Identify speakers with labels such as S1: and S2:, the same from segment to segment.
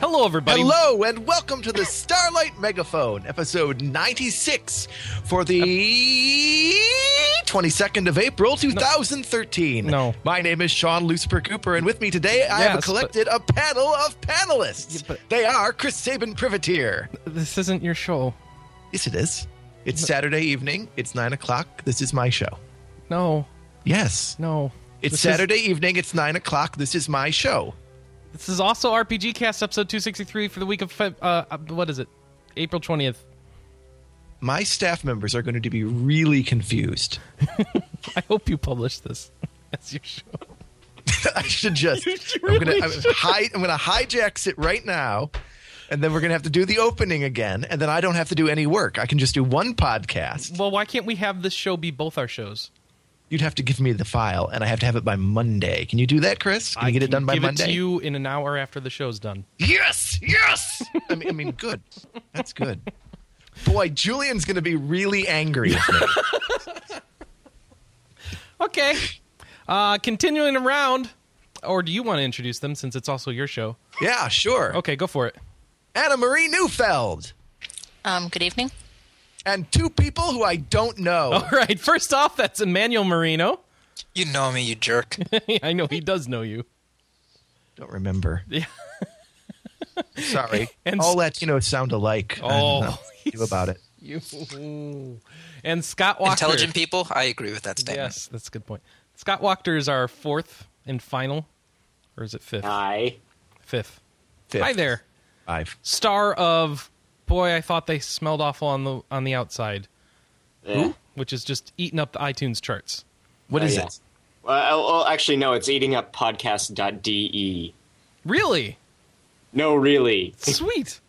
S1: Hello, everybody.
S2: Hello and welcome to the Starlight Megaphone, episode 96 for the 22nd of April 2013.
S1: No.
S2: My name is Sean Lucifer Cooper, and with me today I
S1: Yes, but-
S2: have collected a panel of panelists.
S1: Yeah, but-
S2: They are Chris Sabin Privateer.
S1: This isn't your show.
S2: Yes, it is. It's Saturday evening. It's 9 o'clock. This is my show.
S1: No,
S2: Yes.
S1: no. This
S2: It's
S1: is-
S2: Saturday evening. It's 9 o'clock. This is my show.
S1: this is also RPG Cast episode 263 for the week of Feb- uh, uh, what is it? April 20th.
S2: My staff members are going to be really confused.
S1: I hope you publish this as your show.
S2: I should just.
S1: really
S2: I'm gonna I'm, hi, I'm gonna hijack it right now, and then we're gonna have to do the opening again, and then I don't have to do any work. I can just do one podcast.
S1: Well, why can't we have this show be both our shows?
S2: You'd have to give me the file, and I have to have it by Monday. Can you do that, Chris? Can you get it done by
S1: give
S2: Monday?
S1: it to you in an hour after the show's done.
S2: Yes, yes. I mean, I mean, good. That's good. Boy, Julian's gonna be really angry with me.
S1: Okay. Uh, continuing around, or do you want to introduce them since it's also your show?
S2: yeah, sure.
S1: Okay, go for it.
S2: Anna Marie Neufeld
S3: Um, good evening.
S2: and two people who I don't know.
S1: All right. First off, that's Emmanuel Marino.
S4: You know me, you jerk.
S1: I know he does know you.
S2: Don't remember.
S1: Yeah.
S2: Sorry.
S1: And-
S2: all Latinos sound alike. I
S1: Oh,
S2: don't know what to do about it.
S1: You and Scott Walker.
S4: Intelligent people, I agree with that statement.
S1: Yes, that's a good point. Scott Walker is our fourth and final, or is it fifth?
S5: Hi.
S1: fifth.
S2: Fifth.
S1: Hi there,
S2: Five.
S1: star of boy. I thought they smelled awful on the on the outside,
S5: Yeah.
S1: which is just eating up the iTunes charts.
S2: What
S5: Oh,
S2: is
S5: Eh, yeah.
S2: it?
S5: Well, oh, oh, actually, no. It's eating up podcast.de.
S1: Really
S5: No, really,
S1: sweet.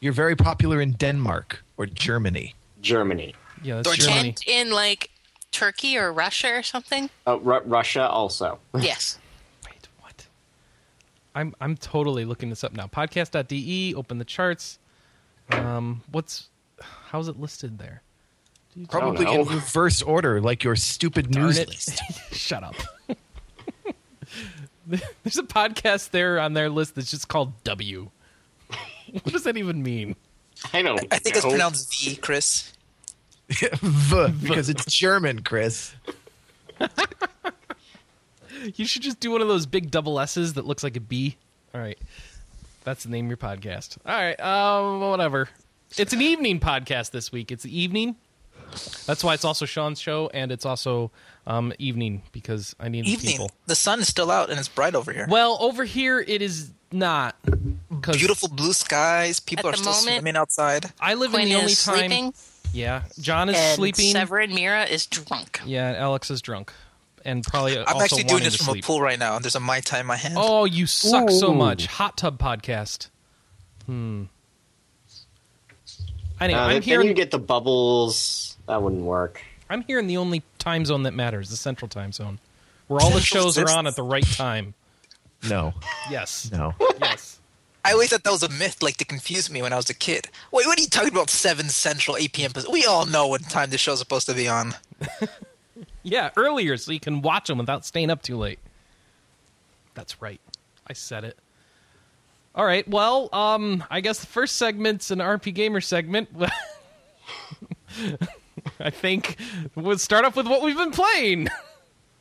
S2: You're very popular in Denmark or Germany.
S5: Germany,
S1: Yeah, that's
S4: Deutschland.
S1: Germany.
S3: And in like Turkey or Russia or something.
S5: uh, Ru- Russia also.
S3: Yes.
S1: Wait, what? I'm I'm totally looking this up now. Podcast.de. E, Open the charts. Um, what's how's it listed there?
S2: Probably
S5: know.
S2: in reverse order, like your stupid news
S1: it.
S2: list.
S1: Shut up. There's a podcast there on their list that's just called W. What does that even mean?
S5: I don't.
S4: I think it's
S5: know.
S4: pronounced V, Chris.
S2: V, because it's German, Chris.
S1: You should just do one of those big double S's that looks like a B. All right. That's the name of your podcast. All right. Um, whatever. It's an evening podcast this week. It's the evening. That's why it's also Sean's show and it's also um, evening because I need
S4: Evening.
S1: people.
S4: The sun is still out and it's bright over here.
S1: Well, over here it is not. 'cause
S4: Beautiful blue skies. People
S3: At
S4: are
S3: the
S4: still
S3: moment-
S4: swimming outside.
S1: I live
S3: Quinn
S1: in the only
S3: is
S1: time.
S3: sleeping
S1: Yeah, John is
S3: and
S1: sleeping.
S3: Severin Mira is drunk.
S1: Yeah, and Alex is drunk and probably
S4: I'm
S1: also
S4: actually doing
S1: wanting
S4: this
S1: to
S4: from
S1: sleep.
S4: a pool right now. There's a Mai Tai in my hand.
S1: Oh, you suck so
S5: Ooh.
S1: much. Hot tub podcast. Hmm. Anyway,
S5: Uh,
S1: I'm
S5: then
S1: here.
S5: you get the bubbles. That wouldn't work.
S1: I'm here in the only time zone that matters, the Central Time Zone, where all the
S4: Central
S1: shows are
S4: Time-
S1: on at the right time.
S2: No,
S1: Yes.
S2: no.
S1: Yes.
S4: I always thought that was a myth, like to confuse me when I was a kid. Wait, what are you talking about? 7 Central, 8 p.m. Pacific? We all know what time the show's supposed to be on.
S1: Yeah, earlier, so you can watch them without staying up too late. That's right. I said it. All right. Well, um, I guess the first segment's an RP Gamer segment. I think we'll start off with what we've been playing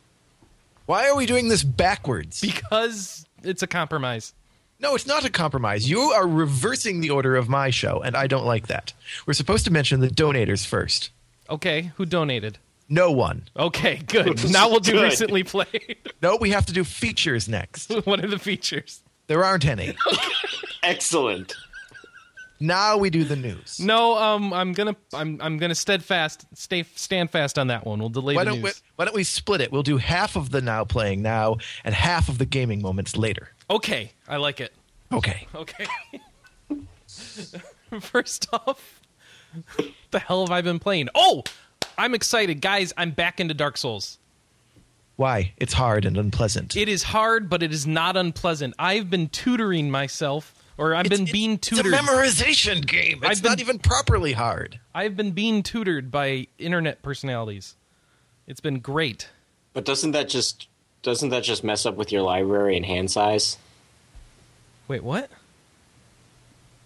S2: Why are we doing this backwards?
S1: because it's a compromise.
S2: no, it's not a compromise. You are reversing the order of my show, and I don't like that. We're supposed to mention the donators first.
S1: Okay, who donated?
S2: No one.
S1: Okay, good. Now we'll do
S5: Good.
S1: recently played.
S2: No, we have to do features next.
S1: what are the features?
S2: There aren't any.
S5: Excellent.
S2: now we do the news.
S1: No, um, I'm gonna, I'm, I'm gonna steadfast, stay, stand fast on that one. We'll delay
S2: Why
S1: the
S2: don't, we,
S1: news.
S2: why don't we split it? We'll do half of the now playing now and half of the gaming moments later.
S1: okay, I like it.
S2: Okay.
S1: Okay. First off, the hell have I been playing? Oh, I'm excited, guys! I'm back into Dark Souls.
S2: Why? It's hard and unpleasant.
S1: It is hard, but it is not unpleasant. I've been tutoring myself, or I've been being
S2: it's a
S1: tutored.
S2: memorization game. It's
S1: I've
S2: not
S1: been-
S2: even properly hard.
S1: I've been being tutored by internet personalities. It's been great.
S5: But doesn't that just doesn't that just mess up with your library and hand size?
S1: Wait, what?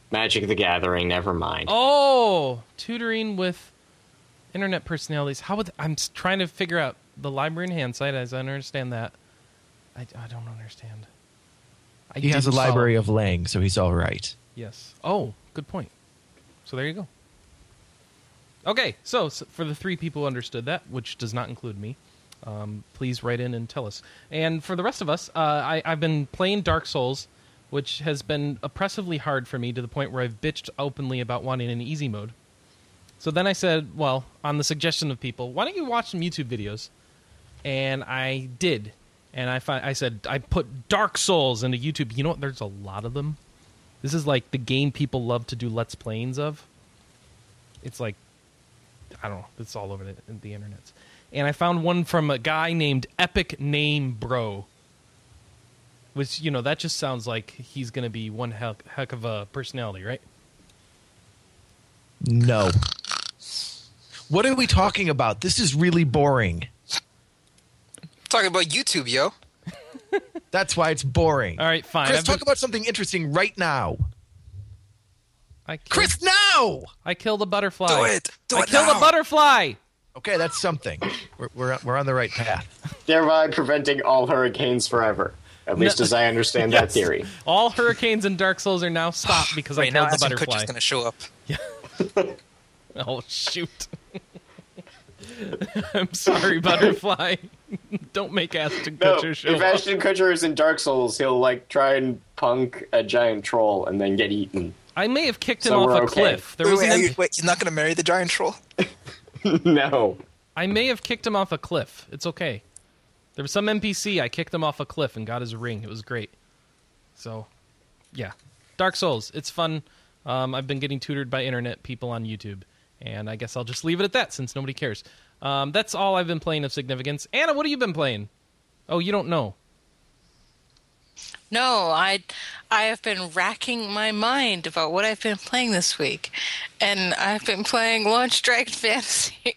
S5: Magic the Gathering, never mind.
S1: Oh, tutoring with internet personalities. How would I'm s- trying to figure out the library in hand site? As I don't understand that, I, I don't understand. I
S2: He has a
S1: did follow-
S2: library of Lang, so he's all right.
S1: Yes. Oh, good point. So there you go. Okay, so, s for the three people who understood that, which does not include me, um, please write in and tell us. And for the rest of us, uh, I, I've been playing Dark Souls, which has been oppressively hard for me to the point where I've bitched openly about wanting an easy mode. So then I said, well, on the suggestion of people, why don't you watch some YouTube videos? And I did. And I, fi- I said, I put Dark Souls into YouTube. You know what? There's a lot of them. This is like the game people love to do let's plays of. It's like I don't know. It's all over the, the internet. And I found one from a guy named Epic Name Bro, which you know that just sounds like he's going to be one heck, heck of a personality, right?
S2: No. What are we talking about? This is really boring.
S4: Talking about YouTube, yo.
S2: That's why it's boring.
S1: All right, fine.
S2: Chris,
S1: I've
S2: talk
S1: been-
S2: about something interesting right now.
S1: I killed,
S2: Chris, now!
S1: I killed a butterfly.
S4: Do it. Do
S1: I
S4: it
S1: killed
S4: now.
S1: a butterfly.
S2: Okay, that's something. We're, we're, we're on the right path.
S5: Thereby preventing all hurricanes forever. At least as I understand that theory.
S1: All hurricanes and Dark Souls are now stopped because I
S4: Right now,
S1: killed the
S4: Ashton
S1: butterfly.
S4: Kutcher's gonna show up.
S1: Oh shoot! I'm sorry, butterfly. Don't make Ashton
S5: No,
S1: Kutcher
S5: if
S1: show up.
S5: Ashton Kutcher is in Dark Souls, he'll like try and punk a giant troll and then get eaten.
S1: I may have kicked him
S5: So
S1: off
S5: we're
S1: a
S5: okay.
S1: cliff. There
S4: Wait,
S1: was
S4: wait,
S1: an
S4: are you-
S1: em-
S4: wait, he's not gonna marry the giant troll.
S5: no.
S1: I may have kicked him off a cliff. It's okay. There was some NPC I kicked him off a cliff and got his ring. It was great. So, yeah, Dark Souls. It's fun. Um, I've been getting tutored by internet people on YouTube, and I guess I'll just leave it at that since nobody cares. Um, that's all I've been playing of significance. Anna, what have you been playing? Oh, you don't know.
S3: No, I I have been racking my mind about what I've been playing this week, and I've been playing Launch Dragon Fantasy.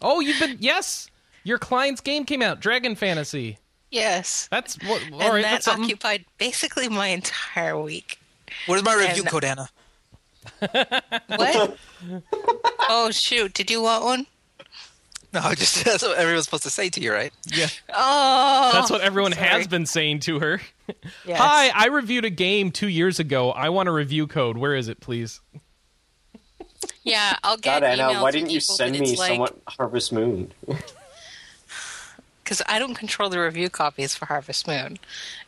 S1: Oh, you've been yes. Your client's game came out, Dragon Fantasy.
S3: yes,
S1: That's what. All right,
S3: and
S1: that's
S3: that
S1: something.
S3: occupied basically my entire week.
S4: Where's my review
S3: And-
S4: code, Anna?
S3: What? oh shoot! Did you want one?
S4: No, just that's what everyone's supposed to say to you, right?
S1: yeah,
S3: Oh,
S1: that's what everyone
S3: sorry.
S1: has been saying to her.
S3: Yes.
S1: Hi, I reviewed a game two years ago. I want a review code. Where is it, please?
S3: Yeah, I'll get.
S5: God, Anna,
S3: emails
S5: why
S3: from
S5: didn't you
S3: people,
S5: send
S3: but
S5: me
S3: it's like,
S5: somewhat Harvest Moon?
S3: because I don't control the review copies for Harvest Moon,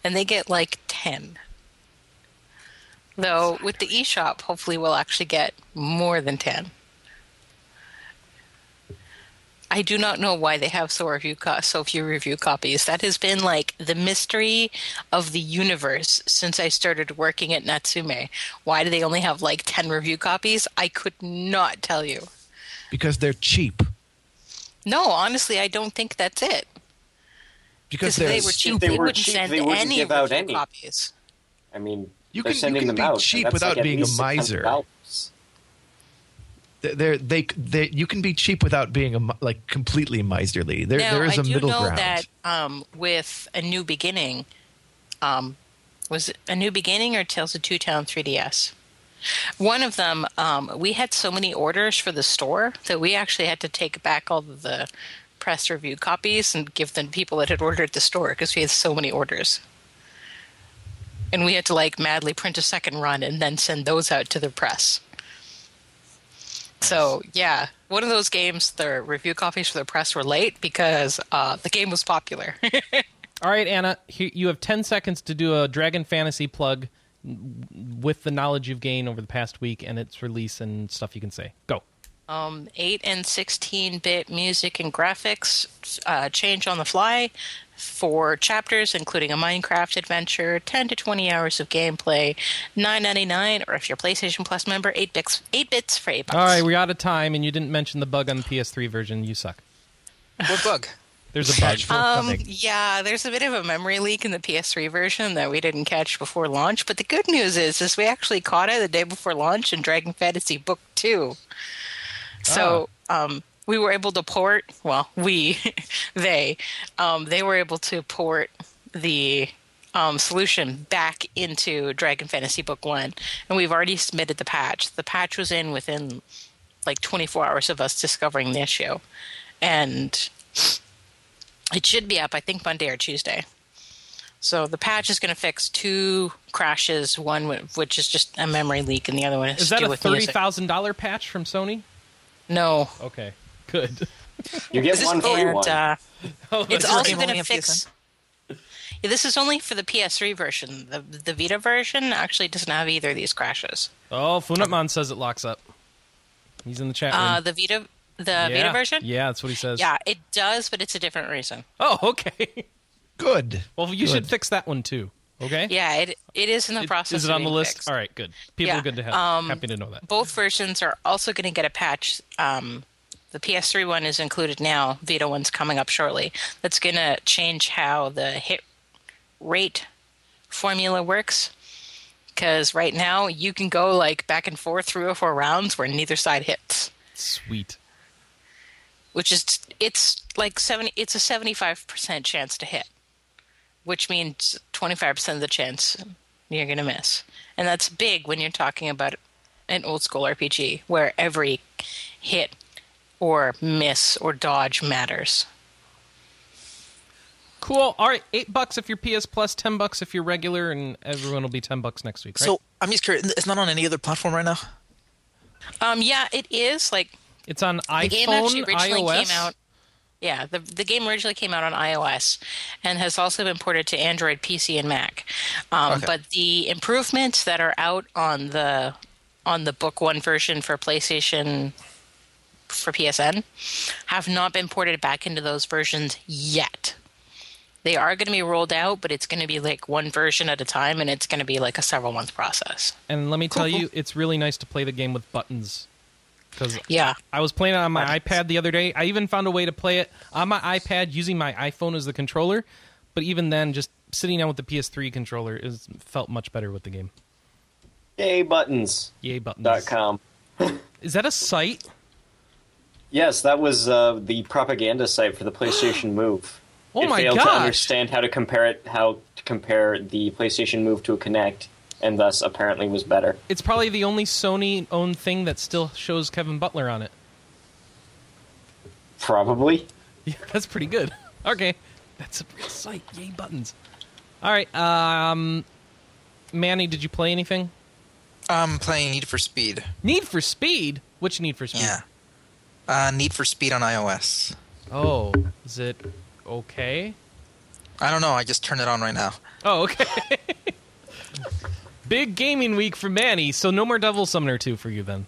S3: and they get like ten. Though with the eShop, hopefully we'll actually get more than ten. I do not know why they have so review co- so few review copies. That has been like the mystery of the universe since I started working at Natsume. Why do they only have like ten review copies? I could not tell you.
S2: Because they're cheap.
S3: No, honestly, I don't think that's it.
S2: Because
S3: Because
S2: they're
S3: they were cheap,
S5: If
S2: stupid.
S5: they
S3: they,
S5: were
S3: wouldn't
S5: cheap,
S3: send
S5: they wouldn't
S3: any
S5: give out
S3: original
S5: any.
S3: copies.
S5: I mean,
S2: You
S5: they're
S2: can- you
S5: sending
S2: can
S5: them
S2: be
S5: out. and
S2: cheap
S5: that's,
S2: without
S5: like, at
S2: being a
S5: least
S2: miser.
S5: $600.
S2: They're, they, they, you can be cheap without being a, mi- like completely miserly. There,
S3: now,
S2: there is
S3: I
S2: a
S3: do
S2: middle
S3: know
S2: ground.
S3: that um, with A New Beginning, um, was it A New Beginning or Tales of Two Town 3DS? One of them, um, we had so many orders for the store that we actually had to take back all of the press review copies and give them to people that had ordered at the store because we had so many orders. And we had to like madly print a second run and then send those out to the press. So yeah, one of those games, the review copies for the press were late because uh, the game was popular.
S1: All right, Anna, here, you have 10 seconds to do a Dragon Fantasy plug n- with the knowledge you've gained over the past week and its release and stuff you can say. Go.
S3: um, eight and sixteen bit music and graphics uh, change on the fly for chapters, including a Minecraft adventure, ten to twenty hours of gameplay, nine ninety nine, or if you're a PlayStation Plus member, eight bits, eight bits for eight bucks.
S1: All right, we're out of time, and you didn't mention the bug on the PS3 version. You suck.
S4: What bug?
S1: There's a bug.
S3: Um, yeah, there's a bit of a memory leak in the PS3 version that we didn't catch before launch, but the good news is is we actually caught it the day before launch in Dragon Fantasy Book 2. So, um we were able to port, well, we they um they were able to port the um, solution back into Dragon Fantasy Book One, and we've already submitted the patch. The patch was in within like 24 hours of us discovering the issue, and it should be up, I think, Monday or Tuesday. So the patch is going to fix two crashes, one wi- which is just a memory leak, and the other one is,
S1: Is that
S3: to do
S1: a
S3: with
S1: thirty
S3: music.
S1: thousand dollar patch from Sony?
S3: No,
S1: Okay, good.
S5: You get
S4: Is this
S5: one free
S3: and
S5: one.
S3: uh,
S1: Oh, that's
S3: it's
S4: all-
S1: right.
S3: also
S4: game
S3: going
S4: only
S3: to
S4: on
S3: fix. Yeah, this is only for the PS3 version. The the Vita version actually doesn't have either of these crashes.
S1: oh Funatman says it locks up. He's in the chat room.
S3: Uh, the Vita the
S1: Uh-uh. yeah.
S3: Vita version.
S1: Yeah, that's what he says.
S3: Yeah, it does, but it's a different reason.
S1: Oh, okay.
S2: Good.
S1: Well, you should fix that one too. Okay.
S3: Yeah, it it is in the
S1: It-
S3: process.
S1: Is it
S3: of
S1: on the
S3: being
S1: list?
S3: fixed.
S1: All right, good. People
S3: Yeah, um,
S1: are good to have. happy to know that.
S3: Both versions are also going to get a patch. Um, the PS3 one is included now. Vita one's coming up shortly. That's going to change how the hit rate formula works. Because right now you can go like back and forth three or four rounds where neither side hits,
S1: Sweet.
S3: which is it's like seventy. It's a seventy-five percent chance to hit, which means twenty-five percent of the chance you're going to miss, and that's big when you're talking about an old school RPG where every hit or miss or dodge matters.
S1: Cool. All right, eight bucks if you're PS Plus, ten bucks if you're regular, and everyone will be ten bucks next week. Right?
S4: So I'm just curious. It's not on any other platform right now.
S3: Um, yeah, it is like
S1: it's on iPhone,
S3: the game actually originally
S1: iOS.
S3: came out. Yeah, the the game originally came out on iOS, and has also been ported to Android, PC, and Mac. Um, But the improvements that are out on the on the Book One version for PlayStation for PSN have not been ported back into those versions yet. They are going to be rolled out, but it's going to be like one version at a time, and it's going to be like a several month process.
S1: And let me tell you, it's really nice to play the game with buttons. Because
S3: Yeah.
S1: I was playing it on my iPad the other day. I even found a way to play it on my iPad using my iPhone as the controller. But even then, just sitting down with the PS3 controller is felt much better with the game.
S5: Yay buttons.
S1: Yay buttons.
S5: Dot com.
S1: Is that a site?
S5: Yes, that was uh, the propaganda site for the PlayStation Move.
S1: Oh
S5: it
S1: my
S5: failed to
S1: gosh.
S5: understand how to compare it, how to compare the PlayStation Move to a Kinect, and thus apparently was better.
S1: It's probably the only Sony owned thing that still shows Kevin Butler on it.
S5: Probably.
S1: Yeah, that's pretty good. Okay, that's a real sight. Yay buttons. All right, um, Manny, did you play anything?
S4: I'm Um, playing Need for Speed.
S1: Need for Speed. Which Need for Speed?
S4: Yeah. Uh, Need for Speed on iOS.
S1: Oh, is it okay?
S4: I don't know. I just turned it on right now.
S1: Oh, okay. Big gaming week for Manny, so no more Devil Summoner 2 for you then.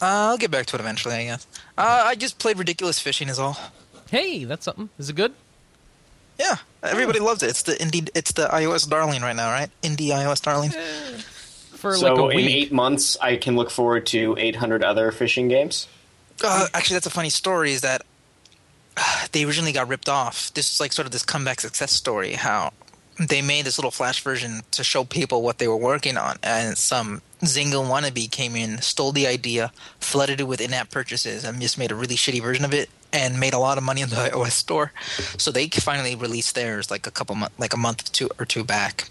S4: Uh, I'll get back to it eventually, I guess. Uh, I just played Ridiculous Fishing, is all.
S1: Hey, that's something. Is it good?
S4: Yeah, everybody loves it. It's the indie, it's the iOS darling right now, right? Indie iOS darling.
S1: For
S5: So
S1: like a
S5: in
S1: week.
S5: eight months, I can look forward to 800 other fishing games.
S4: Uh, actually, that's a funny story. Is that uh, they originally got ripped off. This is like sort of this comeback success story. How they made this little flash version to show people what they were working on, and some Zynga wannabe came in, stole the idea, flooded it with in-app purchases, and just made a really shitty version of it, and made a lot of money on the iOS store. So they finally released theirs like a couple month, like a month two or two back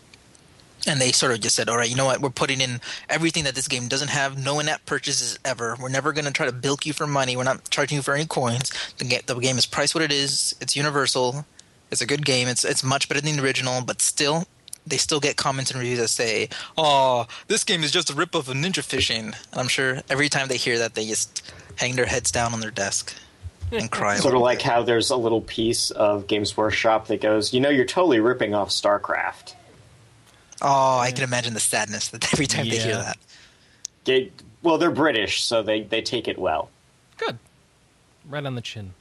S4: and they sort of just said, "All right, you know what? We're putting in everything that this game doesn't have. No in-app purchases ever. We're never going to try to bilk you for money. We're not charging you for any coins. The, ga- the game is priced what it is. It's universal. It's a good game. It's it's much better than the original, but still." They still get comments and reviews that say, "Oh, this game is just a rip off of Ninja Fishing." And I'm sure every time they hear that, they just hang their heads down on their desk and cry. a
S5: Sort of
S4: little
S5: like
S4: bit.
S5: how there's a little piece of Games Workshop that goes, you know, you're totally ripping off StarCraft.
S4: "Oh, I can imagine the sadness that every time they hear
S1: Yeah.
S4: that."
S5: They, well, they're British, so they, they take it well.
S1: Good. Right on the chin.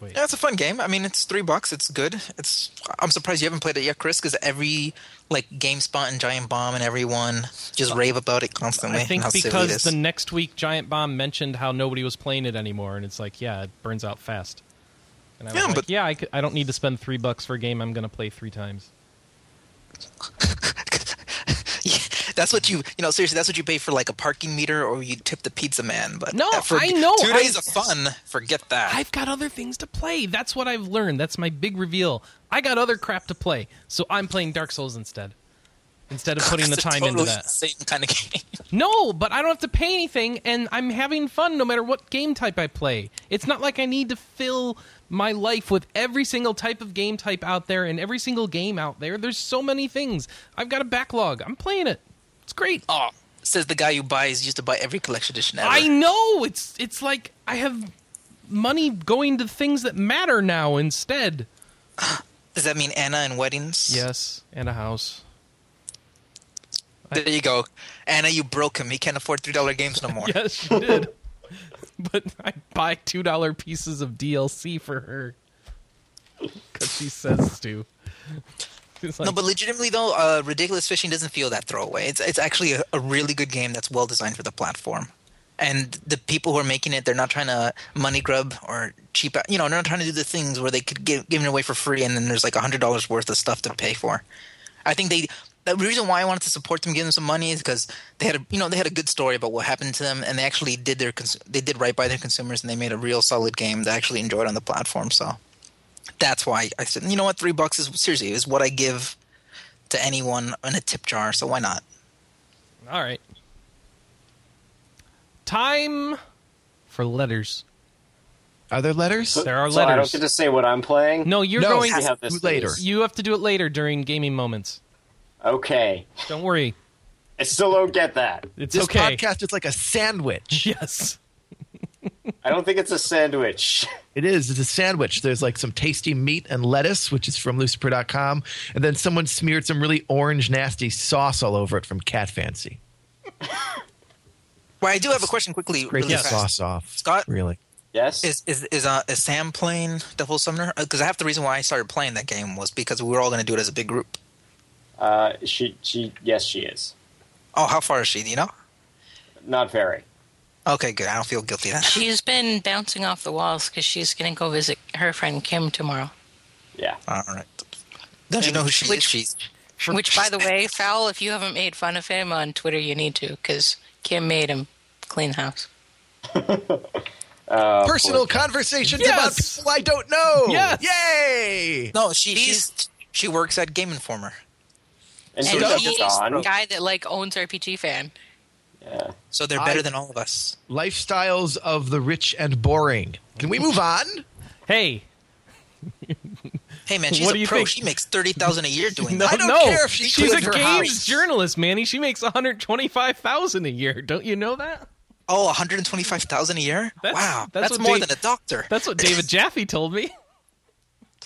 S1: Wait.
S4: Yeah, it's a fun game. I mean, it's three bucks. It's good. It's. I'm surprised you haven't played it yet, Chris, because every like GameSpot and Giant Bomb and everyone just rave about it constantly.
S1: I
S4: and
S1: think
S4: how silly it
S1: because
S4: is.
S1: the next week Giant Bomb mentioned how nobody was playing it anymore, and it's like, yeah, it burns out fast. And I was
S4: Yeah,
S1: like,
S4: but-
S1: yeah, I, could, I don't need to spend three bucks for a game I'm going to play three times.
S4: Yeah, That's what you you know seriously. That's what you pay for like a parking meter, or you tip the pizza man. But
S1: No,
S4: uh, for
S1: I know,
S4: two days
S1: I-
S4: of fun. Forget that.
S1: I've got other things to play. That's what I've learned. That's my big reveal. I got other crap to play, so I'm playing Dark Souls instead. Instead of putting the
S4: It's a
S1: time
S4: totally
S1: into that.
S4: Same kind of game.
S1: No, but I don't have to pay anything, and I'm having fun no matter what game type I play. It's not like I need to fill my life with every single type of game type out there and every single game out there. There's so many things. I've got a backlog. I'm playing it. It's great.
S4: Oh, says the guy who buys used to buy every collection edition ever.
S1: I know. It's it's like I have money going to things that matter now instead.
S4: Does that mean Anna and weddings?
S1: Yes, and a house.
S4: There you go. Anna, you broke him. He can't afford three dollar games no more.
S1: Yes, she did. but I buy two dollar pieces of DLC for her because she says to. It's like,
S4: No, but legitimately though, uh, ridiculous fishing doesn't feel that throwaway. It's it's actually a, a really good game that's well designed for the platform, and the people who are making it, they're not trying to money grub or cheap. out- You know, they're not trying to do the things where they could give give it away for free, and then there's like hundred dollars worth of stuff to pay for. I think they. The reason why I wanted to support them, give them some money, is because they had, a, you know, they had a good story about what happened to them, and they actually did their, cons- they did right by their consumers, and they made a real solid game that I actually enjoyed on the platform. So that's why I said, you know what, three bucks is seriously is what I give to anyone in a tip jar, so why not?
S1: all right. Time for letters.
S2: Are there letters?
S1: There are
S5: So I don't
S1: letters.
S5: get to say what I'm playing.
S1: No, you're
S2: no,
S1: going.
S5: We have this
S2: later.
S5: list.
S1: You have to do it later during gaming moments.
S5: Okay.
S1: Don't worry.
S5: I still don't get that.
S1: It's
S2: This
S1: okay.
S2: podcast is like a sandwich.
S1: Yes.
S5: I don't think it's a sandwich.
S2: It is. It's a sandwich. There's like some tasty meat and lettuce, which is from Lucifer.com. And then someone smeared some really orange, nasty sauce all over it from Cat Fancy.
S4: Well, I do have a question quickly.
S2: Great
S4: really
S2: the
S4: fast.
S2: sauce off.
S4: Scott?
S2: Really?
S5: Yes.
S4: Is is is, uh, is Sam playing Devil Summoner? Because half the reason why I started playing that game was because we were all going to do it as a big group.
S5: Uh, she. She. Yes, she is.
S4: Oh, how far is she? Do you know?
S5: Not very.
S4: Okay, good. I don't feel guilty then.
S3: She's been bouncing off the walls because she's going to go visit her friend Kim tomorrow.
S5: Yeah.
S4: all right. Don't you know who she is? She's
S3: Which, by the way, Fowl, if you haven't made fun of him on Twitter, you need to because Kim made him clean house.
S1: Oh,
S2: Personal conversations
S1: Yes!
S2: about people I don't know.
S1: Yes!
S2: Yay!
S4: no, she, she's she works at Game Informer.
S5: And,
S3: and
S5: so
S3: he's
S5: she's on.
S3: the guy that like owns RPG fan.
S5: Yeah.
S4: So they're better than all of us.
S2: Lifestyles of the rich and boring. Can we move on?
S1: Hey.
S4: Hey man, she's
S1: What do
S4: a
S1: you
S4: pro.
S1: think?
S4: She makes thirty thousand a year doing
S1: No,
S4: that.
S2: I don't
S1: no.
S2: care if she
S1: She's a
S2: quit her
S1: games
S2: house.
S1: journalist, Manny. She makes 125,000 a year. Don't you know that?
S4: Oh, one hundred twenty-five thousand a year.
S1: That's-
S4: wow,
S1: that's
S4: that's,
S1: what
S4: more
S1: Dave-
S4: than a doctor.
S1: That's what David Jaffe told me.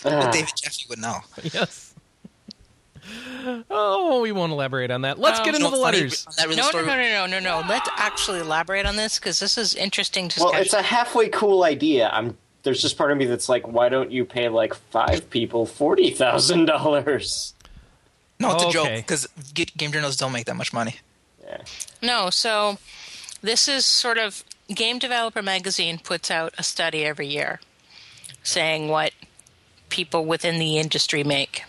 S4: But David Jeffy would know.
S1: Yes. Oh, we won't elaborate on that. Let's
S3: Um,
S1: get
S4: You know
S1: into the
S4: what's funny?
S1: letters.
S4: On that real
S3: No, no,
S4: story-
S3: no, no, no, no, no. Let's actually elaborate on this because this is interesting
S5: Well,
S3: discussion.
S5: it's a halfway cool idea. I'm. There's just part of me that's like, why don't you pay like five people forty thousand dollars?
S4: No, it's a joke
S1: Okay.
S4: because game journals don't make that much money.
S5: Yeah.
S3: No, so this is sort of Game Developer Magazine puts out a study every year saying what people within the industry make.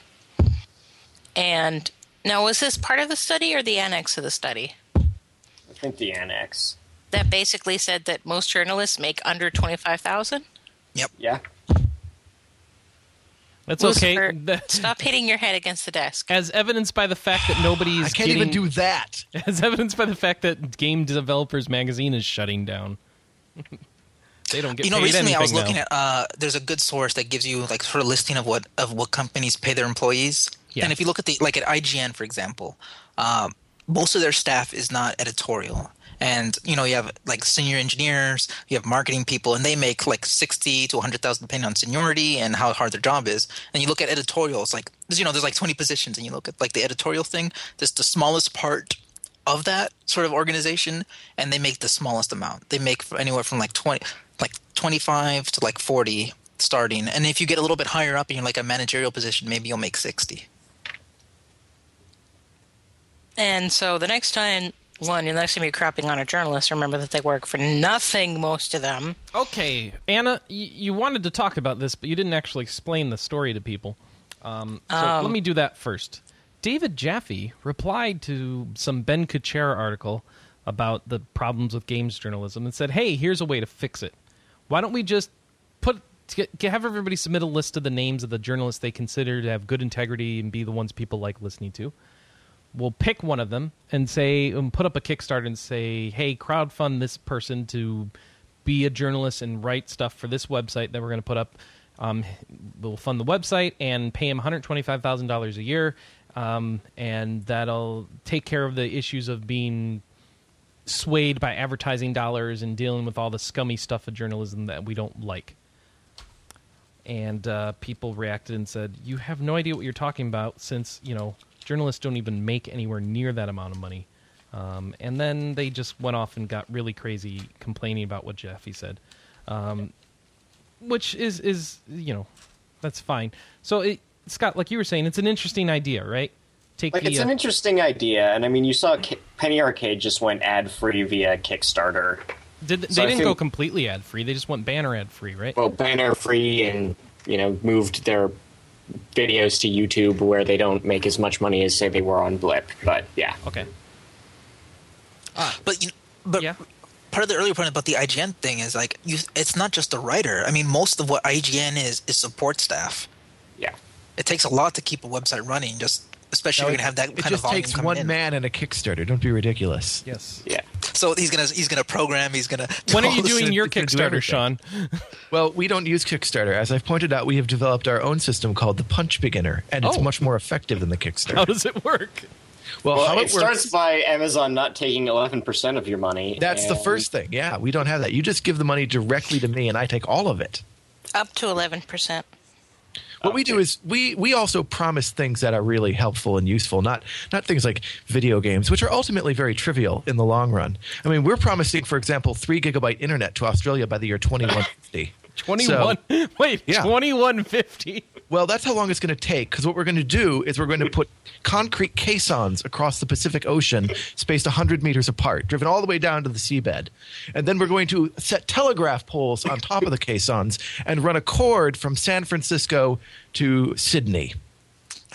S3: And now, was this part of the study or the annex of the study
S5: I think the annex.
S3: that basically said that most journalists make under twenty five thousand?
S5: Yeah.
S1: That's okay. That-
S3: Stop hitting your head against the desk.
S1: as evidenced by the fact that nobody is
S2: I can't
S1: getting,
S2: even do that.
S1: as evidenced by the fact that Game Developers Magazine is shutting down. they don't get
S4: you know,
S1: paid
S4: recently
S1: anything
S4: I was
S1: now.
S4: looking at uh, there's a good source that gives you like sort of listing of what of what companies pay their employees.
S1: Yeah.
S4: And if you look at the like at IGN for example, um, most of their staff is not editorial. And you know you have like senior engineers, you have marketing people, and they make like sixty to hundred thousand depending on seniority and how hard their job is. And you look at editorials, like there's, you know there's like twenty positions, and you look at like the editorial thing, that's the smallest part of that sort of organization and they make the smallest amount they make f- anywhere from like 20 like 25 to like 40 starting and if you get a little bit higher up and you're like a managerial position maybe you'll make 60
S3: And so the next time one, the next time you're crapping on a journalist, remember that they work for nothing, most of them.
S1: Okay, Anna, you, you wanted to talk about this, but you didn't actually explain the story to people. Um, so let me do that first. David Jaffe replied to some Ben Kuchera article about the problems with games journalism and said, "Hey, here's a way to fix it. Why don't we just put to get- have everybody submit a list of the names of the journalists they consider to have good integrity and be the ones people like listening to? We'll pick one of them and say, and put up a Kickstarter and say, hey, crowdfund this person to be a journalist and write stuff for this website that we're going to put up. Um, we'll fund the website and pay him $125,000 a year. Um, and that'll take care of the issues of being swayed by advertising dollars and dealing with all the scummy stuff of journalism that we don't like and uh, people reacted and said, "You have no idea what you're talking about, since you know journalists don't even make anywhere near that amount of money." Um, and then they just went off and got really crazy, complaining about what Jeffy said, um, which is is you know that's fine. So it, Scott, like you were saying, it's an interesting idea, right? Take
S5: Like,
S1: the,
S5: it's
S1: uh,
S5: an interesting idea, and I mean, you saw Ki- Penny Arcade just went ad free via Kickstarter.
S1: did, they
S5: so I
S1: didn't go
S5: think-
S1: completely ad free; they just went banner ad free, right?
S5: Well, banner free, and you know, moved their videos to YouTube, where they don't make as much money as say they were on Blip. But yeah,
S1: okay,
S4: But you, but
S1: yeah,
S4: part of the earlier point about the IGN thing is like you, it's not just the writer. I mean, most of what IGN is is support staff.
S5: yeah.
S4: It takes a lot to keep a website running, just especially
S2: No,
S4: if you're gonna have that
S2: it
S4: kind of
S2: just
S4: volume
S2: takes
S4: coming
S2: one
S4: in.
S2: man and a Kickstarter. Don't be ridiculous.
S1: yes.
S5: Yeah.
S4: So he's gonna he's gonna program. He's gonna. do
S1: When are
S4: all
S1: you
S4: this
S1: doing
S4: and-
S1: your
S2: can do
S1: Kickstarter,
S2: everything.
S1: Sean?
S2: Well, we don't use Kickstarter. As I've pointed out, we have developed our own system called the Punch Beginner, and it's
S1: Oh.
S2: much more effective than the
S1: How
S2: Kickstarter.
S1: does it work?
S2: well,
S5: Oh. Well,
S2: how
S5: it,
S2: it works.
S5: starts by Amazon not taking 11% of your money.
S2: That's the
S5: and-
S2: first thing. Yeah, we don't have that. You just give the money directly to me, and I take all of it.
S3: Up to 11%.
S2: What we do is we we also promise things that are really helpful and useful, not not things like video games, which are ultimately very trivial in the long run. I mean, we're promising, for example, three gigabyte internet to Australia by the year twenty one fifty.
S1: Twenty-one. wait,
S2: Yeah.
S1: twenty-one fifty.
S2: Well, that's how long it's going to take because what we're going to do is we're going to put concrete caissons across the Pacific Ocean, spaced 100 meters apart, driven all the way down to the seabed. And then we're going to set telegraph poles on top of the caissons and run a cord from San Francisco to Sydney.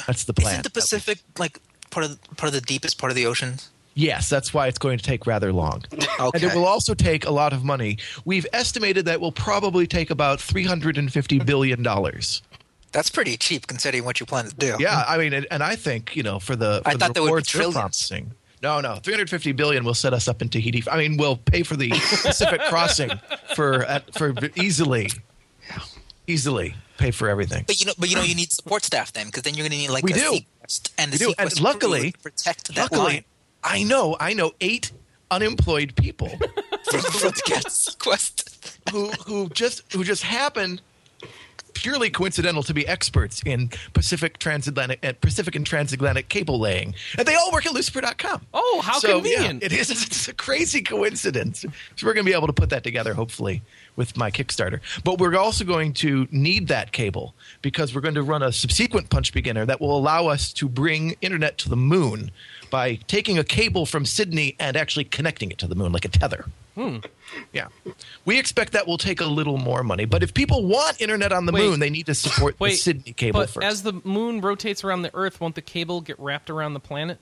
S2: That's the plan.
S4: Isn't the Pacific like part of part of the deepest part of the ocean?
S2: Yes, that's why it's going to take rather long. And
S4: Okay.
S2: it will also take a lot of money. We've estimated that will probably take about $350 billion.
S4: That's pretty cheap considering what you plan to do.
S2: Yeah, I mean, and, and I think you know for the for
S4: Uh-huh. I
S2: the
S4: thought that would be
S2: rewards you're
S4: trillions.
S2: promising. No, no, 350 billion will set us up in Tahiti. I mean, we'll pay for the Pacific crossing for at, for easily, easily pay for everything.
S4: But you know, but you know, you need support staff then, because then you're going to need like
S2: We
S4: a
S2: do.
S4: sequest and a
S2: We do, and
S4: sequest crew
S2: luckily-
S4: to protect that
S2: Luckily, I know, I know eight unemployed people
S4: line from the guest quest.
S2: who who just who just happen purely coincidental to be experts in Pacific transatlantic and Pacific and transatlantic cable laying, and they all work at Lucifer.com.
S1: Oh, how
S2: So, yeah,
S1: convenient!
S2: it is. It's a crazy coincidence. So we're going to be able to put that together, hopefully, with my Kickstarter. But we're also going to need that cable because we're going to run a subsequent punch beginner that will allow us to bring internet to the moon by taking a cable from Sydney and actually connecting it to the moon like a tether. Yeah, we expect that will take a little more money. But if people want internet on the
S1: Wait.
S2: moon, they need to support the
S1: Wait,
S2: Sydney cable
S1: but
S2: first.
S1: as the moon rotates around the Earth, won't the cable get wrapped around the planet?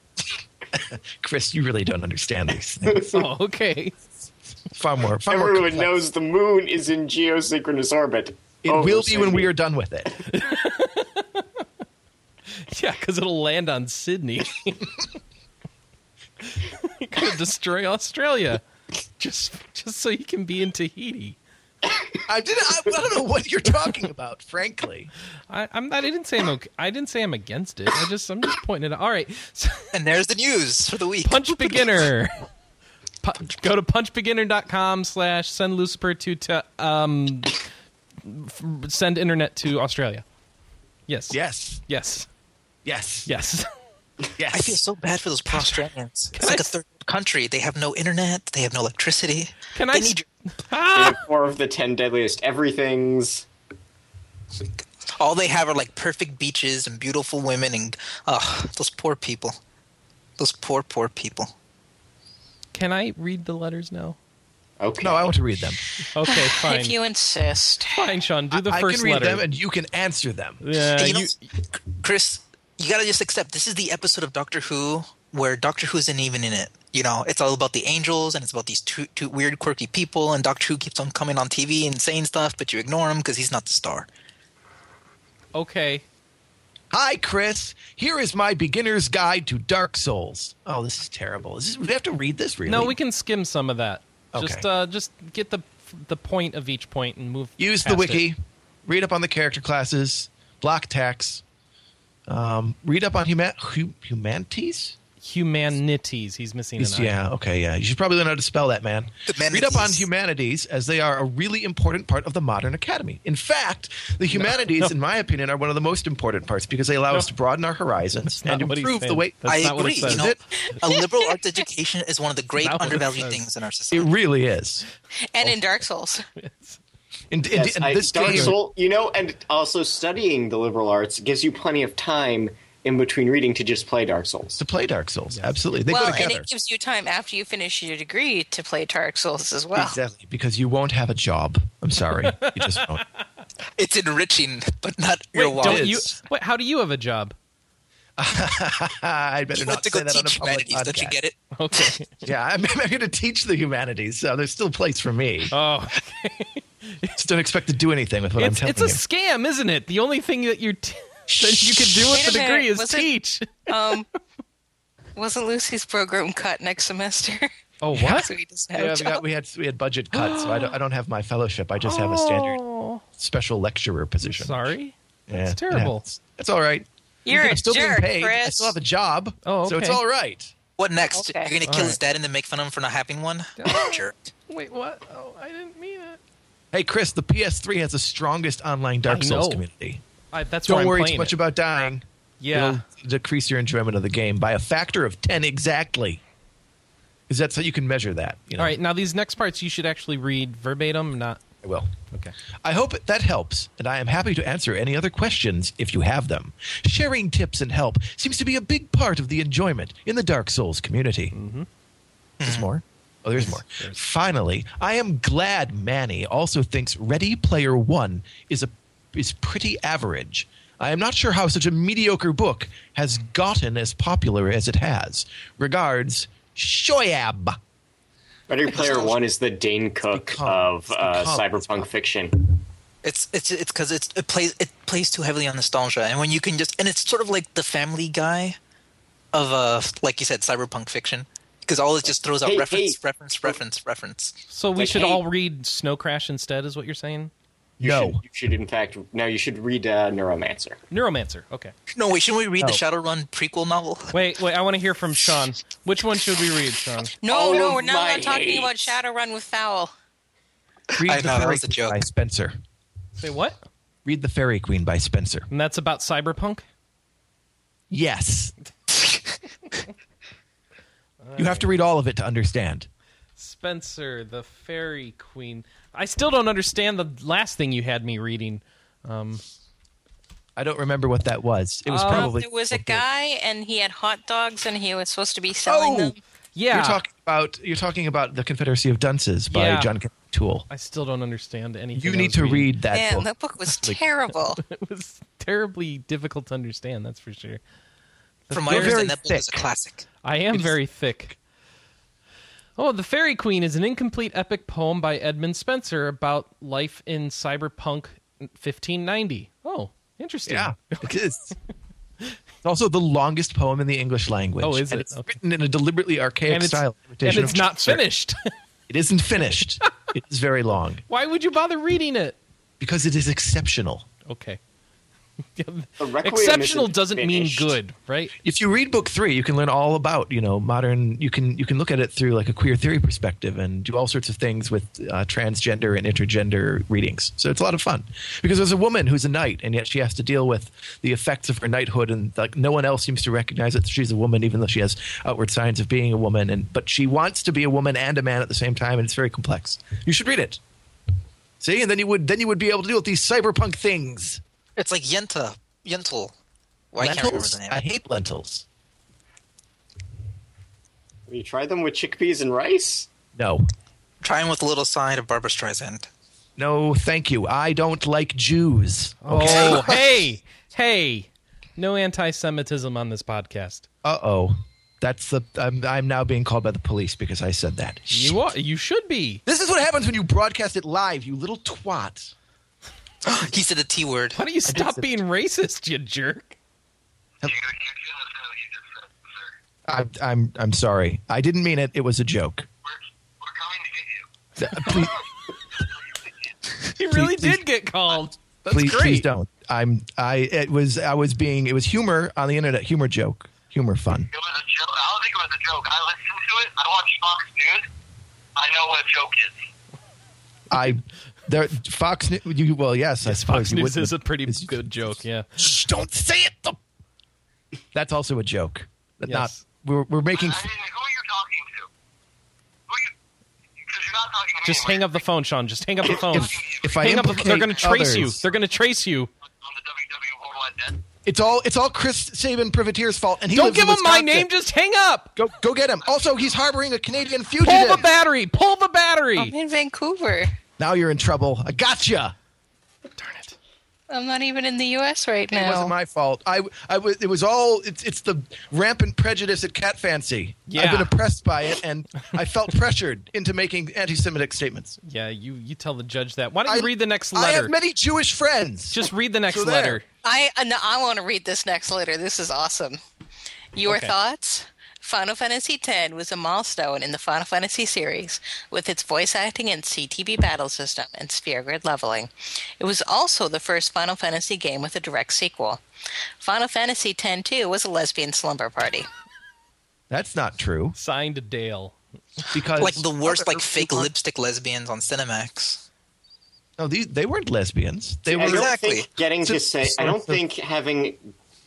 S2: Chris, you really don't understand these things.
S1: Oh, okay.
S2: far more, far more.
S5: Everyone
S2: complex.
S5: knows the moon is in geosynchronous orbit. Oh,
S2: It
S5: over
S2: will be when we
S5: Sydney.
S2: are done with it.
S1: Yeah, because it'll land on Sydney. you could destroy Australia just just so you can be in Tahiti.
S2: I didn't. I, I don't know what you're talking about, frankly.
S1: I, I'm not. I didn't say I'm. Okay, I didn't say I'm against it. I just. I'm just pointing it out. All right. So,
S4: And there's the news for the week.
S1: Punch Beginner. Pu- go to punchbeginner.com slash send Lucifer to, to um, f- send internet to Australia. Yes.
S2: Yes,
S1: Yes.
S2: yes,
S1: Yes.
S2: yes.
S4: I feel so bad for those poor Australians. It's like a third world country. They have no internet. They have no electricity.
S1: Can
S4: they
S1: I Ah!
S4: Need your,
S5: They have Four of the ten deadliest everythings.
S4: all they have are like perfect beaches and beautiful women and oh, those poor people. Those poor, poor people.
S1: Can I read the letters now?
S5: Okay.
S2: no, I want to read them.
S1: Okay, fine.
S3: If you insist.
S1: Fine, Sean. Do the
S2: I
S1: first
S2: can read
S1: letter.
S2: them, and Uh, you can answer them.
S1: yeah,
S4: you know,
S1: you-
S4: Chris, you gotta just accept this is the episode of Doctor Who where Doctor Who isn't even in it. You know, it's all about the angels and it's about these two, two weird, quirky people, and Doctor Who keeps on coming on TV and saying stuff, but you ignore him because he's not the star.
S1: Okay.
S2: Hi, Chris. Here is my beginner's guide to Dark Souls. Oh, this is terrible. Is this, we have to read this, really?
S1: No, we can skim some of that.
S2: Okay.
S1: Just uh, just get the the point of each point and move.
S2: Use the
S1: past
S2: wiki.
S1: it.
S2: Read up on the character classes. Block tax. Um, read up on huma- hu- humanities.
S1: Humanities. He's missing an eye.
S2: Yeah, okay, yeah. You should probably learn how to spell that, man.
S4: Humanities.
S2: Read up on humanities, as they are a really important part of the modern academy. In fact, the humanities, in my opinion, are one of the most important parts because they allow us to broaden our horizons
S1: not
S2: and
S1: what he's
S2: improve the
S1: saying.
S2: way.
S1: That's
S4: I
S1: not what
S4: agree.
S1: it says.
S4: You know, a liberal arts education is one of the great
S1: not what it
S4: undervalued
S1: says.
S4: things in our
S2: It
S4: society.
S2: really is.
S3: and in Dark Souls.
S2: In, in,
S5: Yes,
S2: in
S5: I-
S2: this
S5: Dark
S2: game-
S5: Soul, you know, and also studying the liberal arts gives you plenty of time in between reading to just play Dark Souls.
S2: to play Dark Souls. Absolutely, they
S3: well,
S2: go
S3: and
S2: together.
S3: it gives you time after you finish your degree to play Dark Souls as well.
S2: Exactly, because you won't have a job. I'm sorry, you just won't.
S4: It's enriching, but not
S1: Wait,
S4: your wallet.
S1: don't you? Wait, how do you have a job?
S2: I better
S4: You
S2: not
S4: went to
S2: say
S4: go
S2: that on a
S4: teach
S2: public
S4: humanities. Don't you
S2: podcast.
S4: get it?
S1: Okay.
S2: Yeah, I'm, I'm going to teach the humanities, so there's still a place for me.
S1: Oh,
S2: Just don't expect to do anything with what
S1: it's
S2: I'm
S1: it's a
S2: telling
S1: scam, isn't it? The only thing that you're t- that you can do
S3: Wait
S1: with
S3: a
S1: the
S3: minute,
S1: degree is
S3: was it-
S1: teach.
S3: Um, wasn't Lucy's program cut next semester?
S1: Oh, what?
S3: so he doesn't
S2: you.
S3: have
S2: Yeah,
S3: a
S2: we,
S3: job.
S2: got, we had we had budget cuts, so I don't, I don't have my fellowship. I just have a standard
S1: Oh,
S2: special lecturer position.
S1: sorry.
S2: Yeah,
S1: That's terrible.
S2: It's That's all right.
S3: You're
S2: I'm
S3: a
S2: still
S3: jerk,
S2: being paid. I
S3: Chris.
S2: still have a job,
S1: Oh,
S2: so it's
S1: okay.
S2: all right.
S4: What next?
S3: Okay.
S4: You're gonna
S1: All
S4: kill his
S1: right.
S4: dad and then make fun of him for not having one? Jerk.
S1: Wait, what? Oh, I didn't mean it.
S2: Hey, Chris, the PS3 has the strongest online
S1: I
S2: Dark Souls
S1: know.
S2: community.
S1: I, that's where
S2: Don't
S1: I'm
S2: worry
S1: playing
S2: too much
S1: it.
S2: about dying.
S1: Yeah.
S2: It'll decrease your enjoyment of the game by a factor of 10 exactly. Is that so you can measure that? You know?
S1: All right. Now these next parts you should actually read verbatim, not
S2: I will.
S1: okay.
S2: I hope that helps, and I am happy to answer any other questions if you have them. Sharing tips and help seems to be a big part of the enjoyment in the Dark Souls community. Mm-hmm. There's more. Oh, there's more. Finally, I am glad Manny also thinks Ready Player One is a is pretty average. I am not sure how such a mediocre book has gotten as popular as it has. Regards, Shoyab.
S5: Ready Player One is the Dane Cook
S2: become-
S5: of
S2: it's
S5: uh,
S2: become- it's
S5: cyberpunk fiction.
S4: It's it's it's because it's, it plays it plays too heavily on nostalgia, and when you can just and it's sort of like the Family Guy of uh like you said cyberpunk fiction because all it just throws out
S5: Hey,
S4: reference,
S5: hey.
S4: reference, reference, reference.
S1: So we
S5: Like,
S1: should
S5: hey-
S1: all read Snow Crash instead, is what you're saying?
S5: You
S2: No.
S5: should, you should in fact now you should read uh, Neuromancer.
S1: Neuromancer. Okay.
S4: No, wait, shouldn't we read the
S2: Oh.
S4: Shadowrun prequel novel?
S1: Wait, wait. I want to hear from Sean. Which one should we read, Sean?
S3: No,
S5: Oh
S3: no, we're
S5: my
S3: not allowed talking about
S5: hate.
S3: Shadowrun with Foul.
S2: Read
S4: I
S2: the
S4: know, that
S2: Fairy
S4: was a
S2: Queen
S4: joke.
S2: by Spencer.
S1: Say what?
S2: Read The Fairy Queen by Spencer.
S1: And that's about cyberpunk.
S2: Yes. you have to read all of it to understand.
S1: Spencer, the Fairy Queen. I still don't understand the last thing you had me reading.
S2: I don't remember what that was. It was
S1: Um,
S2: probably
S3: Oh, There was a guy and he had hot dogs and he was supposed to be selling
S2: Oh,
S3: them.
S1: Yeah.
S2: you're talking about you're talking about the Confederacy of Dunces by
S1: Yeah.
S2: John Toole.
S1: I still don't understand anything.
S2: You
S1: I
S2: need
S1: was
S2: to
S1: reading.
S2: read that
S3: Man,
S2: book.
S3: that book was terrible.
S1: It was terribly difficult to understand. That's for sure. The
S4: From my
S1: Fairy-
S4: understanding, that book is a
S2: thick.
S4: classic.
S1: I am very thick. Oh, The Fairy Queen is an incomplete epic poem by Edmund Spencer about life in cyberpunk 1590. Oh, interesting.
S2: Yeah, it is. It's also the longest poem in the English language.
S1: Oh, is it?
S2: and It's
S1: Okay.
S2: written in a deliberately archaic
S1: And it's,
S2: style.
S1: and
S2: imitation
S1: it's
S2: of
S1: not
S2: Chaucer.
S1: finished.
S2: It isn't finished. it is very long
S1: Why would you bother reading it?
S2: because it is exceptional.
S1: Okay.
S5: The Requiem
S1: Exceptional
S5: isn't
S1: doesn't mean
S5: finished.
S1: good, right?
S2: if you read book three, you can learn all about you know modern. You can you can look at it through like a queer theory perspective and do all sorts of things with uh, transgender and intergender readings. So it's a lot of fun because there's a woman who's a knight and yet she has to deal with the effects of her knighthood and like no one else seems to recognize that she's a woman even though she has outward signs of being a woman and but she wants to be a woman and a man at the same time and it's very complex. You should read it. See, and then you would then you would be able to deal with these cyberpunk things.
S4: It's like Yenta, Yentl. Why I can't remember
S2: Lentils?
S4: the name?
S2: I hate lentils.
S5: Have you tried them with chickpeas and rice?
S2: No.
S4: Trying with a little side of Barbara Streisand.
S2: No, thank you. I don't like Jews.
S1: Oh, hey, hey. No anti-Semitism on this podcast.
S2: Uh oh. That's the I'm, I'm now being called by the police because I said that.
S1: You are, you should be.
S2: This is what happens when you broadcast it live, you little twat.
S4: he said the T word.
S1: Why don't you stop
S2: say-
S1: being racist, you jerk?
S2: I, I'm I'm sorry. I didn't mean it. It was a joke. Th- uh, Please,
S1: He really
S2: please-
S1: did get called. That's
S2: please,
S1: great.
S2: please don't. I'm I it was I was being it was humor on the internet, humor joke, humor fun.
S6: It was a joke. I don't think it was a joke. I listened to it. I watched Fox News. I know what a joke is.
S2: I there Fox News. You, well, yes, I suppose
S1: Fox
S2: you
S1: News
S2: would-
S1: is a pretty
S2: is-
S1: good joke. Yeah.
S2: Shh, don't say it. though. That's also a joke. But
S1: Yes.
S2: Not we're we're
S6: I
S2: making.
S6: didn't, who are you talking to? Who are you? Because you're not talking to me.
S1: Just
S6: anymore.
S1: hang up the phone, Sean. Just hang up the phone.
S2: If, if I
S1: hang up the,
S2: implicate
S1: they're going to trace you.
S2: others-
S1: They're going to trace you.
S6: on the WW Worldwide Net.
S2: it's all it's all Chris Saban Privateer's fault, and he
S1: Don't
S2: lives in
S1: give him my
S2: Wisconsin.
S1: name. Just hang up.
S2: Go go get him. Also, he's harboring a Canadian
S1: Pull
S2: fugitive.
S1: the battery. Pull the
S2: Oh,
S1: battery.
S3: I'm in Vancouver.
S2: Now you're in trouble. I gotcha.
S1: Darn it.
S3: I'm not even in the U.S. right
S2: It
S3: now.
S2: wasn't my fault. I, I was. It was all. It's, it's the rampant prejudice at Cat Fancy. I've
S1: Yeah.
S2: been oppressed by it, and I felt pressured into making anti-Semitic statements.
S1: Yeah, you you tell the judge that. Why don't you
S2: I-
S1: read the next
S2: I
S1: letter?
S2: have many Jewish friends.
S1: Just read the next
S2: So there.
S1: letter.
S3: I uh, no, I want to read this next letter. This is awesome. Your
S1: Okay.
S3: thoughts? Final Fantasy X was a milestone in the Final Fantasy series with its voice acting and CTB battle system and sphere grid leveling. It was also the first Final Fantasy game with a direct sequel. Final Fantasy X 2 was a lesbian slumber party.
S2: That's not true
S1: Signed Dale.
S2: because
S4: Like the worst,
S2: other
S4: like fake
S2: people-
S4: lipstick lesbians on Cinemax.
S2: No, these they weren't lesbians. They
S4: I
S2: were.
S5: I don't
S4: Exactly.
S5: think getting to
S2: It's a
S5: say. I don't
S2: sort of-
S5: think having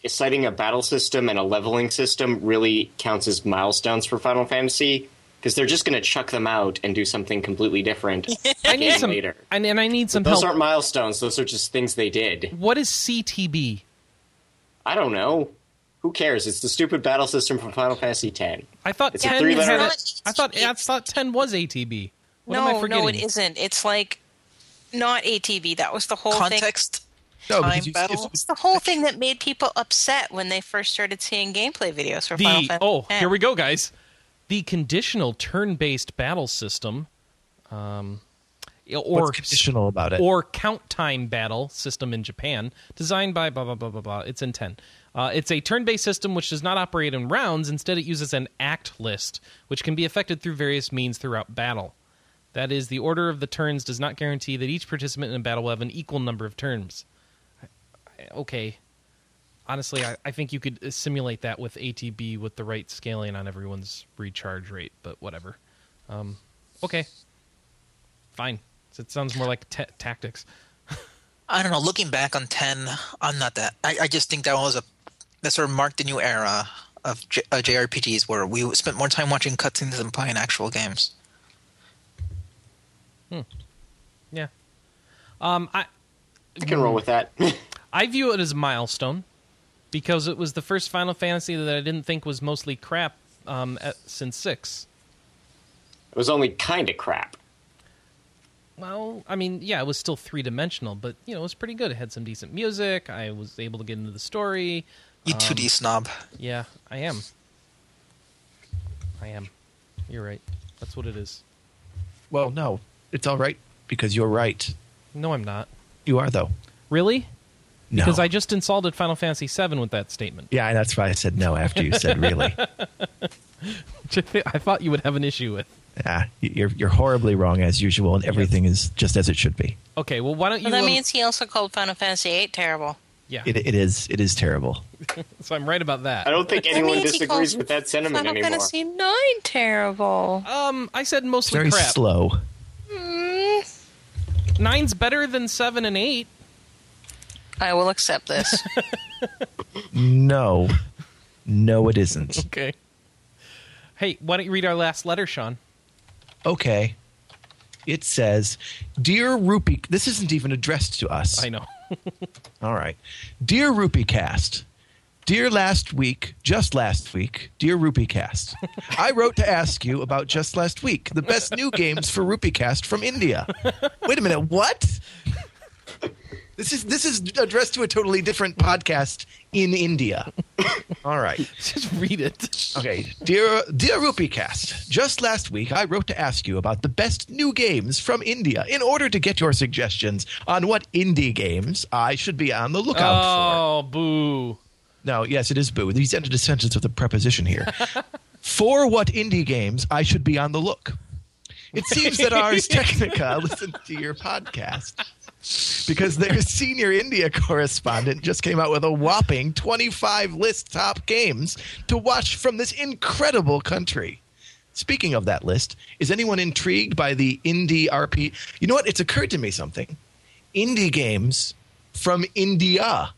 S5: citing a battle system and a leveling system really counts as milestones for Final Fantasy because they're just going to chuck them out and do something completely different.
S1: I need
S5: Game
S1: some
S5: leader.
S1: and, and I need some
S5: Those
S1: help.
S5: aren't milestones. Those are just things they did.
S1: what is CTB?
S5: I don't know. Who cares? It's the stupid battle system from Final Fantasy X.
S1: I thought
S5: It's a
S1: ten
S5: three-letter-
S1: had a, I thought I thought ten was ATB. What am I
S3: no,
S1: forgetting?
S3: no, it isn't. It's like not ATV. That was the whole thing.
S4: Context.
S2: No,
S4: Time
S2: because you-
S4: battle?
S3: It's the whole thing that made people upset when they first started seeing gameplay videos for Final
S1: The
S3: Fantasy.
S1: oh,
S3: X.
S1: here we go, guys. The conditional turn-based battle system, um, or
S2: what's conditional about it?
S1: or count time battle system in Japan, designed by blah blah blah blah blah. It's in ten. Uh, it's a turn-based system which does not operate in rounds. Instead, it uses an act list, which can be affected through various means throughout battle. That is, the order of the turns does not guarantee that each participant in a battle will have an equal number of turns. I- I- Okay. Honestly, I, I think you could uh, simulate that with ATB with the right scaling on everyone's recharge rate, but whatever. Um, okay. Fine. It sounds more like ta tactics.
S4: I don't know. Looking back on ten, I'm not that. I, I just think that was a that sort of marked a new era of J, uh, JRPGs where we spent more time watching cutscenes than playing actual games.
S1: Yeah. Um, I
S5: I can roll with that.
S1: I view it as a milestone because it was the first Final Fantasy that I didn't think was mostly crap um, at, since six.
S5: It was only kind of crap.
S1: Well, I mean, yeah, it was still three dimensional, but you know, it was pretty good. It had some decent music. I was able to get into the story.
S4: You
S1: Um.
S4: 2D snob.
S1: Yeah, I am. I am. You're right. That's what it is.
S2: well, no, it's all right because you're right.
S1: No, I'm not.
S2: You are though.
S1: Really?
S2: No.
S1: Because I just insulted Final Fantasy VII with that statement.
S2: Yeah, that's why I said no after you said really.
S1: I thought you would have an issue with.
S2: Ah, you're you're horribly wrong as usual, and everything is just as it should be.
S1: Okay, well, why don't you?
S3: Well, that
S1: um,
S3: means he also called Final Fantasy VIII terrible.
S1: yeah.
S2: It, it is it is terrible.
S1: So I'm right about that.
S5: I don't think
S3: That
S5: anyone
S3: means he
S5: disagrees
S3: calls
S5: with that sentiment
S3: Final
S5: anymore.
S3: Fantasy IX terrible.
S1: Um, I said
S2: It's
S1: mostly
S2: very
S1: crap.
S2: slow.
S3: Mm,
S1: Nine's better than seven and eight.
S3: I will accept this.
S2: No, no, it isn't.
S1: Okay. Hey, why don't you read our last letter, Sean?
S2: Okay. It says, "Dear Rupee." This isn't even addressed to us.
S1: I know.
S2: All right. Dear RupeeCast, dear last week, just last week, dear RupeeCast, I wrote to ask you about just last week, the best new games for RupeeCast from India. Wait a minute, what? This is this is addressed to a totally different podcast in India. All right.
S1: Just read it.
S2: Okay, dear dear RupeeCast, just last week I wrote to ask you about the best new games from India in order to get your suggestions on what indie games I should be on the lookout for.
S1: Oh, boo.
S2: No, yes, it is boo. He's ended a sentence with a preposition here. For what indie games I should be on the look. It seems that Ars Technica listened to your podcast because their senior India correspondent just came out with a whopping 25 list top games to watch from this incredible country. Speaking of that list, is anyone intrigued by the indie RP? You know what? It's occurred to me something. Indie games from India.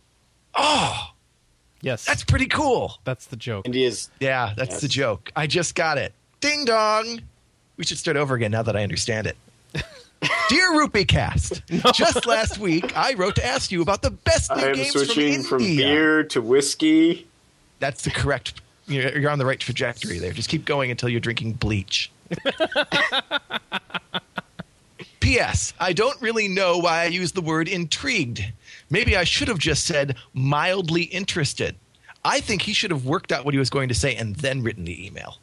S1: Yes.
S2: That's pretty cool.
S1: that's the joke.
S5: India's
S2: Yeah, that's the joke. I just got it. Ding dong. We should start over again now that I understand it. Dear RupeeCast, just last week I wrote to ask you about the best new
S7: I am
S2: games
S7: switching
S2: from
S7: from,
S2: India.
S7: beer to whiskey.
S2: That's the correct. You're you're on the right trajectory there. Just keep going until you're drinking bleach. P.S. I don't really know why I used the word intrigued. Maybe I should have just said mildly interested. I think he should have worked out what he was going to say and then written the email.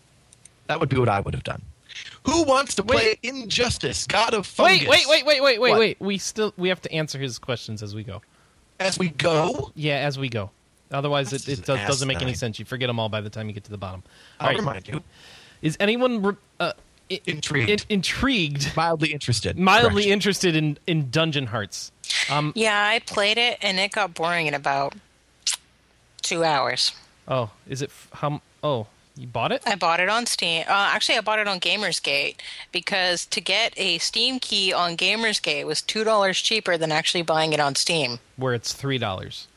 S2: That would be what I would have done. Who wants to play Injustice, God of Fungus?
S1: Wait, wait, wait, wait, wait, wait,
S2: What?
S1: wait. We still we have to answer his questions as we go.
S2: As we go,
S1: Yeah, as we go. Otherwise, it,
S2: This is
S1: it
S2: an
S1: does, doesn't make any
S2: asinine.
S1: sense. You forget them all by the time you get to the bottom. All
S2: I'll
S1: right.
S2: remind you.
S1: Is anyone re- uh, i-
S2: Intrigued.
S1: in- intrigued,
S2: Mildly interested.
S1: mildly
S2: Correct.
S1: interested in, in Dungeon Hearts? Um.
S3: Yeah, I played it and it got boring in about two hours.
S1: Oh, is it f- how? m- Oh, you bought it?
S3: I bought it on Steam. Uh, actually, I bought it on Gamersgate because to get a Steam key on Gamersgate was two dollars cheaper than actually buying it on Steam.
S1: Where it's three dollars.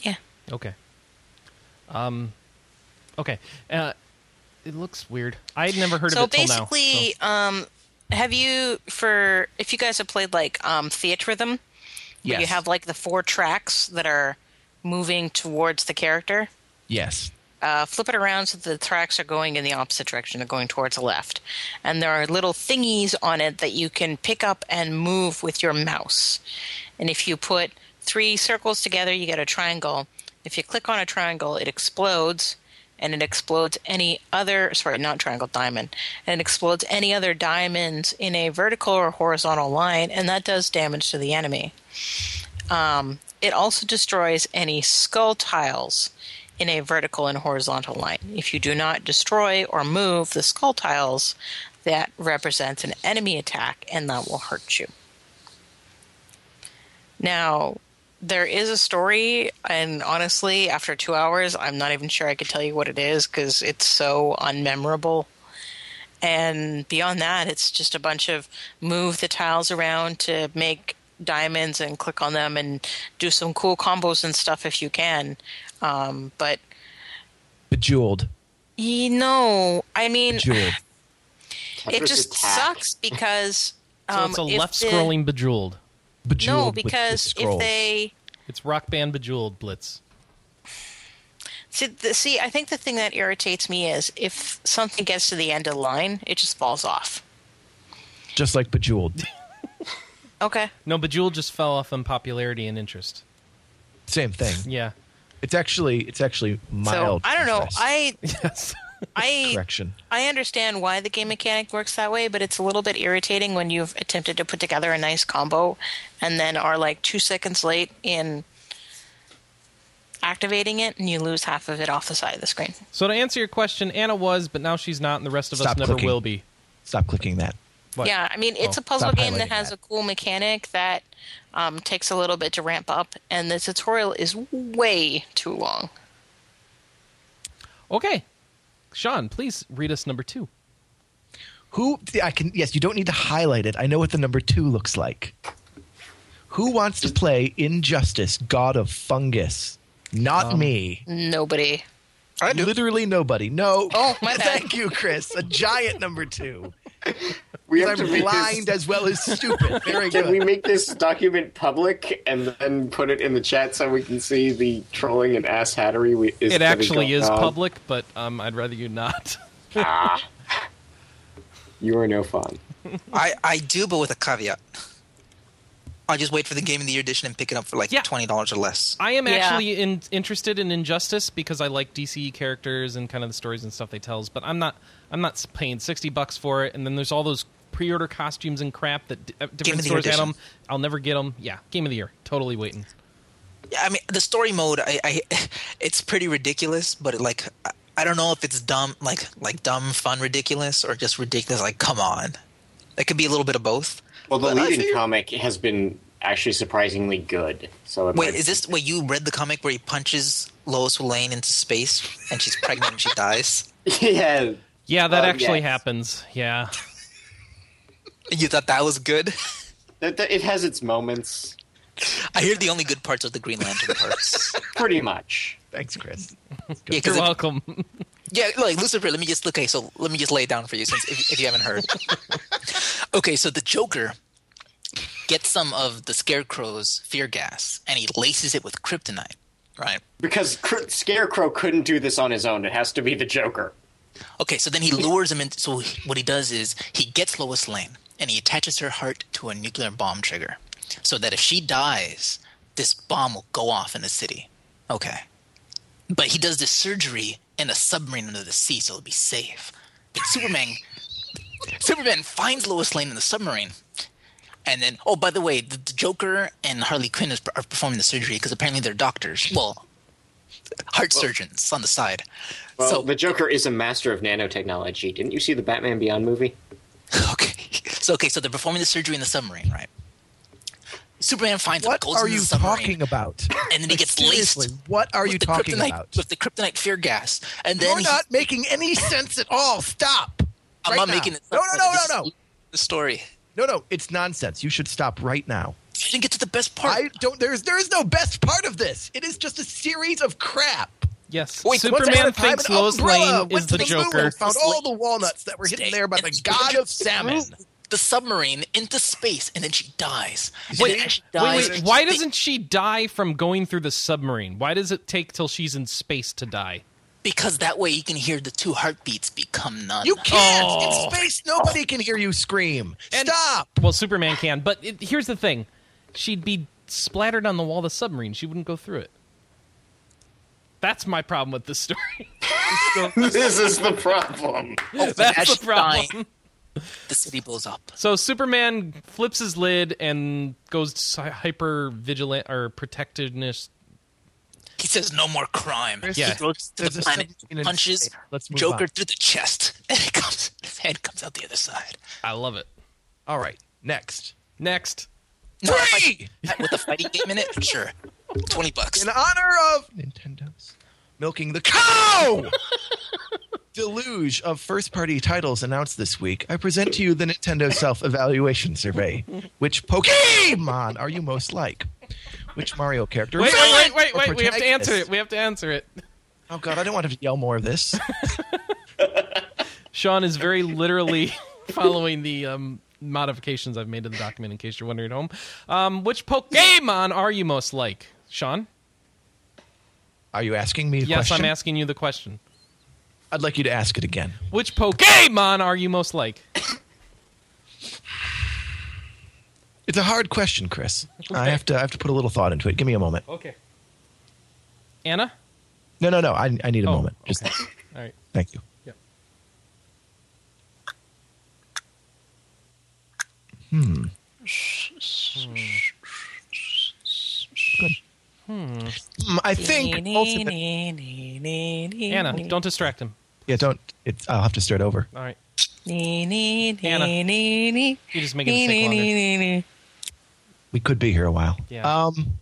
S3: Yeah.
S1: Okay. Um. Okay. Uh, it looks weird. I had never heard
S3: So
S1: of it till now.
S3: basically, um, have you for if you guys have played like um, Theatrhythm, where you
S2: Yes.
S3: have like the four tracks that are moving towards the character.
S2: Yes.
S3: uh, flip it around so that the tracks are going in the opposite direction. They're going towards the left. And there are little thingies on it that you can pick up and move with your mouse. And if you put three circles together, you get a triangle. If you click on a triangle, it explodes. And it explodes any other, sorry, not triangle, diamond. And it explodes any other diamonds in a vertical or horizontal line, and that does damage to the enemy. Um, it also destroys any skull tiles in a vertical and horizontal line. If you do not destroy or move the skull tiles, that represents an enemy attack and that will hurt you. Now, there is a story, and honestly, after two hours, I'm not even sure I could tell you what it is because it's so unmemorable. And beyond that, it's just a bunch of move the tiles around to make diamonds and click on them and do some cool combos and stuff if you can. Um, but
S2: Bejeweled.
S3: you know, I mean,
S2: Bejeweled.
S3: it
S5: Tetris
S3: just
S5: attack.
S3: sucks because
S1: So
S3: um,
S1: it's a
S3: if
S1: left-scrolling Bejeweled.
S3: The,
S2: Bejeweled
S3: no,
S2: with- with
S3: because if
S2: scrolls.
S3: they
S1: It's Rock Band Bejeweled Blitz.
S3: see, the, see, I think the thing that irritates me is if something gets to the end of the line, it just falls off.
S2: Just like Bejeweled.
S3: Okay,
S1: No, Bejeweled just fell off in popularity and interest.
S2: Same thing.
S1: Yeah.
S2: It's actually it's actually
S3: so
S2: mild.
S3: I don't know.
S2: interest.
S3: I
S1: Yes.
S3: I
S2: correction.
S3: I understand why the game mechanic works that way, but it's a little bit irritating when you've attempted to put together a nice combo and then are like two seconds late in activating it and you lose half of it off the side of the screen.
S1: So to answer your question, Anna was, but now she's not, and the rest of us
S2: Stop
S1: never
S2: clicking.
S1: will be.
S2: Stop clicking that.
S1: What?
S3: Yeah, I mean, it's
S1: Oh,
S3: a puzzle
S2: stop
S3: game that
S2: highlighting
S3: has
S2: that.
S3: a cool mechanic that um, takes a little bit to ramp up, and the tutorial is way too long.
S1: Okay. Sean, please read us number two.
S2: Who I can yes, you don't need to highlight it. I know what the number 2 looks like. Who wants to play Injustice, God of Fungus? Not me.
S3: Nobody.
S4: I do.
S2: Literally nobody. No.
S3: Oh, my bad.
S2: Thank you, Chris. A giant number 2.
S5: We have
S2: I'm
S5: to make
S2: blind
S5: this.
S2: as well as stupid. Very
S5: Can we
S2: good.
S5: make this document public and then put it in the chat so we can see the trolling and ass hattery? We, Uh, is
S1: It
S5: that
S1: actually
S5: going
S1: is
S5: on?
S1: public, but um, I'd rather you not.
S5: You are no fun.
S4: I, I do, but with a caveat. I'll just wait for the Game of the Year edition and pick it up for like
S1: Yeah.
S4: twenty dollars or less.
S1: I am
S3: Yeah.
S1: actually in, interested in Injustice because I like DC characters and kind of the stories and stuff they tells. But I'm not I'm not s- paying sixty bucks for it. And then there's all those pre-order costumes and crap that d- uh,
S4: Game
S1: different
S4: of the Year
S1: stores had
S4: edition.
S1: them. I'll never get them. Yeah, Game of the Year. Totally waiting.
S4: I mean, the story mode, I, I it's pretty ridiculous, but like, I, I don't know if it's dumb, like like dumb fun ridiculous, or just ridiculous. Like, come on, that could be a little bit of both.
S5: Well, the
S4: But I
S5: lead in
S4: figure-
S5: comic has been actually surprisingly good. So it
S4: Wait,
S5: might-
S4: is this wait? You read the comic where he punches Lois Lane into space and she's pregnant and she dies?
S5: yeah,
S1: Yeah, that
S5: Oh,
S1: actually
S5: yes.
S1: happens. Yeah,
S4: You thought that was good?
S5: That- that- it has its moments,
S4: I hear the only good parts of the Green Lantern parts.
S5: pretty much.
S2: Thanks, Chris.
S4: yeah,
S1: you're
S4: because
S1: welcome.
S4: Yeah, like Lucifer, let me just okay. So let me just lay it down for you, since if, if you haven't heard. okay, so the Joker gets some of the Scarecrow's fear gas, and he laces it with kryptonite. Right.
S5: Because Cr- Scarecrow couldn't do this on his own. It has to be the Joker.
S4: Okay, so then he lures him in. So what he does is he gets Lois Lane and he attaches her heart to a nuclear bomb trigger, so that if she dies, this bomb will go off in the city. Okay, but he does this surgery in a submarine under the sea, so it'll be safe. But Superman, Superman finds Lois Lane in the submarine, and then oh by the way, the, the Joker and Harley Quinn is, are performing the surgery because apparently they're doctors. Well, heart surgeons on the side.
S5: Well,
S4: so
S5: the Joker is a master of nanotechnology. Didn't you see the Batman Beyond movie?
S4: Okay. So okay, so they're performing the surgery in the submarine, right? Superman finds him,
S2: What
S4: goes
S2: are
S4: in the
S2: you
S4: submarine,
S2: talking about?
S4: and then he gets
S2: Seriously,
S4: laced.
S2: what are
S4: with
S2: you
S4: the
S2: talking
S4: kryptonite-
S2: about?
S4: With the kryptonite fear gas, and then
S2: You're
S4: he-
S2: not making any sense at all. Stop.
S4: I'm
S2: Right
S4: not
S2: now.
S4: making it.
S2: No, no, no,
S4: This
S2: no, no.
S4: is The story.
S2: No, no, it's nonsense. You should stop right now.
S4: You didn't get to the best part.
S2: I don't. There is there is no best part of this. It is just a series of crap.
S1: Yes,
S4: Wait, once upon
S1: Superman
S2: Once upon a time,
S1: thinks
S2: an
S1: Lois Lane
S2: umbrella went
S1: is
S2: to
S1: the,
S2: moon
S1: Joker.
S2: and Found all the walnuts that were hidden there by the god of salmon.
S4: The submarine into space, and then she dies. And
S2: Wait,
S4: then as she
S1: Wait,
S4: dies,
S1: wait, why doesn't she die from going through the submarine? Why does it take till she's in space to die?
S4: Because that way you can hear the two heartbeats become none.
S2: You can't.
S1: Oh.
S2: In space, nobody can hear you scream.
S1: And-
S2: Stop.
S1: Well, Superman can, but it, here's the thing: she'd be splattered on the wall of the submarine. She wouldn't go through it. That's my problem with this story.
S5: this is the problem.
S4: as
S1: That's
S4: she's
S1: the problem.
S4: dying, the city blows up.
S1: So Superman flips his lid and goes hyper vigilant or protectiveness.
S4: He says no more crime.
S1: Yeah.
S4: He goes to
S2: There's
S4: the
S2: a
S4: planet,
S2: submarine in
S4: punches
S2: space. Let's move
S4: Joker
S2: on.
S4: through the chest, and it comes. His head comes out the other side.
S1: I love it.
S2: All right, next.
S1: Next,
S4: No, if I- with a fighting game in it, sure, twenty bucks.
S2: in honor of Nintendo's milking the cow. Deluge of first party titles announced this week. I present to you the Nintendo Self Evaluation Survey. Which Pokemon are you most like? Which Mario character?
S1: wait, wait,
S2: villain,
S1: wait,
S2: or
S1: wait, wait. We have to answer it.
S2: protagonist?
S1: We have to answer it.
S2: Oh, God, I don't want to yell more of this.
S1: Sean is very literally following the um, modifications I've made to the document. In case you're wondering at home, um, which Pokemon are you most like, Sean?
S2: Are you asking me a
S1: Yes,
S2: question?
S1: I'm asking you the question.
S2: I'd like you to ask it again.
S1: Which Pokemon are you most like?
S2: It's a hard question, Chris. I have to I have to put a little thought into it. Give me a moment.
S1: Okay. Anna?
S2: No, no, no. I, I need a
S1: Oh,
S2: moment. Just
S1: All right.
S2: Thank you.
S1: Yep.
S2: Hmm. Good. Hmm, I think ultimately,
S1: Anna, don't distract him.
S2: yeah. Don't. It's, I'll have to start over.
S1: All right.
S3: Anna.
S1: You're just making this take longer.
S2: We could be here a while.
S1: Yeah.
S2: Um,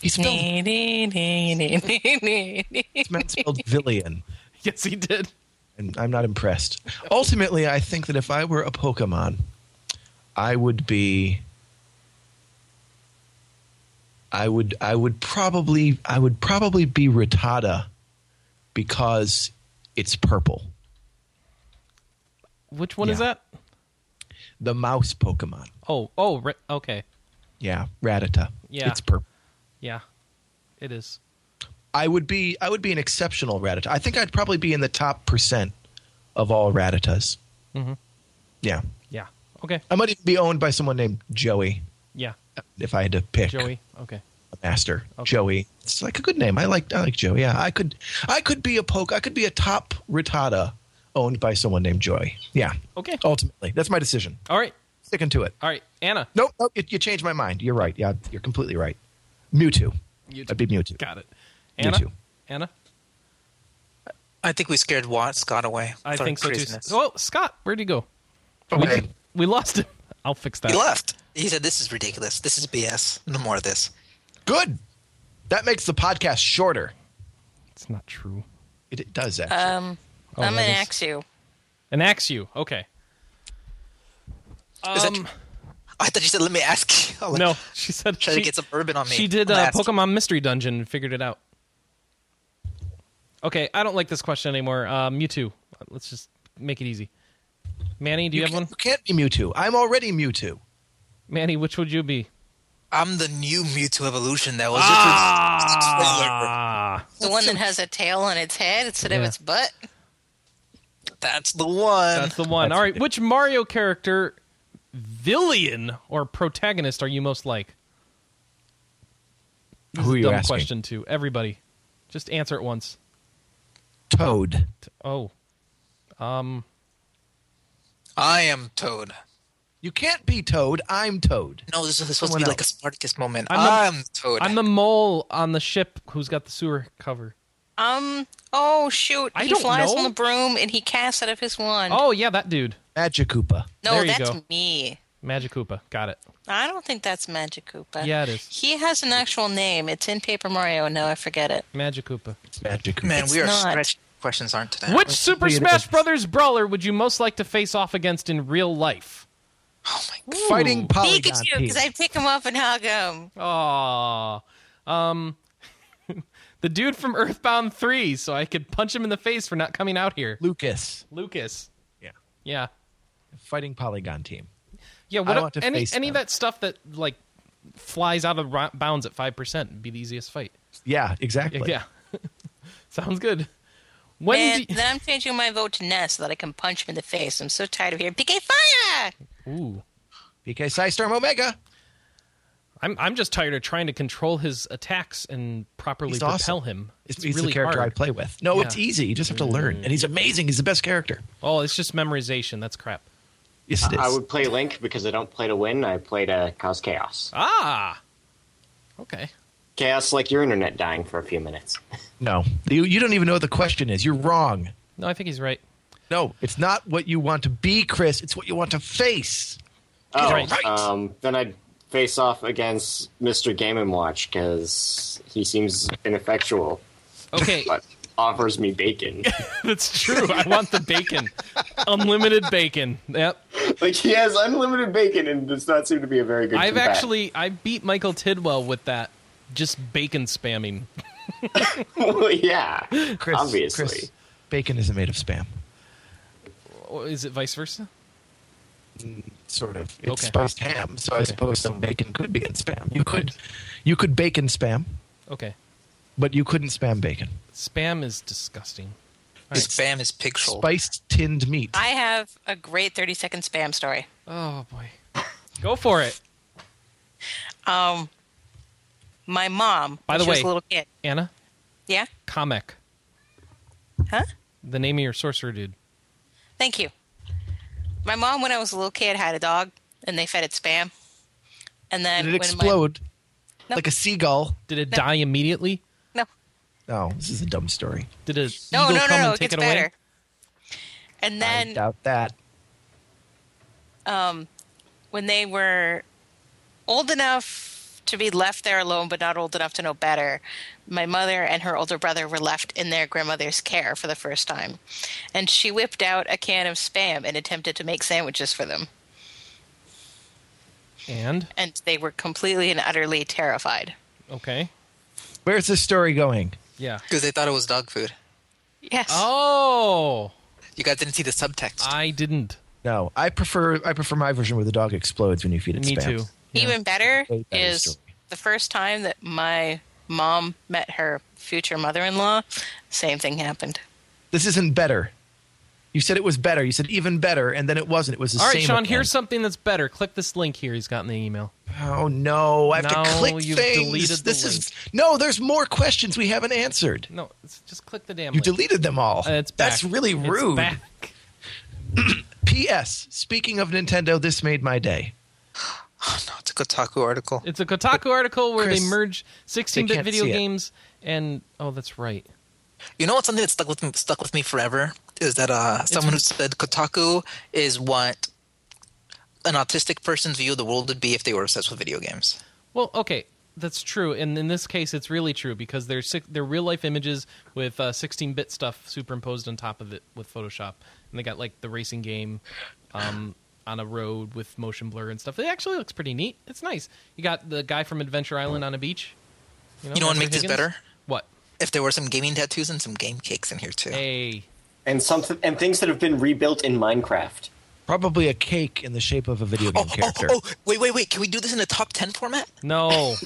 S2: he spelled, this man spelled Villian,
S1: Yes, he did.
S2: and I'm not impressed. Ultimately, I think that if I were a Pokemon, I would be. I would. I would probably. I would probably be Rattata, because it's purple.
S1: Which one is
S2: Yeah.
S1: that?
S2: The mouse Pokemon.
S1: Oh, oh, ri- okay.
S2: Yeah, Rattata.
S1: Yeah.
S2: it's purple.
S1: Yeah, it is.
S2: I would be I would be an exceptional ratata. I think I'd probably be in the top percent of all ratatas. Mm-hmm. Yeah,
S1: Yeah. Okay.
S2: I might even be owned by someone named Joey.
S1: Yeah.
S2: if I had to pick
S1: Joey. Okay.
S2: a master, Joey. It's like a good name. I like I like Joey. Yeah, I could I could be a poke. I could be a top Rattata owned by someone named Joey. Yeah.
S1: Okay.
S2: Ultimately, that's my decision.
S1: All right.
S2: Sticking to it.
S1: All right. Anna.
S2: Nope, nope. You, you changed my mind. You're right. Yeah, you're completely right. Mewtwo.
S1: Mewtwo.
S2: That'd be Mewtwo.
S1: Got it.
S2: You
S1: Anna.
S2: too.
S1: Anna.
S4: I think we scared Watt Scott away.
S1: I
S4: Sorry,
S1: think so too.
S4: craziness.
S1: Oh, Scott, where'd he go?
S2: Okay.
S1: We, we lost him. I'll fix that.
S4: He left. He said, "This is ridiculous. This is BS. No more of this."
S2: Good. That makes the podcast shorter.
S1: It's not true.
S2: It, it does actually.
S3: Um,
S1: Oh,
S3: I'm
S1: that
S3: gonna
S1: is-
S3: axe you.
S1: An axe you. Okay.
S4: Is that
S1: Um,
S4: tr- I thought you said, "Let me ask." You. I'm like,
S1: no, she said
S4: Try
S1: she,
S4: to get some urban on me.
S1: She did
S4: I'm gonna
S1: uh,
S4: ask you.
S1: Pokemon Mystery Dungeon and figured it out. Okay, I don't like this question anymore. Uh, Mewtwo. Let's just make it easy. Manny, do you, have
S2: can't-
S1: one?
S2: You can't be Mewtwo. I'm already Mewtwo.
S1: Manny, which would you be?
S4: I'm the new Mewtwo evolution that was
S1: Ah,
S3: The one that has a tail on its head instead of
S1: Yeah.
S3: its butt.
S4: just. That's the one.
S1: that's the one. All right, which Mario character, villain or protagonist, are you most like? This is
S2: Who are
S1: a
S2: you
S1: dumb
S2: asking?
S1: question to everybody. Just answer it once.
S2: Toad.
S1: Oh,
S4: I am Toad.
S2: You can't be Toad. I'm Toad.
S4: No, this is supposed
S2: Someone
S4: to be like a
S2: else.
S4: Spartacus moment.
S1: I'm the-
S4: I'm, Toad.
S1: I'm the mole on the ship who's got the sewer cover.
S3: Um. Oh shoot!
S1: I
S3: he
S1: don't
S3: flies
S1: know.
S3: on the broom and he casts out of his wand.
S1: Oh yeah, that dude,
S2: Magikoopa.
S3: no,
S1: there you
S3: that's
S1: go.
S3: me.
S1: Magikoopa. Got it.
S3: I don't think that's Magikoopa.
S1: Yeah, it is.
S3: He has an actual name. It's in Paper Mario. and Now I forget it.
S1: Magikoopa.
S2: It's Magikoopa.
S4: Man,
S3: It's
S4: we are
S3: not.
S4: stretched. Questions aren't today.
S1: Which Super
S2: it
S1: Smash
S2: is.
S1: Brothers brawler would you most like to face off against in real life?
S4: Oh my god.
S2: Fighting Polygon.
S3: Pikachu,
S2: Team.
S3: because I pick him up and hug him.
S1: Aw. Um, the dude from Earthbound 3, so I could punch him in the face for not coming out here.
S2: Lucas.
S1: Lucas.
S2: Yeah.
S1: Yeah.
S2: Fighting Polygon team.
S1: Yeah,
S2: I
S1: what
S2: want to
S1: any
S2: face
S1: any of
S2: them.
S1: that stuff that like flies out of ro- bounds at 5% would be the easiest fight.
S2: Yeah, exactly.
S1: Yeah. Sounds good. When
S3: And
S1: do-
S3: then I'm changing my vote to Ness so that I can punch him in the face. I'm so tired of hearing PK Fire.
S1: Ooh.
S2: PK Psystorm Omega.
S1: I'm I'm just tired of trying to control his attacks and properly
S2: He's
S1: propel
S2: awesome.
S1: him.
S2: It's,
S1: It's
S2: he's
S1: really
S2: the character
S1: hard.
S2: I play with. No,
S1: Yeah.
S2: it's easy. You just have to learn. And he's amazing. He's the best character.
S1: Oh, it's just memorization. That's crap.
S2: Yes, it is.
S5: I would play Link because I don't play to win. I play to cause chaos.
S1: Ah. Okay.
S5: Chaos like your internet dying for a few minutes.
S2: No, you, you don't even know what the question is. You're wrong.
S1: No, I think he's right.
S2: No, it's not what you want to be, Chris. It's what you want to face.
S5: Oh,
S1: right.
S5: um, then I'd face off against Mr. Game and Watch because he seems ineffectual,
S1: Okay.
S5: but offers me bacon.
S1: That's true. I want the bacon. Unlimited bacon. Yep.
S5: like he has unlimited bacon and does not seem to be a very good.
S1: I've
S5: combatant.
S1: actually I beat Michael Tidwell with that. Just bacon spamming.
S5: well, yeah,
S2: Chris,
S5: obviously.
S2: Chris, bacon isn't made of spam.
S1: Or Is it vice versa?
S2: Sort of. It's
S1: Okay.
S2: spiced ham, so I suppose some bacon could be in spam. You could, you could bacon spam,
S1: Okay.
S2: but you couldn't spam bacon.
S1: Spam is disgusting.
S4: Spam is pig troll.
S2: Spiced tinned meat.
S3: I have a great 30 second spam story.
S1: Oh boy. Go for it.
S3: Um, my mom.
S1: By
S3: when
S1: the
S3: she was
S1: way-
S3: a little kid.
S1: Anna,
S3: Yeah.
S1: comic.
S3: Huh?
S1: The name of your sorcerer dude.
S3: Thank you. My mom, when I was a little kid, had a dog, and they fed it spam. And then
S2: Did it
S3: when
S2: explode
S3: No.
S2: like a seagull?
S1: Did it
S3: No.
S1: die immediately?
S3: My, no,
S2: No, this is a dumb story.
S1: Did a
S3: no,
S1: eagle
S3: no,
S1: come
S3: no,
S1: and
S3: no. It
S1: take
S3: gets
S1: it away?
S3: better. And
S2: I
S3: then
S2: doubt that.
S3: when they were old enough to be left there alone, but not old enough to know better, my mother and her older brother were left in their grandmother's care for the first time. And she whipped out a can of spam and attempted to make sandwiches for them.
S1: And
S3: And they were completely and utterly terrified.
S1: okay.
S2: Where's this story going?
S1: Yeah.
S4: Because they thought it was dog food.
S3: Yes.
S1: Oh,
S4: You guys didn't see the subtext.
S1: I didn't.
S2: No, I prefer I prefer my version where the dog explodes when you feed it
S1: Me
S2: spam.
S1: too.
S3: Even better
S2: Way better
S3: is
S2: story.
S3: the first time that my mom met her future mother in law, same thing happened.
S2: This isn't better. You said it was better. You said even better, and then it wasn't. It was the
S1: All
S2: same.
S1: right, Sean,
S2: again.
S1: here's something that's better. Click this link here. He's got in the email.
S2: Oh no! I have to
S1: No,
S2: click
S1: you've
S2: things.
S1: deleted the
S2: this is no. There's more questions we haven't answered.
S1: No, it's, just click the damn
S2: You
S1: link.
S2: deleted them all.
S1: Uh, it's
S2: That's
S1: back.
S2: really
S1: It's
S2: rude.
S1: back.
S2: P.S. Speaking of Nintendo, this made my day.
S4: No, it's a Kotaku article.
S1: It's a Kotaku article where
S2: Chris,
S1: they merge 16-bit
S2: can't
S1: video
S2: see it.
S1: games and oh, that's right.
S4: You know what's something that stuck with me, stuck with me forever is that uh, someone who said Kotaku is what an autistic person's view of the world would be if they were obsessed with video games.
S1: Well, okay, that's true, and in this case, it's really true because they're six, they're real life images with uh, 16-bit stuff superimposed on top of it with Photoshop, and they got like the racing game um, on a road with motion blur and stuff. It actually looks pretty neat. It's nice. You got the guy from Adventure Island on a beach.
S4: You know what
S1: Walter
S4: makes this
S1: Oh, Higgins.
S4: better?
S1: What?
S4: If there were some gaming tattoos and some game cakes in here too.
S1: Hey,
S5: and something and things that have been rebuilt in Minecraft.
S2: Probably a cake in the shape of a video game
S4: Oh, oh,
S2: character.
S4: oh, wait, wait, wait! Can we do this in a top ten format?
S1: no.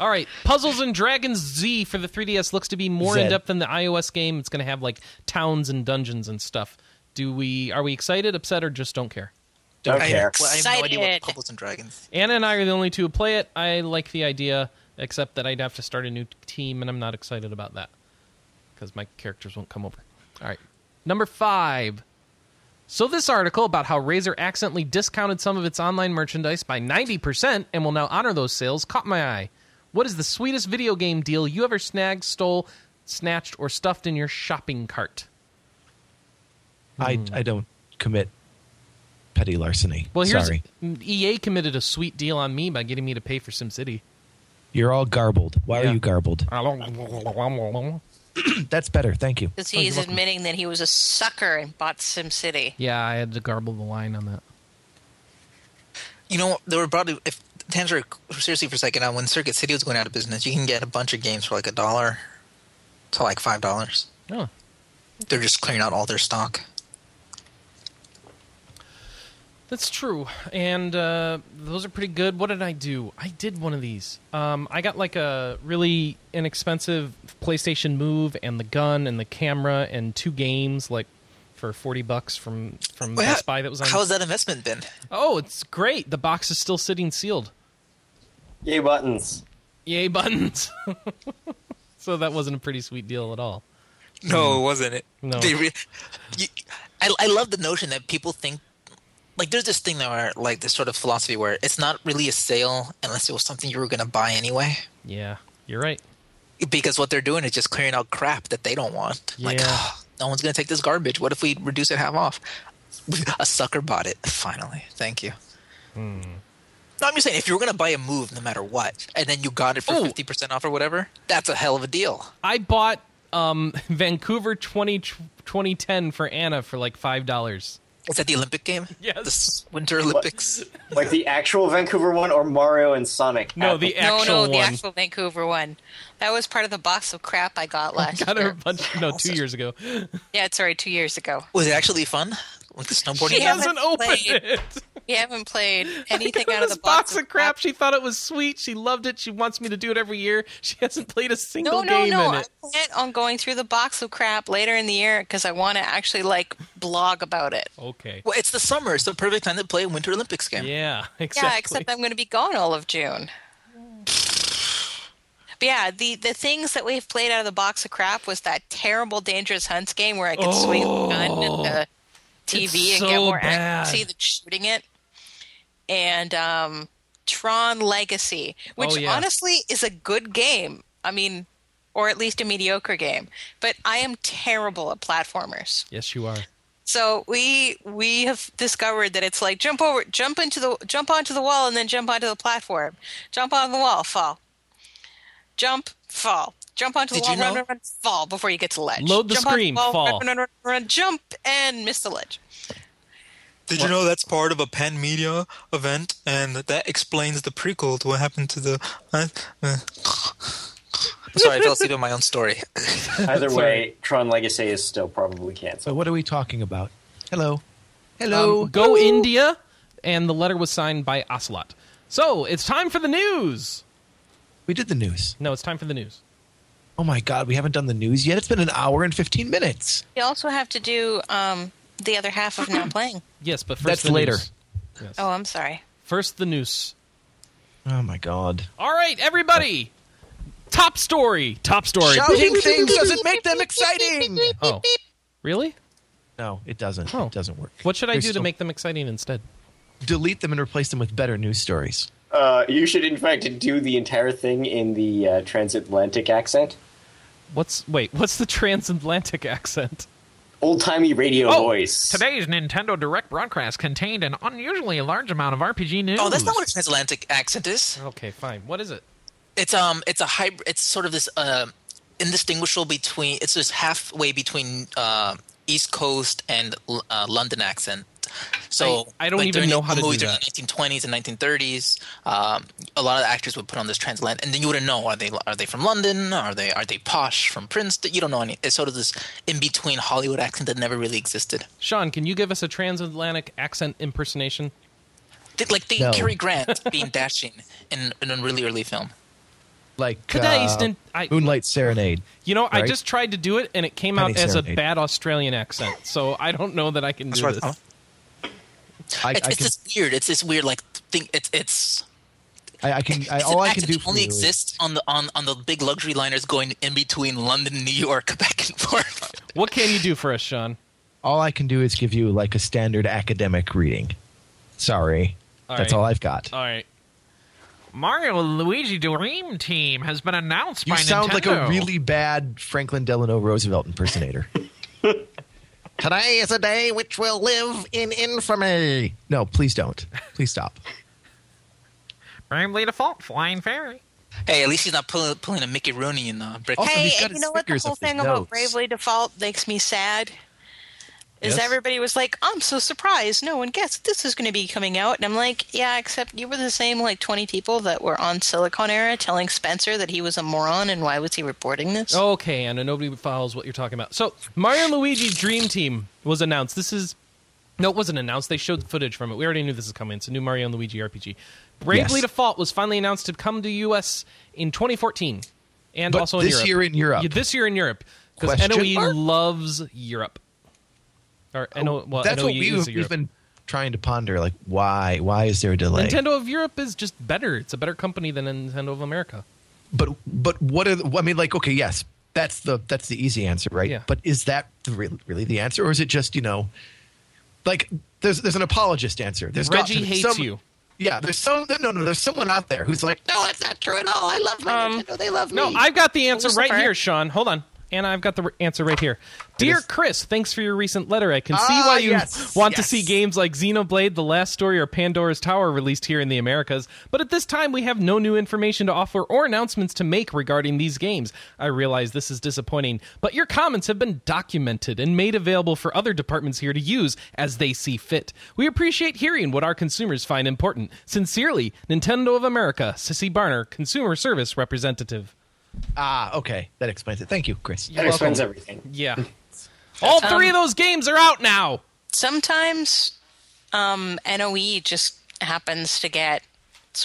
S1: All right, Puzzles and Dragons Z for the 3DS looks to be more
S2: Zed.
S1: in depth than the iOS game. It's going to have like towns and dungeons and stuff. Do we are we excited, upset, or just don't care?
S5: Don't
S4: I,
S5: care.
S4: well, I have no idea what
S3: Excited.
S4: Puzzles and Dragons.
S1: Anna and I are the only two who play it. I like the idea, except that I'd have to start a new team, and I'm not excited about that because my characters won't come over. All right. Number five. So, this article about how Razer accidentally discounted some of its online merchandise by 90% and will now honor those sales caught my eye. What is the sweetest video game deal you ever snagged, stole, snatched, or stuffed in your shopping cart?
S2: I I don't commit petty larceny.
S1: Hmm. Well, here's
S2: Sorry,
S1: EA committed a sweet deal on me by getting me to pay for SimCity.
S2: you're all garbled. Why
S1: Yeah.
S2: are you garbled? Hmm,
S1: Yeah,
S2: That's better. Thank you.
S1: Oh,
S3: Because he is admitting that he was a sucker and bought SimCity.
S1: I had to garble the line on that.
S4: You know, there were probably if to answer seriously for a second, uh, when Circuit City was going out of business, you can get a bunch of games for like a dollar to like five dollars.
S1: Oh.
S4: They're just clearing out all their stock.
S1: That's true, and uh, those are pretty good. What did I do? I did one of these. Um, I got like a really inexpensive PlayStation Move and the gun and the camera and two games like for forty bucks from from
S4: Well,
S1: Best Buy that was on.
S4: How's that investment been?
S1: oh, it's great. The box is still sitting sealed.
S5: Yay buttons.
S1: Yay buttons! so that wasn't a pretty sweet deal at all.
S4: No, it wasn't. It.
S1: No.
S4: They re- you, I, I love the notion that people think, like, there's this thing where, like, this sort of philosophy where it's not really a sale unless it was something you were going to buy anyway.
S1: Yeah, you're right.
S4: Because what they're doing is just clearing out crap that they don't want. Like,
S1: Yeah.
S4: "Oh, no one's going to take this garbage. What if we reduce it half off? a sucker bought it. Finally. Thank you.
S1: Hmm.
S4: No, I'm just saying, if you were going to buy a move no matter what, and then you got it for
S1: Oh.
S4: 50% off or whatever, that's a hell of a deal.
S1: I bought um, Vancouver 20, 2010 for Anna for like five dollars.
S4: Is that the Olympic game?
S1: Yes.
S4: This Winter Olympics.
S5: Like the actual Vancouver one or Mario and Sonic?
S1: No, the
S5: Apple.
S1: actual
S3: no, no,
S1: one.
S3: the actual Vancouver one. That was part of the box of crap I got last
S1: got her a
S3: year.
S1: bunch. No, two years ago.
S3: Yeah, it's already two years ago.
S4: Was it actually fun? Like the snowboarding?
S1: She
S3: Yeah.
S1: hasn't
S3: haven't
S1: opened
S3: played
S1: it.
S3: We haven't played anything
S1: Look at
S3: out of
S1: this
S3: the
S1: box of crap. She thought it was sweet. She loved it. She wants me to do it every year. She hasn't played a
S3: No,
S1: single
S3: no,
S1: game
S3: no.
S1: in
S3: I
S1: it.
S3: plan on going through the box of crap later in the year because I want to actually like blog about it.
S1: Okay.
S4: Well, it's the summer. It's the perfect time to play a Winter Olympics game.
S1: Yeah. Exactly.
S3: Yeah, except I'm going to be gone all of June. But yeah, the, the things that we've played out of the box of crap was that terrible Dangerous Hunts game where I could swing the gun at the TV
S1: Oh, It's
S3: and get
S1: so
S3: more
S1: bad.
S3: accuracy than shooting it. And um, Tron Legacy, which
S1: Oh, yeah.
S3: honestly is a good game. I mean, or at least a mediocre game. But I am terrible at platformers.
S1: yes, you are.
S3: So we we have discovered that it's like jump over, jump into the jump onto the wall, and then jump onto the platform. Jump on the wall, fall. Jump, fall. Jump onto the
S4: Did
S3: wall,
S4: you
S3: run,
S4: know-
S3: run, run, fall before you get to the ledge.
S1: Load the
S3: jump onto
S1: screen,
S3: wall,
S1: fall.
S3: Run, run, run, run, jump and miss the ledge.
S4: Did you know that's part of a pan media event, and that explains the prequel to what happened to the. uh, Sorry, I fell asleep on my own story.
S5: Either way, Tron Legacy is still probably canceled.
S2: So what are we talking about? Hello, hello.
S1: Um, go India, and the letter was signed by Ocelot. So it's time for the news.
S2: we did the news.
S1: No, it's time for the news.
S2: Oh my God, we haven't done the news yet. It's been an hour and 15 minutes.
S3: You also have to do um, the other half of now playing.
S1: Yes, but first
S2: That's
S1: the
S2: later.
S1: noose. Yes.
S3: Oh, I'm sorry.
S1: First the noose.
S2: Oh my God.
S1: All right, everybody. Top story. Top story.
S2: Shouting things doesn't make them exciting.
S1: Oh, really?
S2: No, it doesn't.
S1: Oh.
S2: It doesn't work.
S1: What should I
S2: There's
S1: do to
S2: still-
S1: make them exciting instead?
S2: delete them and replace them with better news stories?
S5: Uh, you should, in fact, do the entire thing in the uh, transatlantic accent.
S1: What's wait? What's the transatlantic accent?
S5: Old timey radio
S7: Oh,
S5: voice.
S7: Today's Nintendo Direct broadcast contained an unusually large amount of RPG news.
S4: Oh, that's not what a transatlantic accent is.
S1: Okay, fine. What is it?
S4: It's um, it's a hybrid. It's sort of this uh, indistinguishable between. It's this halfway between uh, East Coast and L- uh, London accent. So
S1: I- I don't
S4: like,
S1: even
S4: during
S1: know
S4: the
S1: how to do
S4: movies during
S1: that.
S4: the 1920s and 1930s. Um, a lot of the actors would put on this transatlantic, and then you wouldn't know are they are they from London? Are they are they posh from Princeton? You don't know any. It's sort of this in between Hollywood accent that never really existed.
S1: Sean, can you give us a transatlantic accent impersonation?
S4: Th- Like think
S2: No.
S4: Cary Grant being dashing in, in a really early film.
S2: Like
S1: Today's
S2: uh,
S1: nin- I-
S2: Moonlight Serenade.
S1: You know, I
S2: Right.
S1: just tried to do it and it came out
S2: Penny
S1: as a
S2: Serenade.
S1: bad Australian accent. So I don't know that I can do
S4: right.
S1: this.
S4: Oh.
S2: I,
S4: It's,
S2: I
S4: it's
S2: can.
S4: this weird. It's this weird like thing. It's it's
S2: I, I can. I,
S4: It's
S2: all
S4: an
S2: I can
S4: accent
S2: do
S4: that
S2: for
S4: only
S2: you is-
S4: exists on the on, on the big luxury liners going in between London, New York, back and forth.
S1: What can you do for us, Sean?
S2: all I can do is give you like a standard academic reading. Sorry,
S1: All
S2: that's
S1: right. Uh,
S2: all I've got.
S1: All right.
S7: Mario and Luigi Dream Team has been announced
S2: you
S7: by
S2: sound like a
S7: Nintendo.
S2: really bad Franklin Delano Roosevelt impersonator. Today is a day which will live in infamy. No, please don't. Please stop.
S7: Bramley Default Flying Fairy.
S4: Hey, at least he's not pulling pulling a Mickey Rooney in the break.
S2: Also,
S3: hey,
S2: he's got
S3: and you
S2: his
S3: know what? The
S2: fingers
S3: whole
S2: up his
S3: thing about
S2: nose.
S3: Bravely Default makes me sad. Is
S1: Yes?
S3: everybody was like, I'm so surprised. No one guessed this is going to be coming out. And I'm like, yeah, except you were the same like 20 people that were on Silicon Era telling Spencer that he was a moron and why was he reporting this?
S2: Oh.
S1: Okay, Anna, nobody follows what you're talking about. So, Mario and Luigi Dream Team was announced. This is. No, it wasn't announced. They showed footage from it. We already knew this is coming. It's a new Mario and Luigi RPG. Bravely
S2: Yes.
S1: Default was finally announced to come to US in 2014 and
S2: But
S1: also in
S2: this
S1: Europe.
S2: year in Europe.
S1: Yeah, this year in Europe. Because
S2: Question
S1: NOE
S2: mark?
S1: E loves Europe. Or NO, well,
S2: that's
S1: NOE
S2: what we,
S1: is a
S2: we've
S1: Europe.
S2: been trying to ponder. Like, why? Why is there a delay?
S1: Nintendo of Europe is just better. It's a better company than Nintendo of America.
S2: but but what are the, I mean like okay yes that's the that's the easy answer right
S1: Yeah.
S2: but is that the, re- really the answer or is it just you know like there's there's an apologist answer there's got to
S1: Reggie
S2: be
S1: hates
S2: some-
S1: you.
S2: yeah there's some no no there's someone out there who's like no it's not true at all I love my
S3: Um,
S2: Nintendo they love
S1: No,
S2: me
S1: I've got the answer
S3: was the
S1: right
S3: first?
S1: here, Sean. Hold on. And I've got the r- answer right here. Dear
S2: is-
S1: Chris, thanks for your recent letter. I can see
S2: Ah,
S1: why you
S2: yes,
S1: want to
S2: yes.
S1: see games like Xenoblade, The Last Story, or Pandora's Tower released here in the Americas, but at this time we have no new information to offer or announcements to make regarding these games. I realize this is disappointing, but your comments have been documented and made available for other departments here to use as they see fit. We appreciate hearing what our consumers find important. Sincerely, Nintendo of America, Sissy Barner, Consumer Service Representative.
S2: ah okay that explains it thank you Chris
S5: that explains everything.
S1: Yeah. All three of those games are out now.
S3: Sometimes um, NOE just happens to get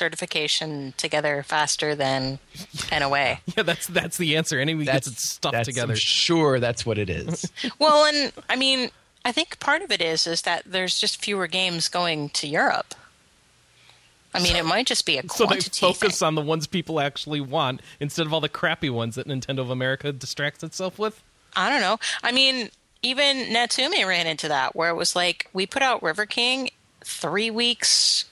S3: certification together faster than NOA.
S1: Yeah, that's that's the answer. Anyway, gets its stuff
S2: that's-
S1: together.
S2: I'm sure that's what it is
S3: Well, and I mean, I think part of it is is that there's just fewer games going to Europe. I mean, it might just be a
S1: so they
S3: quantity
S1: focus
S3: thing.
S1: on the ones people actually want instead of all the crappy ones that Nintendo of America distracts itself with.
S3: I don't know. I mean, even Natsume ran into that where it was like we put out River King 3 weeks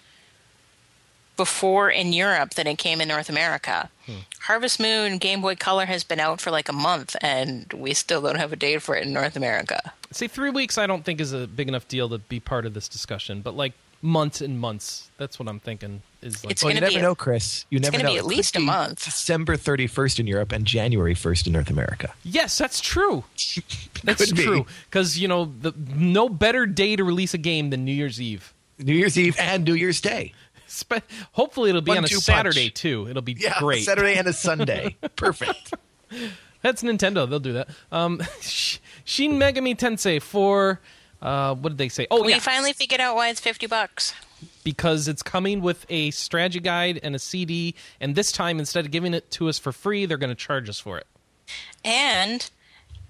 S3: before in Europe than it came in North America.
S2: Hmm.
S3: Harvest Moon Game Boy Color has been out for like a month and we still don't have a date for it in North America.
S1: See, three weeks I don't think is a big enough deal to be part of this discussion, but like months and months. That's what I'm thinking. Is like
S3: It's
S2: well you
S3: gonna
S2: never
S3: be a-
S2: know Chris you never
S3: gonna
S2: know
S3: be
S2: It
S3: at
S2: could
S3: least a
S2: be
S3: month.
S2: December 31st in Europe and January 1st in North America
S1: yes, that's true. That's
S2: Could be.
S1: true because you know the no better day to release a game than New Year's Eve.
S2: New Year's Eve and New Year's Day
S1: Spe- Hopefully, it'll be
S2: One,
S1: on a
S2: two punch.
S1: Saturday too. It'll be
S2: yeah
S1: great.
S2: Saturday and a Sunday perfect.
S1: That's Nintendo. They'll do that. Um, Shin Megami Tensei for uh, what did they say? Oh
S3: We
S1: yeah,
S3: finally figured out why it's 50 bucks.
S1: because it's coming with a strategy guide and a CD, and this time instead of giving it to us for free, they're going to charge us for it.
S3: And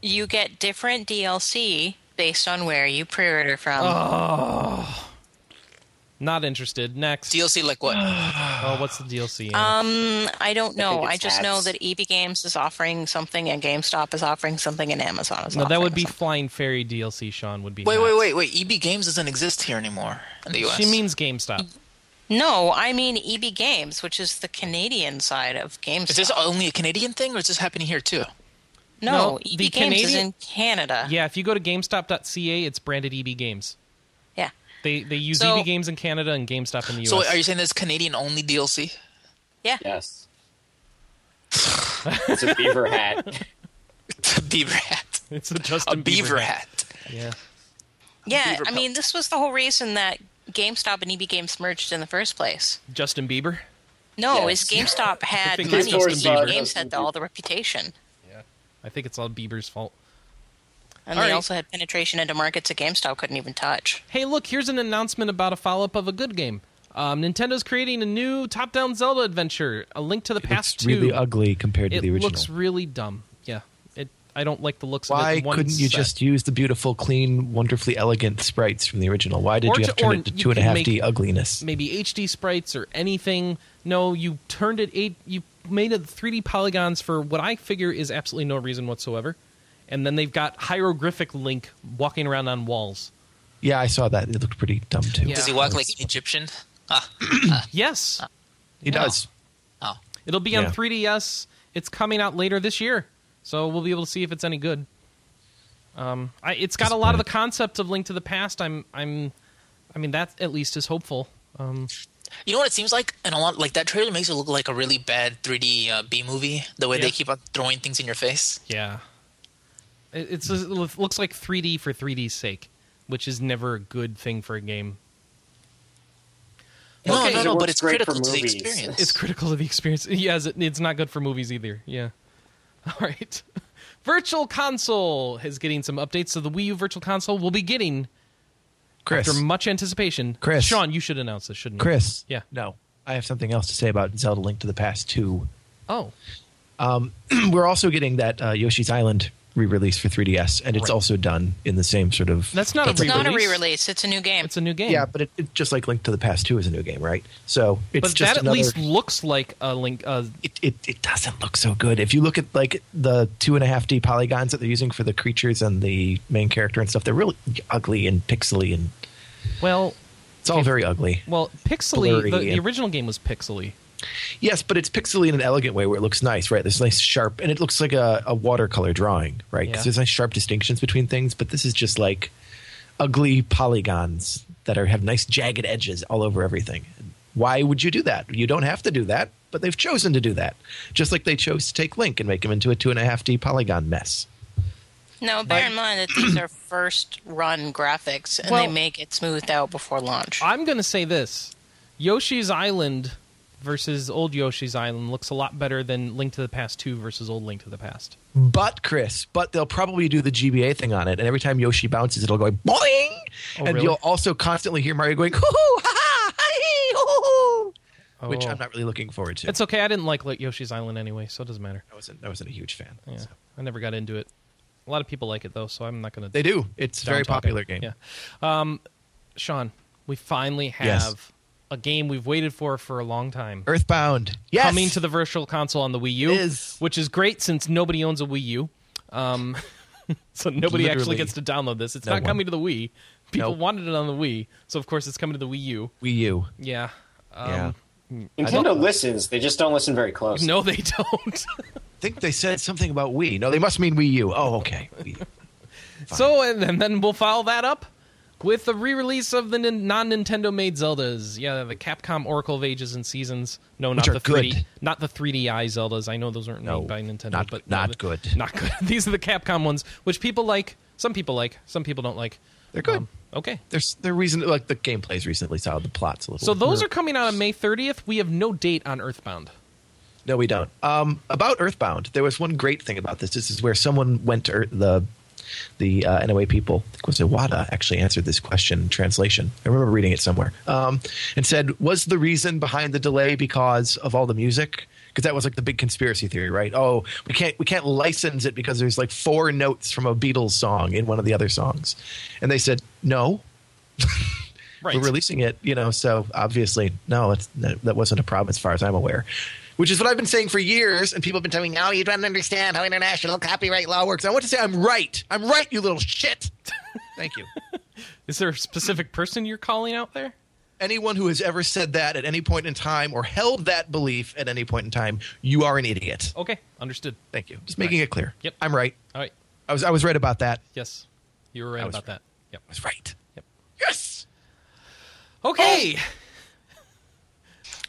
S3: you get different DLC based on where you pre order from.
S1: Not interested. Next.
S4: DLC like what?
S1: oh, what's the DLC?
S4: Um,
S3: I don't know.
S5: think
S3: I,
S5: it's
S3: just
S5: hats.
S3: know that EB Games is offering something, and GameStop is offering something, and Amazon is
S1: no,
S3: offering
S1: that would be
S3: something.
S1: Flying Fairy DLC. Sean would be.
S4: Wait,
S1: nuts.
S4: wait, wait, wait. EB Games doesn't exist here anymore in the U.S.
S1: She means GameStop.
S3: No, I mean EB Games, which is the Canadian side of GameStop.
S4: is this only a Canadian thing, or is this happening here too?
S1: No,
S3: no, EB
S1: the
S3: Games is
S1: Canadian-
S3: in Canada.
S1: Yeah, if you go to GameStop.ca, it's branded EB Games.
S3: Yeah.
S1: They they use
S3: So-
S1: EB Games in Canada and GameStop in the US.
S4: So, are you saying this Canadian only DLC?
S3: Yeah.
S5: Yes. it's a beaver hat.
S4: beaver hat.
S1: it's a Justin
S4: A beaver hat.
S1: Yeah.
S3: Yeah,
S4: Beaver
S3: I mean, this was the whole reason that GameStop and EB Games merged in the first place.
S1: Justin Bieber.
S3: No,
S5: Yes.
S3: is GameStop had
S1: think
S3: money,
S1: it's Justin
S3: so EB
S5: Bieber.
S3: Games had the, all the reputation,
S1: I think it's all Bieber's fault.
S3: and
S1: All
S3: they
S1: right.
S3: also had penetration into markets that GameStop couldn't even touch.
S1: Hey, look, here's an announcement about a follow up of a good game. Um, Nintendo's creating a new top down Zelda adventure, A Link to the Past
S2: It's
S1: 2.
S2: really ugly compared to
S1: it
S2: the original.
S1: looks really dumb. Yeah. It I don't like the looks of it.
S2: Why
S1: in one
S2: couldn't you
S1: set.
S2: just use the beautiful, clean, wonderfully elegant sprites from the original? Why did
S1: Or
S2: you
S1: to-
S2: have to turn
S1: or
S2: it to
S1: you
S2: two and a
S1: could
S2: half
S1: make-
S2: D ugliness?
S1: maybe HD sprites or anything. No, you turned it eight. You made it 3D polygons for what I figure is absolutely no reason whatsoever. And then they've got hieroglyphic Link walking around on walls.
S2: Yeah, I saw that. It looked pretty dumb too.
S1: Yeah.
S4: Does he walk like an Egyptian? Ah,
S1: Yes,
S2: He does.
S4: oh.
S1: it'll be on
S2: Yeah.
S1: 3DS. It's coming out later this year, so we'll be able to see if it's any good. Um, I, it's got a lot of the concepts of Link to the Past. I'm, I'm, I mean, that at least is hopeful. Um,
S4: You know what it seems like, and a lot like that trailer makes it look like a really bad 3D uh, B movie. The way
S1: Yeah.
S4: they keep on throwing things in your face.
S1: Yeah. It, it's it looks like 3D for 3D's sake, which is never a good thing for a game.
S4: No,
S1: Okay.
S4: no,
S5: It
S4: no. But
S5: works
S4: it's
S5: great
S4: critical
S5: for
S4: to the
S5: movies.
S4: experience.
S1: It's critical to the experience. Yes, it, it's not good for movies either. Yeah. All right. Virtual Console is getting some updates, so the Wii U Virtual Console will be getting
S2: Chris.
S1: after much anticipation.
S2: Chris.
S1: Sean, you should announce this, shouldn't you?
S2: Chris.
S1: Yeah.
S2: No, I have something else to say about Zelda: Link to the Past Two.
S1: Oh,
S2: We're also getting that uh, Yoshi's Island re-release for 3DS, and it's
S1: Right.
S2: also done in the same sort of.
S1: that's not
S3: It's
S1: a re-release.
S3: not a re-release; it's a new game.
S1: It's a new game.
S2: yeah, but it, it, just like Link to the Past Two is a new game, right? So it's
S1: but
S2: just
S1: that at
S2: another-
S1: least looks like a link. Uh,
S2: it, it, it doesn't look so good. If you look at like the two and a half D polygons that they're using for the creatures and the main character and stuff, they're really ugly and pixely and
S1: well,
S2: it's all very ugly.
S1: well, pixely. The,
S2: Blurry
S1: the
S2: and-
S1: original game was pixely.
S2: Yes, but it's pixely in an elegant way where it looks nice, right? There's nice sharp and it looks like a, a watercolor drawing, right? Because
S1: Yeah.
S2: there's nice sharp distinctions between things, but this is just like ugly polygons that are have nice jagged edges all over everything. Why would you do that? You don't have to do that, but they've chosen to do that. Just like they chose to take Link and make him into a two and a half D polygon mess.
S3: No, bear in mind that these are first run graphics and
S1: Well-
S3: they make it smoothed out before launch.
S1: I'm gonna say this: Yoshi's Island versus old Yoshi's Island looks a lot better than Link to the Past Two versus old Link to the Past.
S2: But Chris, but they'll probably do the GBA thing on it, and every time Yoshi bounces, it'll go boing,
S1: Oh,
S2: and
S1: really?
S2: you'll also constantly hear Mario going hoo hoo ha ha hi hoo hoo, which
S1: Oh.
S2: I'm not really looking forward to.
S1: It's okay. I didn't like Yoshi's Island anyway, so it doesn't matter.
S2: I wasn't I wasn't a huge fan.
S1: Yeah,
S2: so.
S1: I never got into it. A lot of people like it though, so I'm not gonna.
S2: They do. It's a
S1: down
S2: very
S1: talk it.
S2: popular game.
S1: Yeah, um, Sean, we finally have
S2: Yes.
S1: a game we've waited for for a long time.
S2: Earthbound. Yes.
S1: Coming to the virtual console on the Wii U,
S2: It is.
S1: which is great since nobody owns a Wii U. Um, so nobody actually
S2: Literally.
S1: gets to download this. It's
S2: No
S1: not
S2: one.
S1: coming to the Wii. People
S2: Nope.
S1: wanted it on the Wii, so of course it's coming to the Wii U.
S2: Wii U.
S1: Yeah. Um,
S2: yeah.
S5: Nintendo listens. They just don't listen very close.
S1: No, they don't.
S2: I think they said something about Wii. No, they must mean Wii U. Oh, okay. Wii U.
S1: so and, and then we'll follow that up with the re-release of the nin- non-Nintendo made Zeldas. Yeah, the Capcom Oracle of Ages and Seasons. No, not
S2: are
S1: the 3D,
S2: good.
S1: not the 3DI Zeldas. I know those aren't
S2: No,
S1: made by Nintendo,
S2: not-
S1: but
S2: not
S1: the-
S2: good.
S1: Not good. These are the Capcom ones, which people like. Some people like. Some people don't like. Um,
S2: They're good.
S1: okay.
S2: There's there reason like the gameplay's recently solid. The plot's a little.
S1: So those are coming out on May 30th. We have no date on Earthbound.
S2: No, we don't. Um, about Earthbound, there was one great thing about this. This is where someone went to Earth, the the uh, NOA people. I think it was Iwata actually answered this question in translation. I remember reading it somewhere um, and said, "Was the reason behind the delay because of all the music?" because that was like the big conspiracy theory, right? Oh, we can't we can't license it because there's like four notes from a Beatles song in one of the other songs, and they said no,
S1: Right.
S2: we're releasing it, you know. So obviously, no, it's, that, that wasn't a problem as far as I'm aware. Which is what I've been saying for years, and people have been telling me, "No, you don't understand how international copyright law works." I want to say, "I'm right. I'm right, you little shit." Thank you.
S1: Is there a specific person you're calling out there?
S2: Anyone who has ever said that at any point in time or held that belief at any point in time, you are an idiot.
S1: Okay, understood.
S2: Thank you. Just making it clear.
S1: Yep.
S2: I'm right.
S1: All right.
S2: I was I was right about that. I
S1: Yes, you were right
S2: I was
S1: about
S2: right.
S1: that. Yep.
S2: was right.
S1: Yep.
S2: Yes.
S1: Okay.
S2: Oh!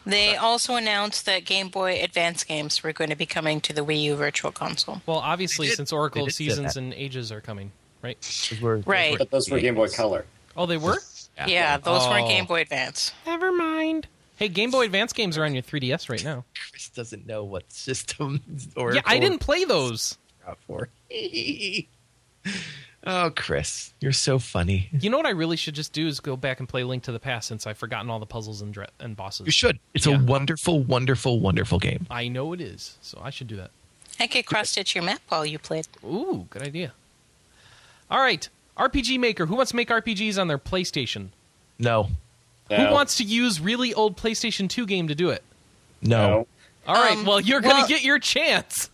S3: They also announced that Game Boy Advance games were going to be coming to the Wii U Virtual Console.
S1: Well, obviously,
S2: They did-
S1: since Oracle
S2: they
S1: of
S2: did say
S1: Seasons
S2: that.
S1: and Ages are coming, right?
S2: Those were- those
S3: Right.
S2: were-
S5: But those were Game Boy Color.
S1: Oh, they were.
S3: Yeah, those
S1: Oh.
S3: weren't Game Boy Advance.
S1: Never mind. Hey, Game Boy Advance games are on your 3DS right now.
S2: Chris doesn't know what system or
S1: yeah, I didn't play those.
S2: out for. oh, Chris, you're so funny.
S1: You know what I really should just do is go back and play Link to the Past since I've forgotten all the puzzles and dre- and bosses.
S2: You should. It's
S1: Yeah.
S2: a wonderful, wonderful, wonderful game.
S1: I know it is, so I should do that.
S3: I could cross stitch your map while you played.
S1: Ooh, good idea. All right, RPG Maker. Who wants to make RPGs on their PlayStation?
S2: No,
S5: No.
S1: Who wants to use really old PlayStation 2 game to do it?
S2: no,
S1: All right,
S3: Um,
S1: well, you're going to
S3: well-
S1: get your chance.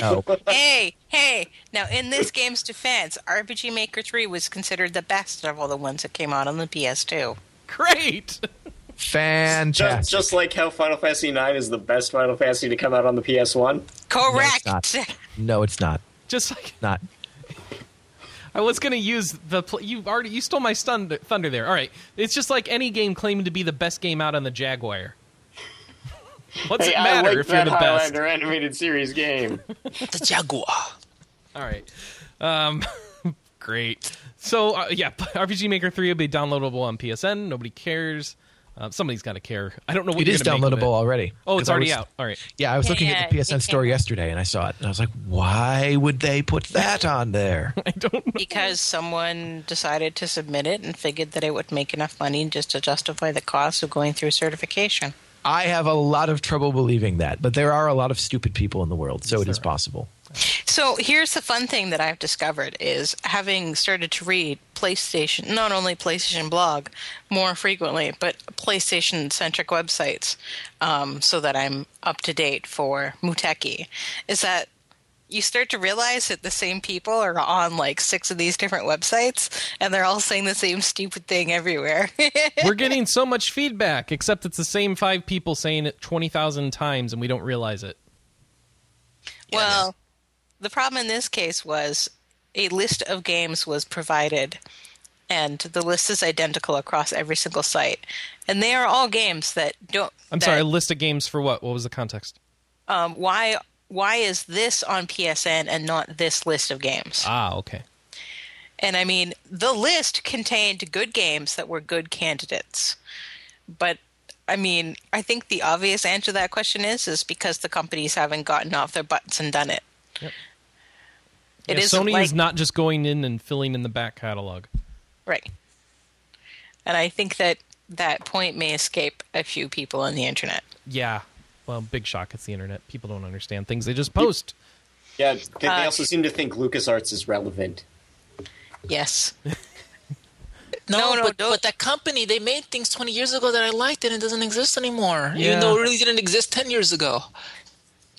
S2: no.
S3: hey, hey! Now, in this game's defense, RPG Maker 3 was considered the best of all the ones that came out on the PS2.
S1: Great.
S2: Fantastic.
S5: Just, just like how Final Fantasy IX is the best Final Fantasy to come out on the PS1.
S3: Correct.
S2: not. No, it's not.
S1: Just like
S2: Not.
S1: I was going to use the pl- you already you stole my stun- thunder there. All right. It's just like any game claiming to be the best game out on the Jaguar. What's
S5: hey,
S1: it
S5: I
S1: matter
S5: like
S1: if
S5: that
S1: you're the best?
S5: Highlander animated series game.
S4: The Jaguar.
S1: All right. Um, great. So uh, yeah, RPG Maker three will be downloadable on PSN. Nobody cares. Uh, somebody's got to care. I don't know what
S2: It
S1: you're
S2: is
S1: gonna make of
S2: downloadable already.
S1: It. Oh, it's
S2: 'Cause I
S1: already
S2: was-
S1: out. All right.
S2: Yeah, I was
S3: Yeah,
S2: looking
S3: yeah,
S2: at the PSN
S3: it
S2: store
S3: came out.
S2: yesterday and I saw it and I was like, why would they put that on there?
S3: because someone decided to submit it and figured that it would make enough money just to justify the cost of going through certification.
S2: I have a lot of trouble believing that, but there are a lot of stupid people in the world, so it is possible.
S3: So here's the fun thing that I've discovered is having started to read PlayStation, not only PlayStation blog more frequently, but PlayStation centric websites, um, so that I'm up to date for Muteki, is that you start to realize that the same people are on like six of these different websites and they're all saying the same stupid thing everywhere.
S1: We're getting so much feedback, except it's the same five people saying it twenty thousand times, and we don't realize it.
S3: Well, the problem in this case was a list of games was provided, and the list is identical across every single site, and they are all games that don't.
S1: I'm
S3: that,
S1: sorry. A list of games for what? What was the context?
S3: Um, why? Why is this on PSN and not this list of games?
S1: Ah, okay.
S3: And I mean, the list contained good games that were good candidates. But I mean, I think the obvious answer to that question is is because the companies haven't gotten off their butts and done it. It
S1: Yeah,
S3: isn't
S1: Sony
S3: like-
S1: is not just going in and filling in the back catalog.
S3: Right. And I think that that point may escape a few people on the internet.
S1: Yeah. Well, big shock. It's the internet. People don't understand things. They just post.
S5: Yeah, they, they
S3: Uh,
S5: also seem to think LucasArts is relevant.
S3: Yes.
S4: No,
S3: No, no,
S4: but,
S3: no.
S4: but that company, they made things 20 years ago that I liked and it doesn't exist anymore.
S1: Yeah.
S4: Even though it really didn't exist 10 years ago.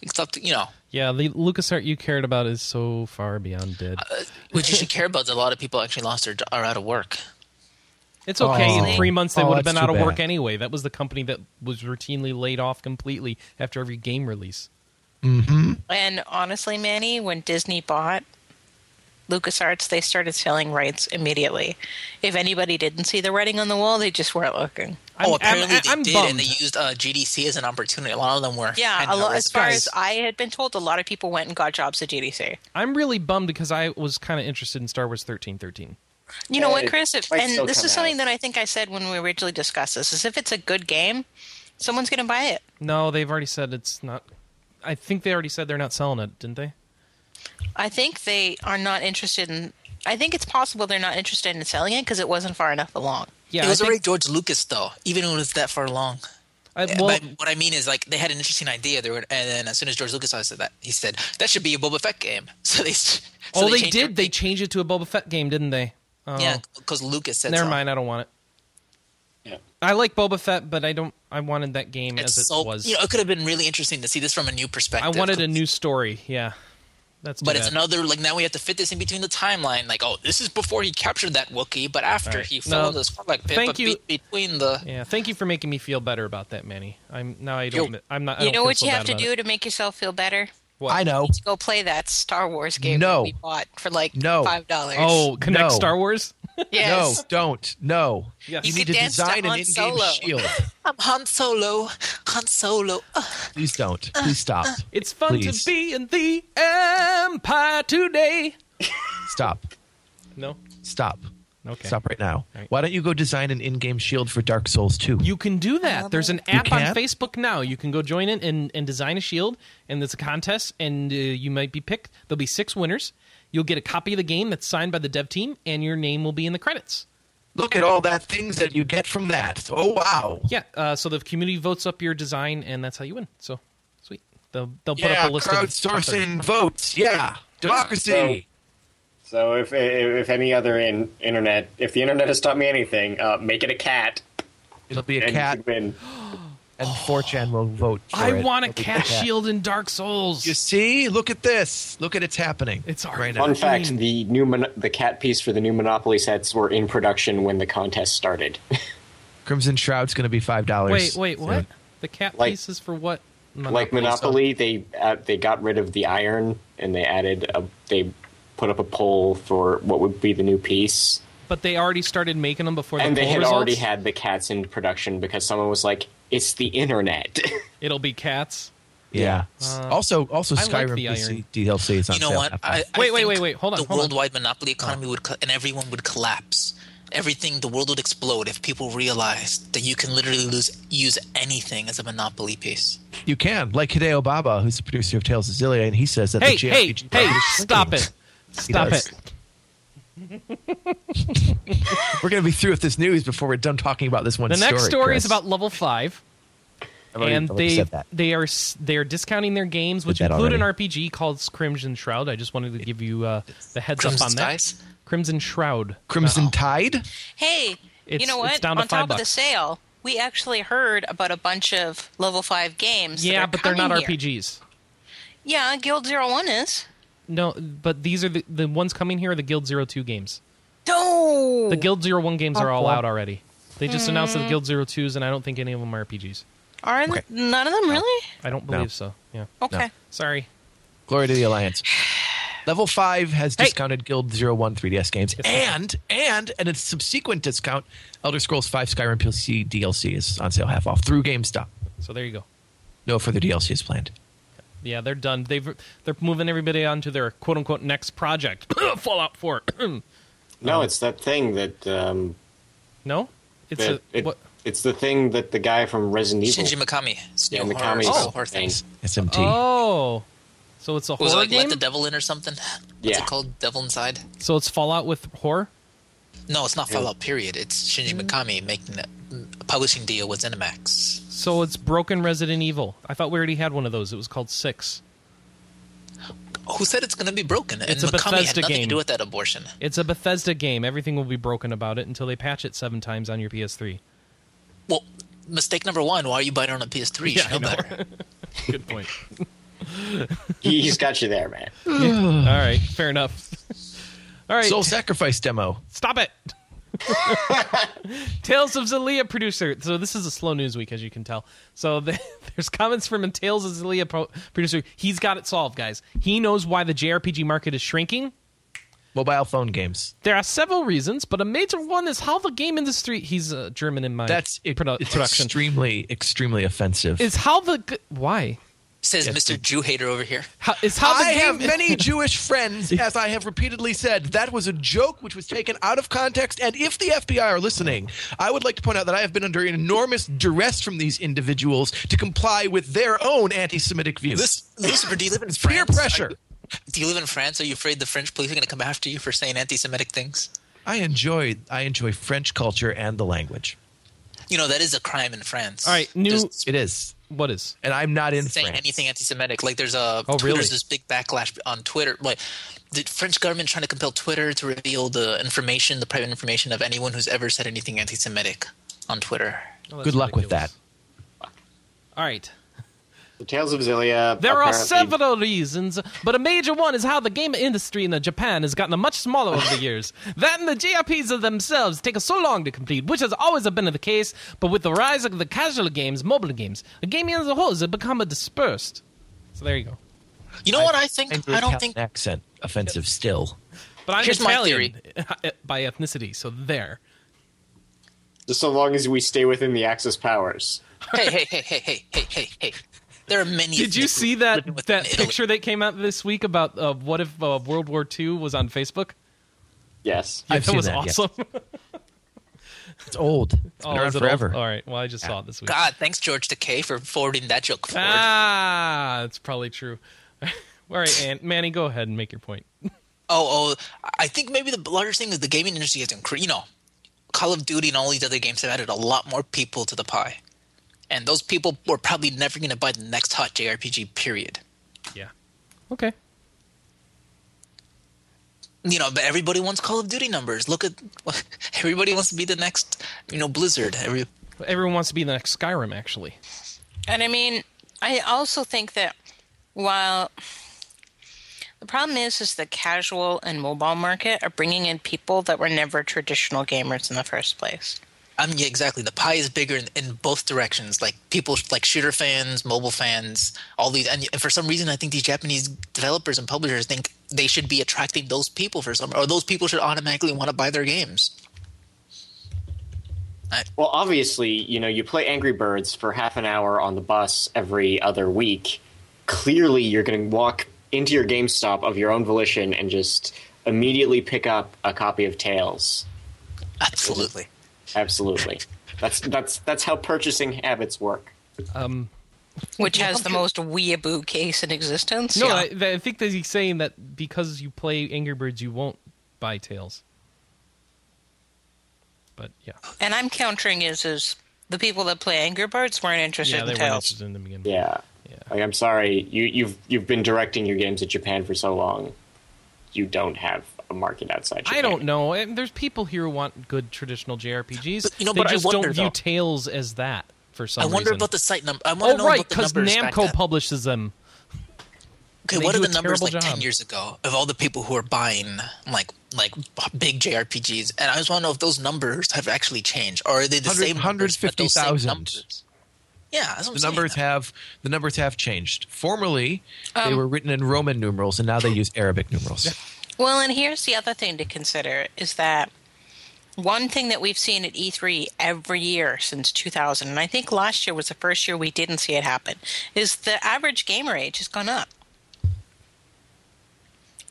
S4: Except, you know,
S1: Yeah, the LucasArts you cared about is so far beyond dead.
S4: which you should care about is a lot of people actually lost their jo- are out of work.
S1: It's okay.
S2: Oh.
S1: In three months, they
S2: Oh,
S1: would have
S2: that's
S1: been out
S2: too
S1: of work
S2: bad.
S1: anyway. That was the company that was routinely laid off completely after every game release.
S3: And honestly, Manny, when Disney bought LucasArts, they started selling rights immediately. If anybody didn't see the writing on the wall, they just weren't looking.
S4: oh, apparently
S1: I'm,
S4: they
S1: I'm
S4: did,
S1: bummed.
S4: and they used uh, GDC as an opportunity. A lot of them were.
S3: Yeah,
S4: kinda
S3: a lot, as far
S1: guys-
S3: as I had been told, a lot of people went and got jobs at GDC.
S1: I'm really bummed because I was kind of interested in Star Wars 1313.
S3: You know
S5: Yeah,
S3: what,
S5: it
S3: Chris? If,
S5: might
S3: and
S5: still
S3: this
S5: come
S3: is something
S5: out.
S3: that I think I said when we originally discussed this: is if it's a good game, someone's going to buy it.
S1: No, they've already said it's not. I think they already said they're not selling it, didn't they?
S3: I think they are not interested in. I think it's possible they're not interested in selling it because it wasn't far enough along.
S1: Yeah,
S4: it was
S1: I think,
S4: already George Lucas, though, even when it was that far along.
S1: I I, well,
S4: but what I mean is, like, they had an interesting idea. They were, and then as soon as George Lucas said that, he said that should be a Boba Fett game. So they, so
S1: oh, they,
S4: changed
S1: did. They
S4: everything.
S1: changed it to a Boba Fett game, didn't they? Oh,
S4: yeah, because Lucas said.
S1: Never
S4: so.
S1: mind. I don't want it.
S5: Yeah.
S1: I like Boba Fett, but I don't. I wanted that game
S4: It's
S1: as it
S4: so
S1: was.
S4: you know it could have been really interesting to see this from a new
S1: I
S4: perspective.
S1: wanted a new story. Yeah, that's. too
S4: But it's
S1: bad.
S4: another like now we have to fit this in between the timeline. Like, oh, this is before he captured that Wookiee, but after
S1: Right.
S4: he fell
S1: No,
S4: into the Scarlet Pit.
S1: thank
S4: but
S1: you.
S4: Be- between the
S1: Yeah, thank you for making me feel better about that, Manny. I'm now I don't.
S4: Yo.
S1: I'm not. I
S3: You
S1: don't
S3: know
S1: feel
S3: what
S1: so
S3: you
S1: bad
S3: have to
S1: about
S3: do
S1: it.
S3: to make yourself feel better?
S1: What?
S2: I know.
S3: To go play that Star Wars game
S2: No.
S3: that we bought for like
S2: No.
S3: five dollars.
S1: Oh, connect
S2: No.
S1: Star Wars.
S3: yes.
S2: No, don't. No.
S1: Yes.
S2: You
S1: You
S2: need to
S3: could dance to
S2: design an
S3: Han
S2: in-game
S3: Solo.
S2: shield.
S4: I'm Han Solo, Han Solo. Ugh.
S2: Please don't. Please stop.
S1: It's fun
S2: Please.
S1: to be in the Empire today.
S2: Stop.
S1: No.
S2: Stop.
S1: Okay.
S2: Stop right now.
S1: Right.
S2: Why don't you go design an in-game shield for Dark Souls 2?
S1: You can do that. There's an app on
S2: can?
S1: Facebook now. You can go join it and, and design a shield, and there's a contest, and uh, you might be picked. There'll be six winners. You'll get a copy of the game that's signed by the dev team, and your name will be in the credits.
S2: Look at all that things that you get from that. Oh wow.
S1: Yeah. Uh, so the community votes up your design, and that's how you win. So sweet. They'll they'll put
S2: Yeah,
S1: up a list of top thirty.
S2: crowdsourcing votes. Yeah. Democracy.
S5: So if if any other in, internet, if the internet has taught me anything, uh, make it a cat
S2: It'll be a
S5: and
S2: cat
S5: you win.
S2: and 4chan will vote for
S1: I
S2: it.
S1: want a
S2: It'll be
S1: cat shield in Dark Souls.
S2: You see? Look at this. Look at it's happening.
S1: It's our
S2: right now.
S5: Fun fact: the new mon- the cat piece for the new Monopoly sets were in production when the contest started.
S2: Crimson Shroud's going to be $5.
S1: wait, wait, what?
S2: soon.
S1: The cat
S5: Like-
S1: pieces for what?
S5: like Monopoly, they uh, they got rid of the iron and they added a they put up a poll for what would be the new piece,
S1: But they already started making them before
S5: and
S1: the
S5: they
S1: poll
S5: had
S1: results.
S5: already had the cats in production because someone was like, "It's the internet."
S1: It'll be cats.
S2: Yeah.
S1: Uh,
S2: also, also
S1: I like
S2: Skyrim
S1: the
S2: PC
S1: iron.
S2: DLC is on
S4: You know
S2: sale
S4: what?
S2: now.
S4: I, I
S1: Wait, wait,
S4: think
S1: wait, wait. Hold on,
S4: The
S1: hold on.
S4: worldwide monopoly economy would, co- and everyone would collapse. Everything, the world would explode if people realized that you can literally lose use anything as a monopoly piece.
S2: you can. Like Hideo Baba, who's the producer of Tales of Zillia, and he says that
S1: Hey,
S2: the
S1: hey,
S2: JRPG
S1: hey!
S2: market is
S1: Stop
S2: shrinking.
S1: it! Stop
S2: does.
S1: it!
S2: We're going to be through with this news before we're done talking about this one
S1: The
S2: story.
S1: next story
S2: Chris.
S1: is about level five,
S2: I've already-
S1: and
S2: I've already
S1: they
S2: said that.
S1: they are s- they are discounting their games, which
S2: that
S1: include an
S2: already.
S1: RPG called Crimson Shroud. I just wanted to give you uh, the heads
S4: Crimson
S1: up on that.
S4: Skies?
S1: Crimson Shroud.
S2: Crimson Tide.
S3: Hey,
S1: It's-
S3: you know what?
S1: it's down to
S3: On top
S1: five
S3: of the
S1: bucks.
S3: sale, we actually heard about a bunch of level five games. that
S1: Yeah,
S3: are
S1: but they're not
S3: coming here.
S1: RPGs.
S3: Yeah, Guild Zero One is.
S1: No, but these are the, the ones coming here are the Guild Zero Two games.
S3: No.
S1: The Guild Zero One games are all out already. They just announced the Guild Zero Twos, and I don't think any of them are RPGs.
S3: Are th- none of them really?
S1: I don't believe so. Yeah.
S3: Okay.
S1: Sorry.
S2: Glory to the Alliance. Level five has
S1: Hey.
S2: discounted Guild 01 3DS games,
S1: ma'am.
S2: and and and a subsequent discount, Elder Scrolls Five Skyrim PC DLC is on sale half off through GameStop.
S1: So there you go.
S2: No further DLC is planned.
S1: Yeah, they're done. They've they're moving everybody on to their quote unquote next project. Fallout Four.
S5: no, it's that thing that um,
S1: no, it's
S5: that
S1: a
S5: it,
S1: what?
S5: it's the thing that the guy from Resident Evil.
S4: Shinji Mikami. It's
S5: Yeah,
S4: new
S5: Mikami's
S4: horror,
S5: Oh.
S4: horror things.
S5: thing.
S2: SMT.
S1: Oh, so it's a horror
S4: Was it like
S1: game.
S4: Let the Devil In or something? What's
S5: Yeah.
S4: it called? Devil Inside?
S1: so it's Fallout with horror.
S4: No, it's not Fallout. Period. It's Shinji
S1: Mm-hmm.
S4: Mikami making a, a publishing deal with ZeniMax.
S1: So it's Broken Resident Evil. I thought we already had one of those. It was called Six.
S4: Who said it's going to be broken?
S1: It's a
S4: and Mikami had
S1: Bethesda
S4: nothing
S1: game.
S4: to do with that abortion.
S1: It's a Bethesda game. Everything will be broken about it until they patch it seven times on your PS3.
S4: Well, mistake number one. Why are you buying it on a PS3? You should know better.
S1: Good point.
S5: He, he's got you there, man.
S1: All right, fair enough. All right,
S2: Soul Sacrifice demo.
S1: Stop it. Tales of Zelia producer. So this is a slow news week, as you can tell. So the, there's comments from a Tales of Zelia pro- producer. He's got it solved, guys. He knows why the JRPG market is shrinking.
S2: Mobile phone games.
S1: There are several reasons, but a major one is how the game industry. He's uh, German in my
S2: That's it,
S1: produ-
S2: it's
S1: production.
S2: extremely extremely offensive.
S1: Is how the g- why
S4: Says
S2: Yes,
S4: Mr.
S2: dude.
S4: Jew hater over here.
S1: how, is how the
S2: I
S1: game
S2: have many Jewish friends, as I have repeatedly said. That was a joke which was taken out of context. And if the FBI are listening, I would like to point out that I have been under enormous duress from these individuals to comply with their own anti Semitic views.
S4: This Lucifer, do you live in France?
S2: peer pressure.
S4: Are- do you live in France? Are you afraid the French police are going to come after you for saying anti-Semitic things?
S2: I enjoy I enjoy French culture and the language.
S4: You know that is a crime in France.
S1: All right, new-
S4: There's-
S2: It is,
S1: What is?
S2: and I'm not in
S4: saying
S2: France.
S4: anything anti-Semitic. Like there's a
S1: Oh,
S4: Twitter's
S1: really?
S4: this big backlash on Twitter. Like the French government trying to compel Twitter to reveal the information, the private information of anyone who's ever said anything anti-Semitic on Twitter.
S2: Good luck with that.
S1: All right.
S5: The Tales of Zillia.
S1: There are
S5: apparently-
S1: several reasons, but a major one is how the game industry in Japan has gotten much smaller over the years. That and the JRPs of themselves take so long to complete, which has always been the case, but with the rise of the casual games, mobile games, the gaming as a whole has become a dispersed. So there you go.
S4: You know what I think?
S2: Find your
S4: I don't
S2: Italian
S4: think
S2: accent offensive still.
S1: But I'm
S4: Here's my
S1: Italian eh, by ethnicity, so there.
S5: Just so long as we stay within the Axis powers.
S4: hey, hey, hey, hey, hey, hey, hey, hey. There are many.
S1: Did you
S4: ethnic
S1: see
S4: groups
S1: that
S4: living within
S1: that
S4: Italy.
S1: picture that came out this week about uh, what if uh, World War II was on Facebook?
S5: Yes.
S2: I've
S1: that
S2: seen
S1: was
S2: that, yes.
S1: awesome.
S2: It's old. It's
S1: Oh,
S2: been around
S1: is it
S2: forever.
S1: old? All right. Well, I just saw it this week.
S4: God, thanks George Takei for forwarding that joke forward.
S1: Ah, that's probably true. All right, Ant- Manny, go ahead and make your point.
S4: Oh, oh, I think maybe the largest thing is the gaming industry has increased. You know, Call of Duty and all these other games have added a lot more people to the pie, and those people were probably never going to buy the next hot JRPG. Period.
S1: Yeah. Okay.
S4: You know, but everybody wants Call of Duty numbers. Look at everybody wants to be the next, you know, Blizzard. Every,
S1: Everyone wants to be the next Skyrim, actually.
S3: And I mean, I also think that while the problem is, is the casual and mobile market are bringing in people that were never traditional gamers in the first place.
S4: I mean, yeah, exactly. The pie is bigger in, in both directions. Like people, like shooter fans, mobile fans, all these. And, and for some reason, I think these Japanese developers and publishers think they should be attracting those people for some, or those people should automatically want to buy their games.
S5: Well, obviously, you know, you play Angry Birds for half an hour on the bus every other week. Clearly, you're going to walk into your GameStop of your own volition and just immediately pick up a copy of Tales.
S4: Absolutely.
S5: Absolutely. that's that's that's how purchasing habits work.
S3: Which has the most weeaboo case in existence.
S1: No, I, I think that he's saying that because you play Angry Birds, you won't buy Tails. But yeah,
S4: Oh,
S3: and I'm countering is is the people that play Angry Birds weren't interested
S1: yeah, they
S3: in
S1: weren't
S3: Tails.
S1: interested in the beginning.
S5: Yeah. Like I'm sorry, you you've you've been directing your games at Japan for so long. You don't have a market outside Japan.
S1: I don't know. And there's people here who want good traditional JRPGs.
S4: But, you know,
S1: they
S4: but I
S1: just
S4: wonder,
S1: don't view
S4: though.
S1: Tails as that for some
S4: I
S1: reason.
S4: wonder about the site number. I want to
S1: Oh
S4: know
S1: right,
S4: about the
S1: because
S4: numbers. back
S1: Namco
S4: then.
S1: publishes them.
S4: Okay,
S1: they
S4: what are
S1: do a
S4: the numbers like
S1: terrible
S4: ten
S1: job.
S4: years ago of all the people who are buying like like big JRPGs? And I just want to know if those numbers have actually changed, or are they the
S2: 100
S4: same? numbers, but those same
S2: 150,000.
S4: numbers? Yeah, that's what I'm
S2: The
S4: saying.
S2: numbers have the numbers have changed. Formerly,
S1: Um,
S2: they were written in Roman numerals, and now they use Arabic numerals.
S3: Well, and here's the other thing to consider is that one thing that we've seen at E3 every year since 2000, and I think last year was the first year we didn't see it happen, is the average gamer age has gone up.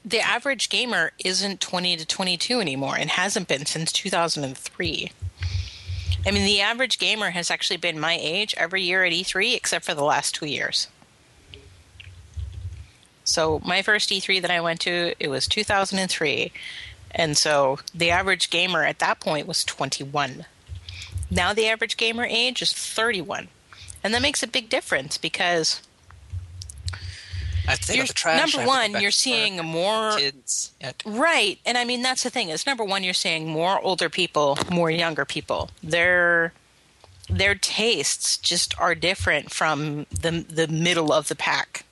S3: The average gamer isn't 20 to 22 anymore and hasn't been since 2003. I mean, the average gamer has actually been my age every year at E3 except for the last two years. So my first E3 that I went to, it was 2003. And so the average gamer at that point was 21. Now the average gamer age is 31. And that makes a big difference because
S4: I have to take
S3: you're,
S4: out the trash. I
S3: number
S4: have to go
S3: one,
S4: back
S3: you're
S4: to
S3: seeing
S4: work.
S3: more
S4: kids. Yeah,
S3: Right. And I mean, that's the thing is number one, you're seeing more older people, more younger people. Their their tastes just are different from the the middle of the pack.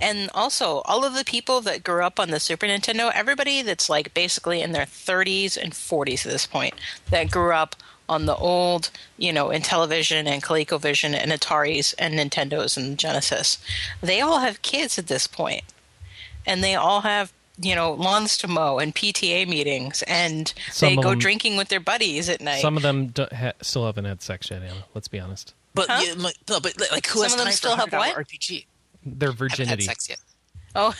S3: And also, all of the people that grew up on the Super Nintendo, everybody that's like basically in their 30s and 40s at this point, that grew up on the old, you know, Intellivision and ColecoVision and Ataris and Nintendos and Genesis, they all have kids at this point and they all have you know lawns to mow and PTA meetings, and
S1: Some
S3: they
S1: of
S3: go
S1: them-
S3: drinking with their buddies at night.
S1: Some of them do ha- still haven't had sex yet, Anna. Let's be honest.
S4: but
S3: Huh?
S4: yeah, like- no, but like who
S3: Some
S4: has
S3: of them
S4: time
S3: still
S4: for
S3: have
S4: $100
S3: what?
S4: RPG?
S1: Their
S4: Haven't had
S1: virginity.
S4: sex yet.
S3: oh,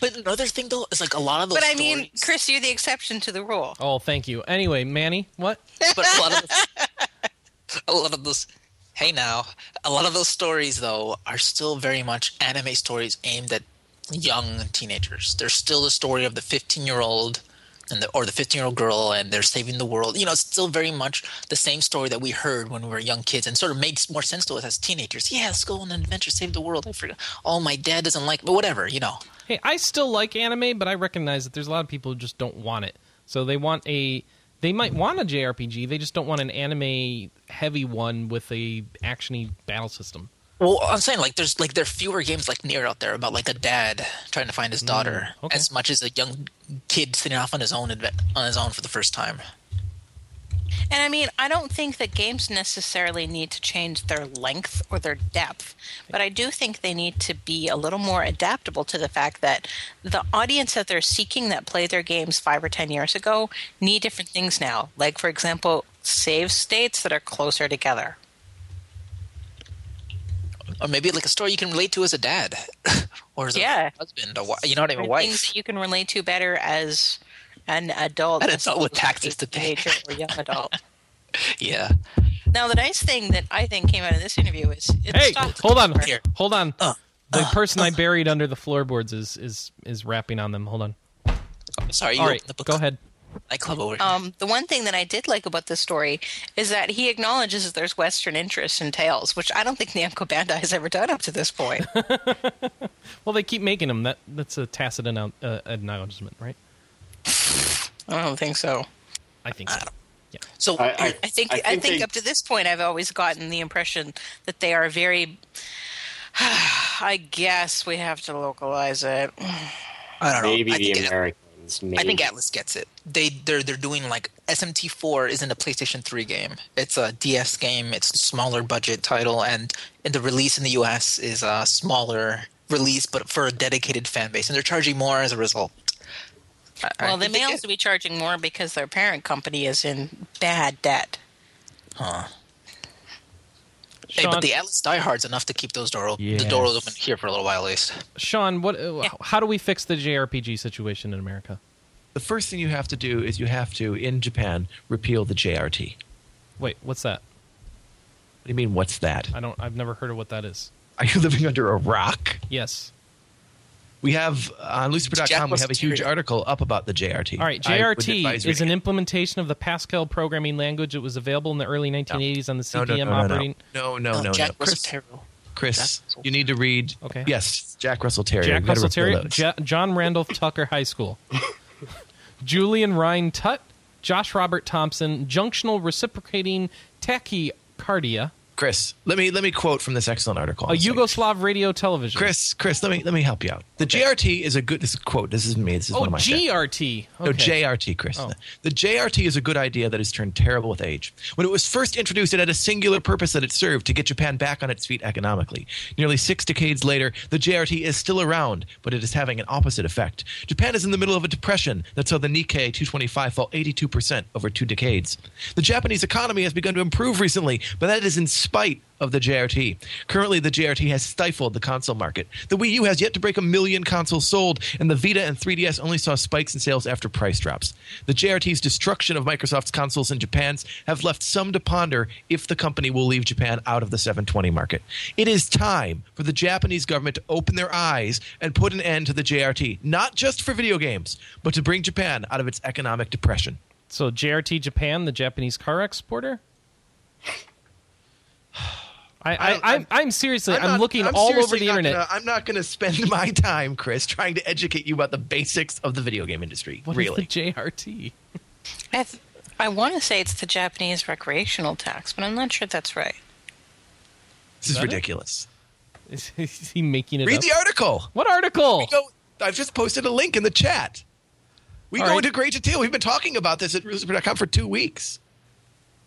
S4: But another thing though is like a lot of those.
S3: but I mean,
S4: stories-
S3: Chris, you're the exception to the rule.
S1: Oh, thank you. Anyway, Manny, what?
S4: but a lot of those- a lot of those hey now a lot of those stories though are still very much anime stories aimed at young teenagers there's still the story of the 15 year old and the, or the 15 year old girl and they're saving the world you know it's still very much the same story that we heard when we were young kids and sort of makes more sense to us as teenagers yeah let's go on an adventure save the world i forgot oh my dad doesn't like but whatever you know
S1: Hey, I still like anime, but I recognize that there's a lot of people who just don't want it. So they want a they might want a JRPG, they just don't want an anime heavy one with a actiony battle system.
S4: well i'm saying like there's like there are fewer games like near out there about like a dad trying to find his daughter
S1: Mm, okay.
S4: as much as a young kid sitting off on his own adve- on his own for the first time
S3: And I mean, I don't think that games necessarily need to change their length or their depth, but I do think they need to be a little more adaptable to the fact that the audience that they're seeking that played their games five or 10 years ago need different things now. Like, for example, save states that are closer together.
S4: or maybe like a story you can relate to as a dad or as
S3: Yeah.
S4: a husband or you know what i mean
S3: Or
S4: wife
S3: Things that you can relate to better as an adult.
S4: An
S3: as
S4: adult with
S3: opposed
S4: taxes to
S3: a
S4: pay.
S3: teenager Or young adult.
S4: yeah
S3: Now, the nice thing that I think came out of this interview is it
S1: Hey,
S3: stopped-
S1: hold on.
S4: Here. Uh,
S1: Hold on. the person I buried under the floorboards is is is rapping on them. Hold on.
S4: sorry you
S1: All right.
S4: opened the book
S1: Go ahead.
S4: nightclub over here.
S3: Um, the one thing that I did like about this story is that he acknowledges that there's Western interest in Tales, which I don't think Namco Bandai has ever done up to this point.
S1: Well, they keep making them. That that's a tacit annou- uh, acknowledgement, right?
S3: I don't think so.
S1: I think so.
S4: so
S5: I- I-
S4: here-
S3: I think I
S5: I
S3: think,
S5: think they-
S3: up to this point, I've always gotten the impression that they are very. I guess we have to localize it.
S4: I don't know.
S5: Maybe
S4: I think
S5: the
S4: At-
S5: Americans. Maybe.
S4: I think Atlas gets it. They they're they're doing like SMT4 isn't a PlayStation 3 game. It's a DS game. It's a smaller budget title, and, and the release in the US is a smaller release, but for a dedicated fan base, and they're charging more as a result. I- I
S3: Well, they
S4: think
S3: may
S4: get
S3: also be charging more because their parent company is in bad debt.
S4: it. Hey,
S1: Sean-
S4: but the Atlas diehards enough to keep those door open. The door
S1: Yes.
S4: open here for a little while at least.
S1: Sean, what? Uh, How do we fix the JRPG situation in America?
S2: The first thing you have to do is you have to, in Japan, repeal the JRT. What
S1: Wait, what's that?
S2: do you mean, what's that?
S1: I don't. I've never heard of what that is.
S2: Are you living under a rock?
S1: Yes.
S2: We have uh, on
S4: Jack
S2: Lucifer.com, we
S4: was
S2: have a huge
S4: serious.
S2: article up about the JRT.
S1: All right,
S2: I would advise
S1: JRT is
S2: reading
S1: an
S2: it.
S1: implementation of the Pascal programming language that was available in the early 1980s on the
S2: no,
S1: CPM
S2: no, no, no,
S1: operating.
S2: no, no, no,
S4: Oh,
S2: no, no.
S4: Jack was
S2: Chris,
S4: terrible.
S2: Chris,
S4: Jack-
S2: you need to read.
S1: Okay.
S2: Yes, Jack Russell Terrier.
S1: Jack
S2: We've got to
S1: Russell
S2: repeal
S1: Terry,
S2: those.
S1: Ja- John Randolph Tucker High School, Julian Ryan Tutt, Josh Robert Thompson, junctional reciprocating tachycardia,
S2: Chris, let me let me quote from this excellent article.
S1: a
S2: I'm sorry.
S1: Yugoslav radio television.
S2: Chris, Chris, let me let me help you out. The JRT is a good. This is a quote. This isn't me. This is
S1: oh,
S2: one of my.
S1: GRT.
S2: No,
S1: Okay.
S2: JRT, Chris.
S1: Oh.
S2: The JRT is a good idea that has turned terrible with age. When it was first introduced, it had a singular purpose that it served to get Japan back on its feet economically. Nearly six decades later, the JRT is still around, but it is having an opposite effect. Japan is in the middle of a depression that saw the Nikkei 225 fall 82% over two decades. The Japanese economy has begun to improve recently, but that is in spite of the JRT. Currently, the JRT has stifled the console market. The Wii U has yet to break a million consoles sold, and the Vita and 3DS only saw spikes in sales after price drops. The JRT's destruction of Microsoft's consoles in Japan's have left some to ponder if the company will leave Japan out of the 720 market. It is time for the Japanese government to open their eyes and put an end to the JRT, not just for video games, but to bring Japan out of its economic depression.
S1: So JRT Japan, the Japanese car exporter. I, I, I, am I'm seriously, I'm,
S2: not-
S1: looking
S2: I'm
S1: all over
S2: seriously
S1: the
S2: not
S1: internet.
S2: gonna- I'm not going to spend my time, Chris, trying to educate you about the basics of the video game industry.
S1: What is
S2: really?
S1: the JRT?
S3: I, th- I want to say it's the Japanese recreational tax, but I'm not sure that's right.
S2: this is
S1: that it?
S2: ridiculous.
S1: Is, is he making it
S2: Read
S1: up?
S2: the article.
S1: what article?
S2: Go, I've just posted a link in the chat. We
S1: All
S2: go
S1: right.
S2: into great detail. We've been talking about this at RoosterPro.com for two weeks.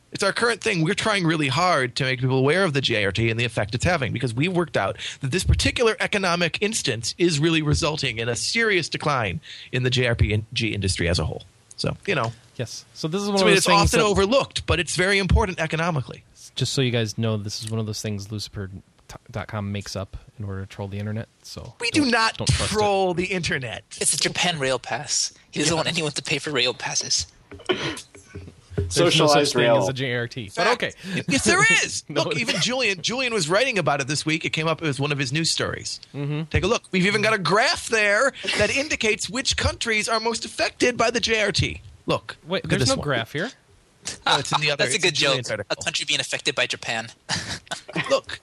S2: It's our current thing. We're trying really hard to make people aware of the JRT and the effect it's having because we've worked out that this particular economic instance is really resulting in a serious decline in the JRPG industry as a whole. So, you know,
S1: Yes. So this is one
S2: So
S1: of those
S2: it's
S1: things
S2: often
S1: that-
S2: overlooked, but it's very important economically.
S1: just so you guys know, this is one of those things Lucifer.com makes up in order to troll the internet. So
S2: We
S1: don't-
S2: do not
S1: don't trust it.
S2: troll the internet.
S4: It's a Japan rail pass. He doesn't want anyone to pay for rail passes.
S1: no
S5: Socialized
S1: such thing
S5: rail.
S1: as a JRT. But okay,
S2: yes, there is.
S1: No,
S2: look,
S1: it-
S2: even Julian Julian was writing about it this week. It came up as one of his news stories.
S1: Mm-hmm.
S2: Take a look. We've even got a graph there that indicates which countries are most affected by the JRT. Look,
S1: wait,
S2: look at
S1: there's
S2: this
S1: no
S2: one.
S1: graph here.
S2: No, it's in the other.
S4: That's
S2: it's
S4: a
S2: in
S4: good joke.
S2: Julian's
S4: A
S2: article.
S4: country being affected by Japan.
S2: look.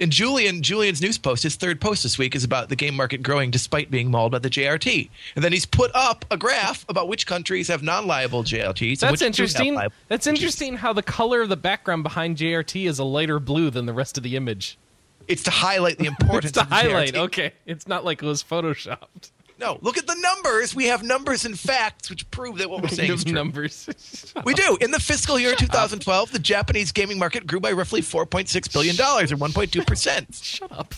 S2: And Julian Julian's news post, his third post this week, is about the game market growing despite being mauled by the JRT. And then he's put up a graph about which countries have non-liable JRTs. and
S1: That's
S2: which do have
S1: interesting.
S2: liable
S1: That's
S2: JRTs.
S1: interesting how the color of the background behind JRT is a lighter blue than the rest of the image.
S2: It's to highlight the importance.
S1: It's the
S2: of the
S1: highlight.
S2: JRT.
S1: Okay, it's not like it was photoshopped.
S2: No, look at the numbers. We have numbers and facts which prove that what we're saying is true.
S1: numbers.
S2: We do. In the fiscal year 2012, the Japanese gaming market grew by roughly 4.6 billion dollars, or 1.2 percent.
S1: Shut up.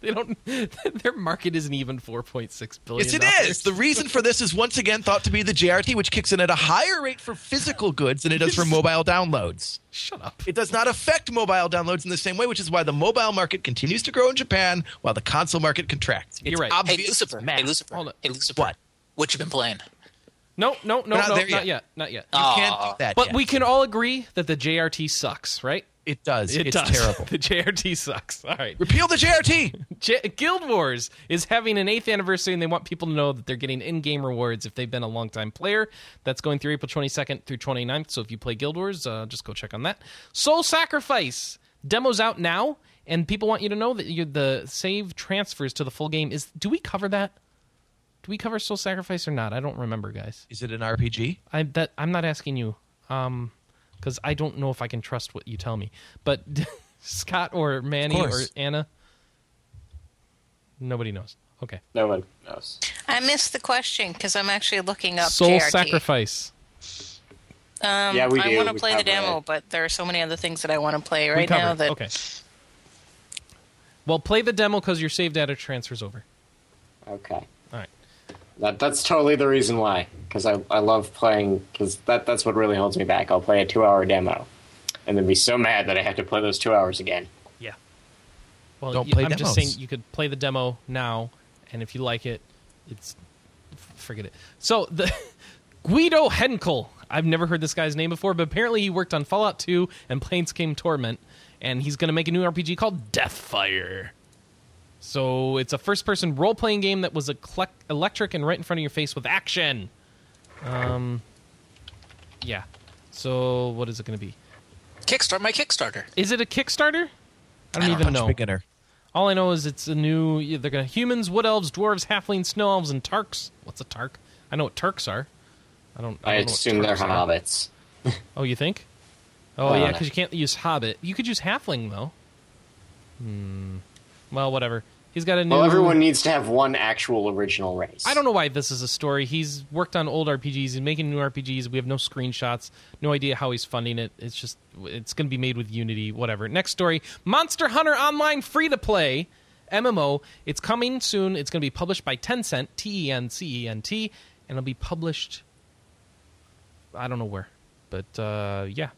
S1: They don't. Their market isn't even four point six billion.
S2: Yes, it is. The reason for this is once again thought to be the JRT, which kicks in at a higher rate for physical goods than it does for mobile downloads.
S1: Shut up.
S2: It does not affect mobile downloads in the same way, which is why the mobile market continues to grow in Japan while the console market contracts. It's
S1: You're right.
S2: Obvious.
S4: Hey, Lucifer.
S2: math.
S4: Hey, Lucifer.
S1: Hold on.
S4: Hey, Lucifer.
S2: What?
S4: What you been playing?
S1: No, no, no,
S2: not
S1: no.
S2: there
S1: Not
S2: yet.
S1: yet. Not yet.
S2: You can't do that.
S1: but
S2: yet.
S1: we can all agree that the JRT sucks, right?
S2: It does.
S1: It
S2: it's
S1: does.
S2: terrible.
S1: the JRT sucks. All right.
S2: Repeal the JRT.
S1: J- Guild Wars is having an eighth anniversary, and they want people to know that they're getting in-game rewards if they've been a long-time player. That's going through April 22nd through 29th. So if you play Guild Wars, uh, just go check on that. Soul Sacrifice demos out now, and people want you to know that you the save transfers to the full game is. Do we cover that? Do we cover Soul Sacrifice or not? I don't remember, guys.
S2: Is it an RPG?
S1: I that I'm not asking you, um, because I don't know if I can trust what you tell me. But Scott or Manny or
S2: course.
S1: Anna, nobody knows. Okay,
S5: No one knows.
S3: I missed the question because I'm actually looking up
S1: soul
S3: JRT.
S1: sacrifice.
S3: Um,
S5: Yeah, we
S3: I
S5: do.
S3: want to
S5: We
S3: play the
S5: cover
S3: demo,
S5: it.
S3: but there are so many other things that I want to play
S1: We
S3: right
S1: covered
S3: now
S1: it.
S3: that
S1: okay. Well, play the demo because your save data transfers over.
S5: Okay.
S1: All right.
S5: That, that's totally the reason why, because I, I love playing, because that, that's what really holds me back. I'll play a two hour demo and then be so mad that I have to play those two hours again.
S1: Yeah. Well,
S2: Don't
S1: y-
S2: play
S1: I'm just
S2: demos.
S1: saying you could play the demo now, and if you like it, it's f- forget it. So the Guido Henkel. I've never heard this guy's name before, but apparently he worked on Fallout 2 and Planescape Torment, and he's going to make a new RPG called Deathfire. So it's a first-person role-playing game that was eclec- electric and right in front of your face with action. Um, yeah. So what is it going to be?
S4: Kickstart my Kickstarter.
S1: Is it a Kickstarter? I don't, even
S2: Punch
S1: know.
S2: beginner.
S1: All I know is it's a new. They're gonna humans, wood elves, dwarves, halflings, snow elves, and Tarks. What's a Tark? I know what Turks are. I don't.
S5: I,
S1: I, don't know what
S5: assume they're
S1: Tarks are.
S5: hobbits.
S1: Oh, you think? Oh yeah,
S5: I don't know.
S1: because you can't use hobbit. You could use halfling though. Hmm. Well, whatever. He's got a new.
S5: Well, everyone needs to have one actual original race.
S1: I don't know why this is a story. He's worked on old RPGs. He's making new RPGs. We have no screenshots, no idea how he's funding it. It's just it's going to be made with Unity, whatever. Next story: Monster Hunter Online free to play MMO. It's coming soon. It's going to be published by Tencent, T E N C E N T, and it'll be published. I don't know where, but uh, yeah,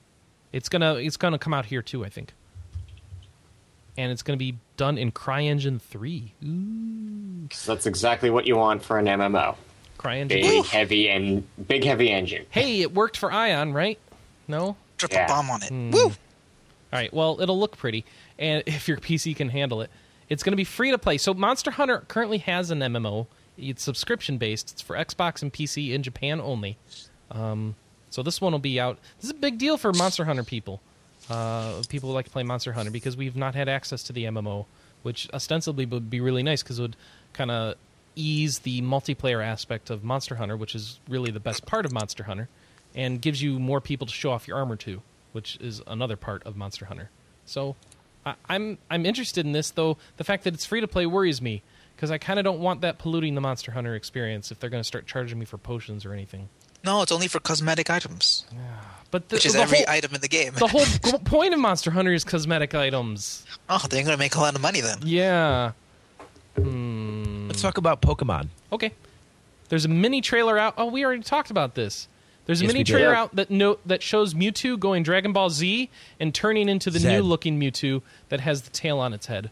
S1: it's gonna it's gonna come out here too, I think. And it's going to be done in CryEngine three. Ooh,
S5: 'cause that's exactly what you want for an MMO.
S1: CryEngine.
S5: Big, heavy, and big, heavy engine.
S1: hey, it worked for Ion, right? No? All
S4: Drop
S5: Yeah.
S4: a bomb on it.
S1: Hmm.
S4: Woo!
S1: right, well, it'll look pretty. And if your PC can handle it, it's going to be free to play. So Monster Hunter currently has an MMO. It's subscription based, it's for Xbox and PC in Japan only. Um, so this one will be out. This is a big deal for Monster Hunter people. Uh, people who like to play Monster Hunter because we've not had access to the MMO, which ostensibly would be really nice because it would kind of ease the multiplayer aspect of Monster Hunter, which is really the best part of Monster Hunter, and gives you more people to show off your armor to, which is another part of Monster Hunter. So I, I'm I'm interested in this, though the fact that it's free to play worries me because I kind of don't want that polluting the Monster Hunter experience if they're going to start charging me for potions or anything.
S4: No, it's only for cosmetic items,
S1: But the,
S4: which is
S1: the
S4: every
S1: whole,
S4: item in the game.
S1: the whole g- point of Monster Hunter is cosmetic items.
S4: oh, they're going to make a lot of money then.
S1: Yeah. Hmm.
S2: Let's talk about Pokemon.
S1: Okay. There's a mini trailer out. Oh, we already talked about this. There's a
S2: Yes,
S1: mini
S2: we did.
S1: trailer out that no, that shows Mewtwo going Dragon Ball Z and turning into the
S2: Zed.
S1: new looking Mewtwo that has the tail on its head.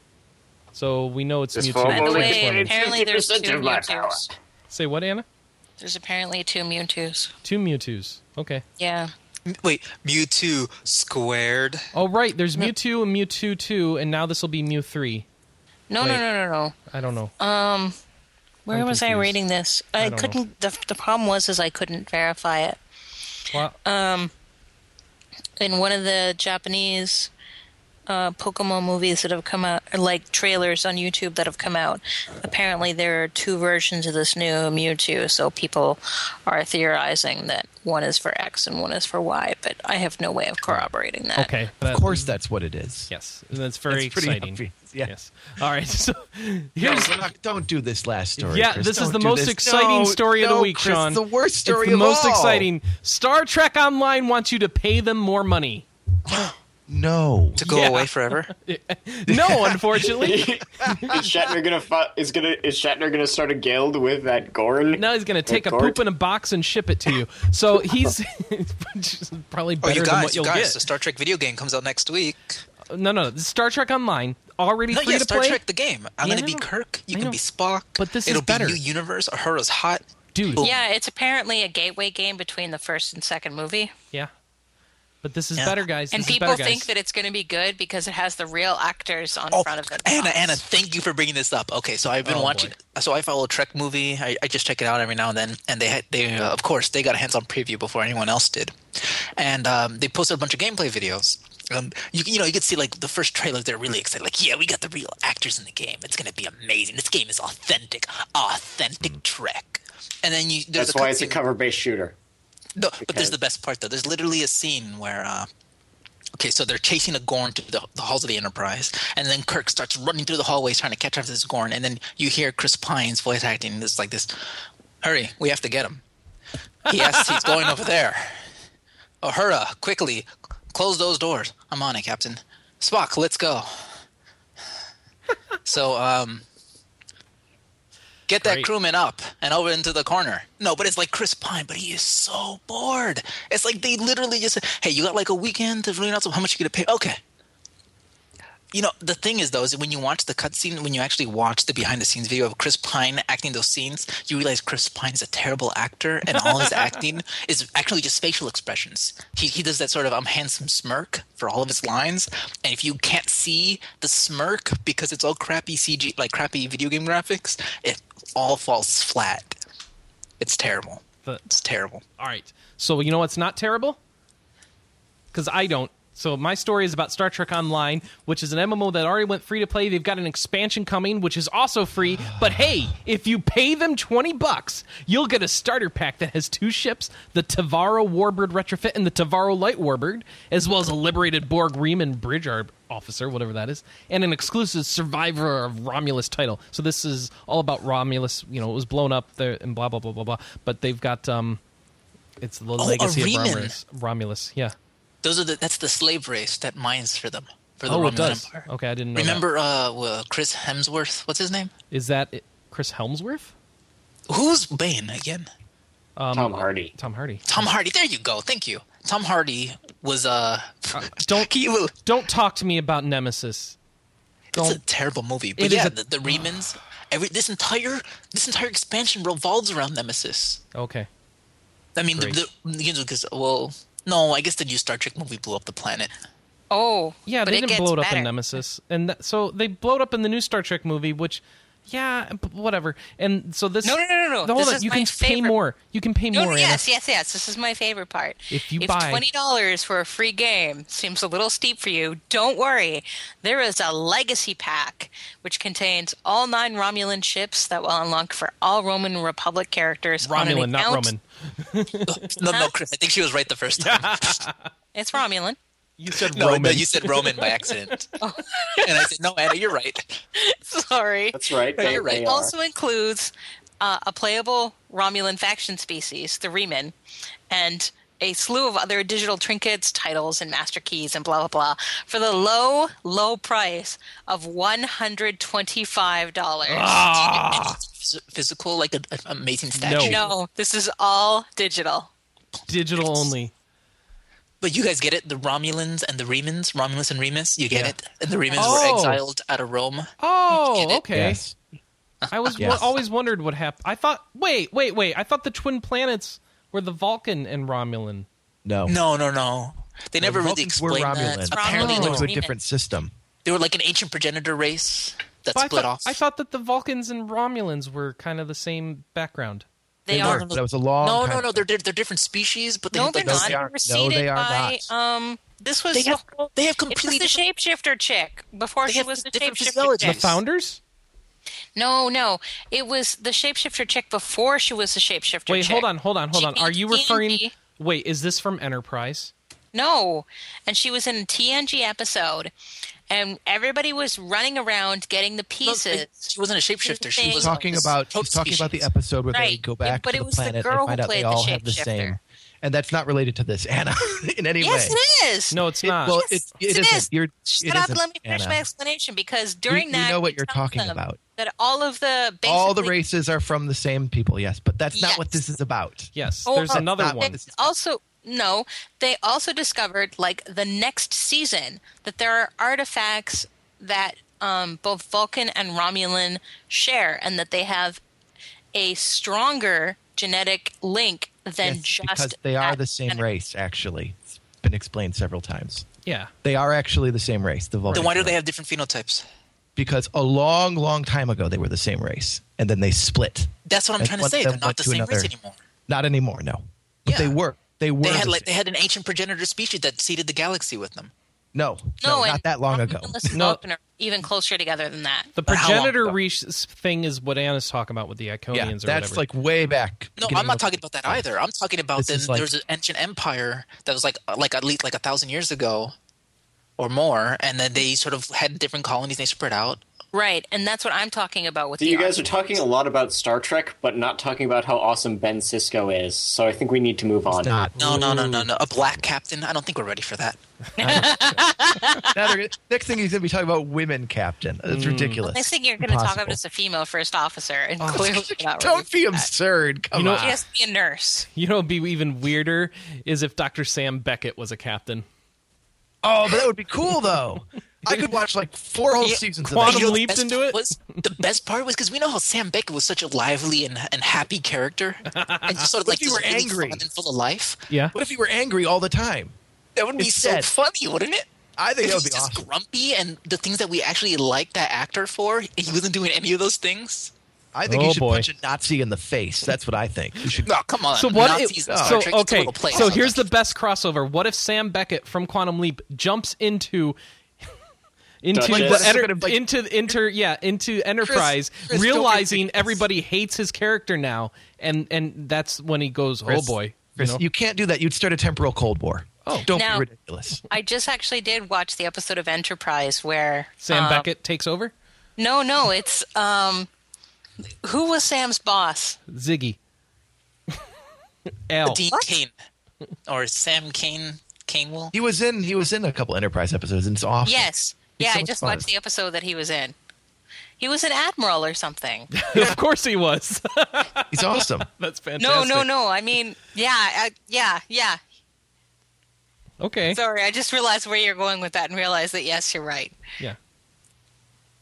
S1: So we know it's
S5: This
S1: Mewtwo.
S5: phone
S3: By the
S5: only
S3: way,
S5: contains
S3: apparently there's
S5: 50%
S3: two
S5: of my
S3: Mewtwo's.
S5: power.
S1: Say what, Anna?
S3: There's apparently two Mewtwo's.
S1: Two Mewtwo's. Okay.
S3: Yeah.
S4: Wait, Mewtwo squared.
S1: Oh, right. There's Mewtwo and Mewtwo 2, and now this will be Mew 3.
S3: No,
S1: Wait.
S3: no, no, no, no.
S1: I don't know.
S3: Where
S1: I'm
S3: was I
S1: confused.
S3: reading this?
S1: I
S3: I,
S1: don't
S3: couldn't. The, the problem was is I couldn't verify it.
S1: Well,
S3: in one of the Japanese uh, Pokemon movies that have come out, or, like trailers on YouTube that have come out, apparently there are two versions of this new Mewtwo. So people are theorizing that one is for X and one is for Y, but I have no way of corroborating that.
S1: okay.
S2: Of course, that's what it is.
S1: Yes. And that's very
S2: It's pretty
S1: exciting.
S2: obvious, yeah.
S1: Yes. All right. So here's.
S2: Here's, don't do this last story.
S1: Yeah,
S2: Chris.
S1: this is
S2: Don't
S1: the
S2: do
S1: most
S2: this.
S1: exciting
S2: No,
S1: story of the
S2: no,
S1: week,
S2: Chris,
S1: Sean.
S2: The worst
S1: It's
S2: story
S1: the
S2: of
S1: most
S2: all.
S1: exciting. Star Trek Online wants you to pay them more money.
S2: No.
S4: To go
S1: Yeah.
S4: away forever.
S1: No, unfortunately.
S5: is Shatner gonna fi- is gonna is Shatner gonna start a guild with that Gorn?
S1: Now he's going to take a
S5: Gorg?
S1: poop in a box and ship it to you. So he's probably
S4: Oh,
S1: better
S4: you
S1: than what
S4: guys, you
S1: you'll
S4: guys, the
S1: get.
S4: Star Trek video game comes out next week.
S1: No, no, no. Star Trek Online already
S4: No,
S1: free
S4: yeah,
S1: to
S4: Star
S1: play.
S4: Trek the game. I'm
S1: Yeah,
S4: gonna
S1: I
S4: be
S1: know.
S4: Kirk. You
S1: I
S4: can
S1: know.
S4: be Spock.
S1: But this is
S4: It'll
S1: better.
S4: be new universe. Ahura's hot.
S1: Dude.
S4: Boom.
S3: Yeah, it's apparently a gateway game between the first and second movie.
S1: Yeah. But this is
S4: Yeah.
S1: better, guys.
S3: and
S1: This is
S3: people
S1: better, guys.
S3: think that it's going to be good because it has the real actors on
S4: Oh,
S3: front of it.
S4: Anna, Anna, thank you for bringing this up. Okay, so I've been
S1: Oh,
S4: watching. So I follow Trek movie. I, I just check it out every now and then, and they had they uh, of course they got a hands-on preview before anyone else did, and um, they posted a bunch of gameplay videos. Um, you can- you know you could see like the first trailers. They're really excited. Like yeah, we got the real actors in the game. It's gonna be amazing. This game is authentic, authentic Trek. And then you there's
S5: Hmm. That's why it's a
S4: cutscene-
S5: cover based shooter.
S4: no, but there's
S5: because-
S4: the best part though. There's literally a scene where, uh, okay, so they're chasing a Gorn through the, the halls of the Enterprise, and then Kirk starts running through the hallways trying to catch up to this Gorn, and then you hear Chris Pine's voice acting. and It's like this, hurry, we have to get him. Yes, he's going over there. Ahura, quickly, close those doors. I'm on it, Captain. Spock, let's go. So, um, get that
S1: Great.
S4: crewman up and over into the corner. No, but it's like Chris Pine, but he is so bored. It's like they literally just said, hey, you got like a weekend to really out how much you going to pay. Okay. You know, the thing is, though, is when you watch the cutscene, when you actually watch the behind the scenes video of Chris Pine acting those scenes, you realize Chris Pine is a terrible actor and all his acting is actually just facial expressions. He, he does that sort of I'm handsome smirk for all of his lines. And if you can't see the smirk because it's all crappy CG, like crappy video game graphics, it all falls flat. It's terrible.
S1: But-
S4: It's terrible.
S1: All right. So you know what's not terrible? Because I don't. So my story is about Star Trek Online, which is an MMO that already went free to play. They've got an expansion coming, which is also free. But hey, if you pay them twenty bucks, you'll get a starter pack that has two ships: the Tavaro Warbird retrofit and the Tavaro Light Warbird, as well as a liberated Borg Riemann bridge ar- officer, whatever that is, and an exclusive Survivor of Romulus title. So this is all about Romulus. You know, it was blown up there and blah blah blah blah blah. But they've got um, it's the legacy of
S4: Riemann.
S1: Romulus. Romulus, yeah.
S4: Those are the, that's the slave race that mines for them. For the
S1: oh,
S4: Roman
S1: it does.
S4: Empire.
S1: Okay, I didn't know.
S4: Remember uh, well, Chris Hemsworth? What's his name?
S1: that. is that it- Chris Helmsworth?
S4: Who's Bane again? Um,
S5: Tom Hardy.
S1: Tom Hardy.
S4: Tom Hardy. There you go. Thank you. Tom Hardy was uh,
S1: don't-
S4: he was,
S1: Don't talk to me about Nemesis.
S4: it's a
S1: Don't-
S4: terrible movie.
S1: It
S4: But
S1: is
S4: yeah,
S1: a-
S4: the, the Remans. Every this entire this entire expansion revolves around Nemesis.
S1: Okay.
S4: I mean, the,
S1: Great.
S4: the, you know, 'cause- well, no, I guess the new Star Trek movie blew up the planet.
S3: Oh,
S1: Yeah,
S3: but
S1: they
S3: it
S1: didn't
S3: gets
S1: blow it up
S3: better.
S1: in Nemesis, and that, so they blow it up in the new Star Trek movie, which, yeah, b- whatever. And so this.
S3: No, no, no, no, no.
S1: Hold
S3: This
S1: on,
S3: is
S1: you
S3: my
S1: can pay
S3: favorite-
S1: more. You can pay
S3: No,
S1: more.
S3: no,
S1: Anna.
S3: Oh, yes, yes, yes. This is my favorite part.
S1: If you buy-
S3: twenty dollars for a free game seems a little steep for you, don't worry. There is a legacy pack which contains all nine Romulan ships that will unlock for all Roman Republic characters. on an
S1: Romulan, not
S3: account-
S1: Roman.
S4: No, no, Chris, I think she was right the first time.
S3: It's Romulan.
S1: You said
S4: No,
S1: Roman.
S4: no, you said Roman by accident. And I said, no, Anna, you're right.
S3: Sorry.
S5: That's right.
S4: No, you're
S5: they-
S4: right.
S5: they
S3: It
S5: are.
S3: also includes uh, a playable Romulan faction species, the Remen, and a slew of other digital trinkets, titles, and master keys, and blah blah blah, for the low, low price of one hundred twenty-five dollars.
S4: Phys- Physical, like an an amazing statue.
S3: No, this is all digital.
S1: Digital only.
S4: But you guys get it? The Romulans and the Remans, Romulus and Remus, you get
S1: Yeah.
S4: it? And the Remans
S1: Oh.
S4: were exiled out of Rome.
S1: Oh,
S4: Get it?
S1: okay.
S2: Yes.
S1: I was
S2: Yes.
S1: always wondered what happened. I thought. Wait, wait, wait. I thought the twin planets were the Vulcan and Romulan.
S2: No.
S4: No, no, no. They never really
S2: Vulcans were
S4: explained that.
S2: Romulan.
S3: Apparently
S2: It was
S3: they
S2: a
S3: were.
S2: different system.
S4: They were like an ancient progenitor race that
S1: Well, I
S4: split
S1: thought-
S4: off.
S1: I thought that the Vulcans and Romulans were kind of the same background.
S3: They,
S2: They
S3: are.
S2: were. That was a long
S4: No,
S2: time
S4: no, no.
S2: ago.
S4: They're di- they're different species, but they
S3: No,
S4: have,
S3: they're
S4: like,
S2: No,
S4: the
S3: not.
S2: they
S3: They,
S2: are-
S3: were
S2: no,
S3: seeded
S2: they are
S3: by, Um, this was
S4: They have-
S3: the-
S4: they have
S3: It was
S4: completely
S3: the
S4: different-
S3: shapeshifter chick before
S4: They
S3: she
S4: have
S3: was the
S4: different
S3: shapeshifter
S4: physiologies.
S1: The
S3: chick.
S4: Yes.
S1: founders?
S3: No, no, it was the shapeshifter chick before she was the shapeshifter.
S1: Wait,
S3: chick.
S1: hold on, hold on, hold
S3: She
S1: on. Are you
S3: became
S1: referring?
S3: the-
S1: Wait, is this from Enterprise?
S3: No, and she was in a TNG episode, and everybody was running around getting the
S4: No, they-
S3: pieces.
S4: She wasn't a shapeshifter. She
S3: Thing.
S4: was
S2: talking
S4: like this
S2: about she's talking
S4: subspecies.
S2: about the episode where they
S3: Right.
S2: go back
S3: But
S2: to
S3: it
S2: the
S3: was the
S2: planet
S3: girl
S2: and
S3: who
S2: find out they
S3: played the
S2: all have the
S3: shapeshifter.
S2: same. And that's not related to this, Anna, in any
S3: Yes,
S2: way.
S3: it is.
S1: No, it's
S2: It-
S1: not.
S2: well,
S3: Yes,
S2: it, it
S3: it
S2: isn't.
S3: is.
S2: You're,
S3: Shut
S2: it
S3: up.
S2: isn't,
S3: Let me finish
S2: Anna.
S3: my explanation because during
S2: we
S3: that
S2: know what
S3: he
S2: you're
S3: tells
S2: talking
S3: them
S2: about.
S3: That all of the
S2: All the
S3: basically-
S2: races are from the same people, yes, but that's not what
S3: Yes.
S2: this is about.
S1: Yes,
S3: Oh,
S1: there's
S3: uh,
S1: another
S2: uh,
S1: one.
S3: They also no, they also discovered like the next season that there are artifacts that um, both Vulcan and Romulan share, and that they have a stronger genetic link than
S2: Yes,
S3: just
S2: because they are
S3: that
S2: the same
S3: genetic-
S2: race, actually. It's been explained several times.
S1: Yeah,
S2: They are actually the same race, the Vulcans.
S4: Then why do they have different phenotypes?
S2: Because a long, long time ago, they were the same race, and then they split.
S4: That's what I'm
S2: And
S4: trying to
S2: one of
S4: say.
S2: them
S4: They're not
S2: went
S4: the
S2: to
S4: same race
S2: another.
S4: anymore.
S2: Not anymore, no. But
S4: Yeah.
S2: they were. They were.
S4: They
S2: the
S4: had like
S2: same.
S4: they had an ancient progenitor species that seeded the galaxy with them.
S2: no,
S3: No,
S2: no,
S3: and
S2: not that long
S3: Romulan
S2: ago.
S3: and
S1: No.
S3: Vulcan are even closer together than that.
S1: the
S4: But how long
S1: progenitor
S4: ago?
S1: reach thing is what Anna's talking about with the Iconians.
S2: Yeah,
S1: or
S2: that's
S1: whatever.
S2: like way back.
S4: No,
S2: beginning
S4: I'm not
S2: of-
S4: talking about that either. I'm talking about
S2: Oh. This
S4: then
S2: is like-
S4: there's an ancient empire that was like uh, like at least like a thousand years ago or more, and then they sort of had different colonies. They spread out.
S3: Right, and that's what I'm talking about with
S5: So
S3: the
S5: you guys are talking a lot about Star Trek, but not talking about how awesome Ben Cisco is. So I think we need to move on.
S2: Not.
S4: No, no, no, no, no. A black captain. I don't think we're ready for that.
S2: Now they're gonna- next thing he's going to be talking about women captain. It's
S1: Mm.
S2: ridiculous.
S3: Next thing you're going to talk about
S2: Impossible.
S3: is a female first officer, and
S5: Oh.
S3: clearly we're not ready
S2: Don't
S3: for
S2: be
S3: that.
S2: absurd. Come
S1: know-
S2: on.
S3: She has to be a nurse.
S1: you know, what'd be even weirder is if Dr. Sam Beckett was a captain.
S2: Oh, but that would be cool though. I could watch like four whole
S4: Yeah,
S2: seasons
S1: Quantum
S2: of
S4: You know,
S2: that.
S4: the
S1: leaped
S4: best
S1: into
S4: part
S1: it?
S4: Was, the best part was because we know how Sam Beckett was such a lively and, and happy character, and just sort of like
S2: if you
S4: just
S2: were
S4: really
S2: angry?
S4: fun and full of life.
S1: Yeah,
S2: What if you were angry all the time?
S4: That would be
S2: Instead-
S4: so funny, wouldn't it?
S2: I think
S4: If
S2: that would
S4: he's
S2: be
S4: just
S2: awesome.
S4: grumpy, and the things that we actually liked that actor for, he wasn't doing any of those things.
S2: I think
S1: Oh,
S2: you should
S1: boy.
S2: punch a Nazi in the face. That's what I think. You should.
S4: No, come on.
S1: So what? If,
S4: Nazis and Star
S1: so
S4: Trek, it's a
S1: okay.
S4: little place.
S1: So here's the best crossover. What if Sam Beckett from Quantum Leap jumps into into
S5: Like,
S1: the
S5: what-
S1: enter,
S2: sort of like-
S1: into inter yeah into Enterprise,
S2: Chris, don't be
S1: realizing
S2: ridiculous.
S1: everybody hates his character now, and and that's when he goes, oh
S2: Chris,
S1: boy,
S2: Chris,
S1: you know?
S2: you can't do that. You'd start a temporal Cold War.
S1: Oh.
S2: don't
S3: Now-
S2: be ridiculous.
S3: I just actually did watch the episode of Enterprise where
S1: Sam
S3: um,
S1: Beckett takes over.
S3: No, no, it's um, who was Sam's boss?
S1: Ziggy. Al.
S4: Dean Kane or Sam Kane Kanewell.
S2: He was in. He was in a couple Enterprise episodes, and it's awful.
S3: Yes,
S2: He's
S3: yeah,
S2: so
S3: I
S2: much
S3: just
S2: fun.
S3: watched the episode that he was in. He was an admiral or something.
S1: of course he was.
S2: he's awesome.
S1: That's
S3: No,
S1: fantastic.
S3: no, no. I mean, yeah, I, yeah, yeah.
S1: Okay.
S3: Sorry, I just realized where you're going with that and realized that yes, you're right.
S1: yeah.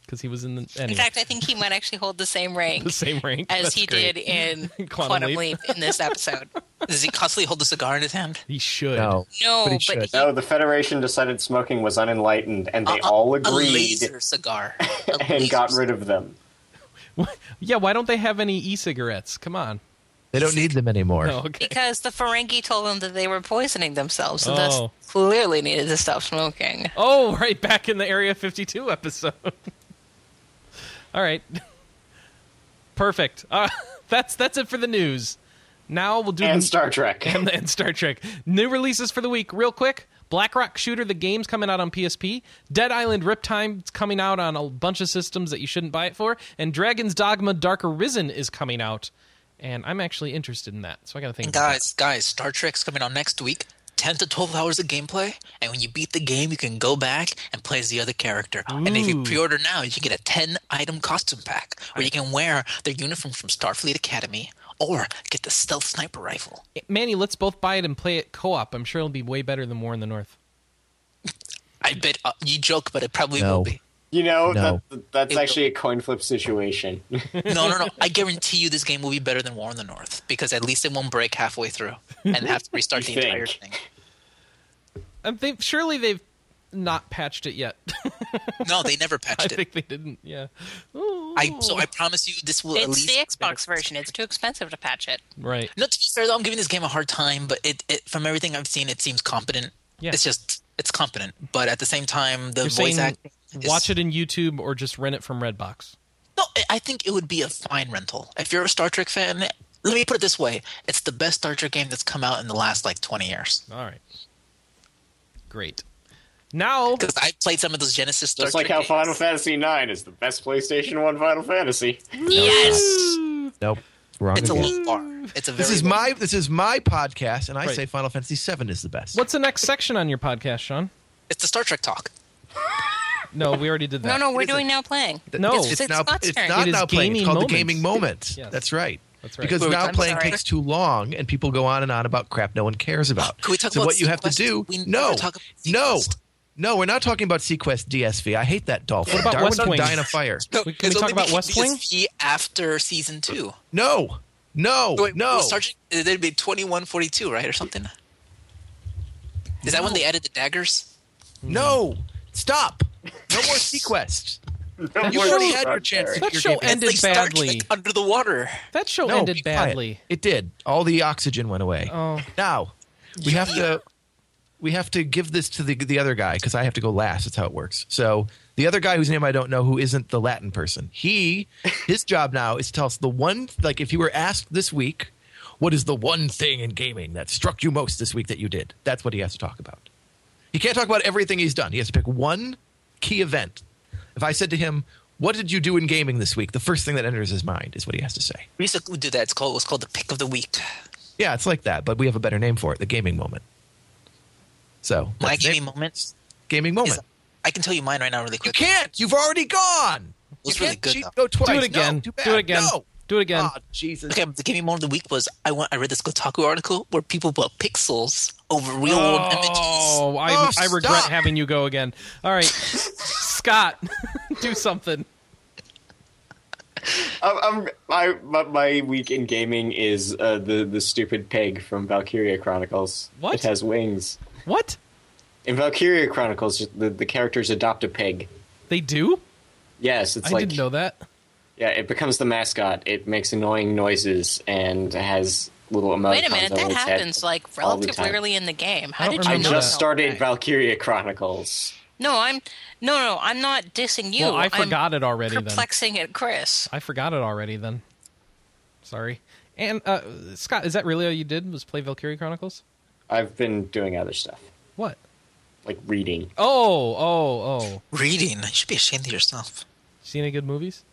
S1: Because he was in the
S3: In
S1: anyway,
S3: fact, I think he might actually hold the same rank
S1: the same rank
S3: as
S1: That's
S3: he
S1: great.
S3: did in
S1: Quantum
S3: Quantum, Leap. in this episode.
S4: Does he constantly hold a cigar in his hand?
S1: He should.
S2: No,
S3: No,
S2: he
S3: but,
S2: should.
S3: he-
S5: No, the Federation decided smoking was unenlightened, and they
S4: A- a-
S5: all
S4: A
S5: agreed
S4: laser cigar. A
S5: and got
S4: laser
S5: rid of them.
S1: Yeah, why don't they have any e-cigarettes? Come on.
S2: they don't need them anymore.
S1: No, okay.
S3: because the Ferengi told them that they were poisoning themselves, so
S1: Oh.
S3: thus clearly needed to stop smoking.
S1: Oh, right back in the Area 52 episode. All right. Perfect. Uh, that's that's it for the news. Now we'll do
S5: And
S1: the-
S5: Star Trek.
S1: and, and Star Trek. New releases for the week, real quick. Black Rock Shooter, the game's coming out on PSP. Dead Island Riptime is coming out on a bunch of systems that you shouldn't buy it for. And Dragon's Dogma Dark Arisen is coming out. And I'm actually interested in that, so I got to think
S4: And
S1: about
S4: guys, guys, Star Trek's coming out next week. Ten to twelve hours of gameplay, and when you beat the game, you can go back and play as the other character. And if
S1: Ooh.
S4: you pre-order now, you can get a ten-item costume pack where you can wear their uniform from Starfleet Academy or get the stealth sniper rifle.
S1: that. Manny, let's both buy it and play it co-op. I'm sure it'll be way better than War in the North.
S4: I bet uh, you joke, but it probably
S2: No.
S4: will be.
S5: You know,
S2: No.
S5: that, that's
S4: It-
S5: actually a coin flip situation.
S4: No, no, no. I guarantee you this game will be better than War in the North because at least it won't break halfway through and have to restart the
S5: You
S4: entire
S5: think?
S4: thing.
S1: I'm think surely they've not patched it yet.
S4: No, they never
S1: I
S4: patched it.
S1: think they didn't. Yeah. Ooh.
S4: I so I promise you this will at
S3: It's
S4: least
S3: the Xbox version. It's too expensive to patch it.
S1: right.
S4: No, to be fair though, I'm giving this game a hard time, but it, it from everything I've seen, it seems competent.
S1: Yeah.
S4: It's just it's competent, but at the same time, the
S1: You're
S4: voice
S1: saying
S4: acting. Is,
S1: watch it in YouTube or just rent it from Redbox.
S4: No, I- I think it would be a fine rental if you're a Star Trek fan. Let me put it this way: it's the best Star Trek game that's come out in the last like 20 years.
S1: All right. Great. Now
S4: Because I played some of those Genesis Star
S5: Just like
S4: Trek
S5: how Final
S4: games.
S5: Fantasy IX is the best PlayStation One Final Fantasy.
S3: Yes.
S2: Nope. Wrong
S4: It's a
S2: again.
S4: low bar. It's a very
S2: This is
S4: low
S2: my this is my podcast, and I
S1: Right.
S2: say Final Fantasy VII is the best.
S1: what's the next section on your podcast, Sean?
S4: It's the Star Trek talk.
S1: No, we already did
S3: No,
S1: that.
S3: no, we're
S2: It isn't.
S3: doing now playing.
S1: no.
S2: it's, it's
S3: It's
S2: now
S3: Scott's
S2: it's
S3: turn.
S2: not
S1: It is
S2: now playing. It's
S1: gaming
S2: called
S1: moments.
S2: the gaming moment.
S1: Yes.
S2: That's right.
S1: That's right.
S2: Because
S4: Wait,
S2: now
S4: I'm
S2: playing
S3: sorry.
S2: takes too long, and people go on and on about crap no one cares about.
S4: Can we talk
S2: so
S4: about
S2: what you have to
S4: Sequest?
S2: do?
S4: We
S2: no,
S4: never talk about
S2: no,
S4: Sequest.
S2: no. We're not talking about Sequest DSV. I hate that dolphin.
S1: What about
S2: Darwin
S1: West
S2: would
S1: Wing?
S2: Die in a fire.
S4: No,
S1: We- can we
S4: it's
S1: talk
S4: only
S1: about
S4: making
S1: West Wing?
S4: DSV after season two.
S2: No, no,
S4: Wait,
S2: no.
S4: Star Trek, there'd be 2142, right, or something. Is that when they added the daggers?
S2: No, stop. No more Sequest. You
S1: more
S2: already
S1: show-
S2: had your chance. to
S1: That
S2: get your
S1: show
S2: game back.
S1: ended
S4: like Star
S1: badly.
S4: Trek under the water.
S1: That show
S2: No, be
S1: ended
S2: quiet.
S1: badly.
S2: It did. All the oxygen went away.
S1: Oh.
S2: Now we have to we have to give this to the the other guy because I have to go last. That's how it works. So the other guy whose name I don't know, who isn't the Latin person, he his job now is to tell us the one like if you were asked this week, what is the one thing in gaming that struck you most this week that you did? That's what he has to talk about. He can't talk about everything he's done. He has to pick one key event. If I said to him, "What did you do in gaming this week?" the first thing that enters his mind is what he has to say.
S4: We used to do that. It's called it was called the pick of the week.
S2: Yeah, it's like that, but we have a better name for it, the gaming moment. So
S4: My
S2: that's it.
S4: gaming moment
S2: gaming
S4: is.
S1: Oh
S2: moment.
S4: I can tell you mine right now, really
S2: You
S4: quick.
S2: can't. You've already gone. It
S4: was really good, though.
S2: Go Oh, twice.
S1: Do it again.
S2: No, too bad.
S1: Do it again.
S2: No.
S1: Do it again.
S2: Ah, Jesus.
S4: Okay, the gaming moment of the week was I went. I read this Kotaku article where people put pixels over real world images.
S1: Oh, I,
S2: Oh,
S1: I regret
S2: stop.
S1: having you go again. All right, Scott, do something.
S5: I'm, I'm, my, my my week in gaming is uh, the the stupid pig from Valkyria Chronicles.
S1: What?
S5: It has wings.
S1: What
S5: In Valkyria Chronicles, the, the characters adopt a pig.
S1: they do?
S5: Yes, it's
S1: I
S5: like
S1: didn't know that.
S5: yeah, it becomes the mascot. It makes annoying noises and has little emoticons.
S3: Wait a minute,
S5: on
S3: that
S5: its head
S3: happens like
S5: all the
S3: relatively
S5: time.
S3: early in the game.
S1: I
S3: How
S1: don't
S3: did
S5: I
S3: you
S1: remember
S3: know?
S5: just
S1: that.
S5: started Valkyria Chronicles.
S3: No, I'm no, no. I'm not dissing you.
S1: well, I
S3: I'm
S1: forgot it already. Then
S3: Perplexing at Chris.
S1: I forgot it already. Then, sorry. And uh, Scott, is that really all you did? Was play Valkyrie Chronicles?
S5: I've been doing other stuff
S1: What?
S5: like reading.
S1: Oh, oh, oh.
S4: Reading, you should be ashamed of yourself.
S1: Seen any good movies?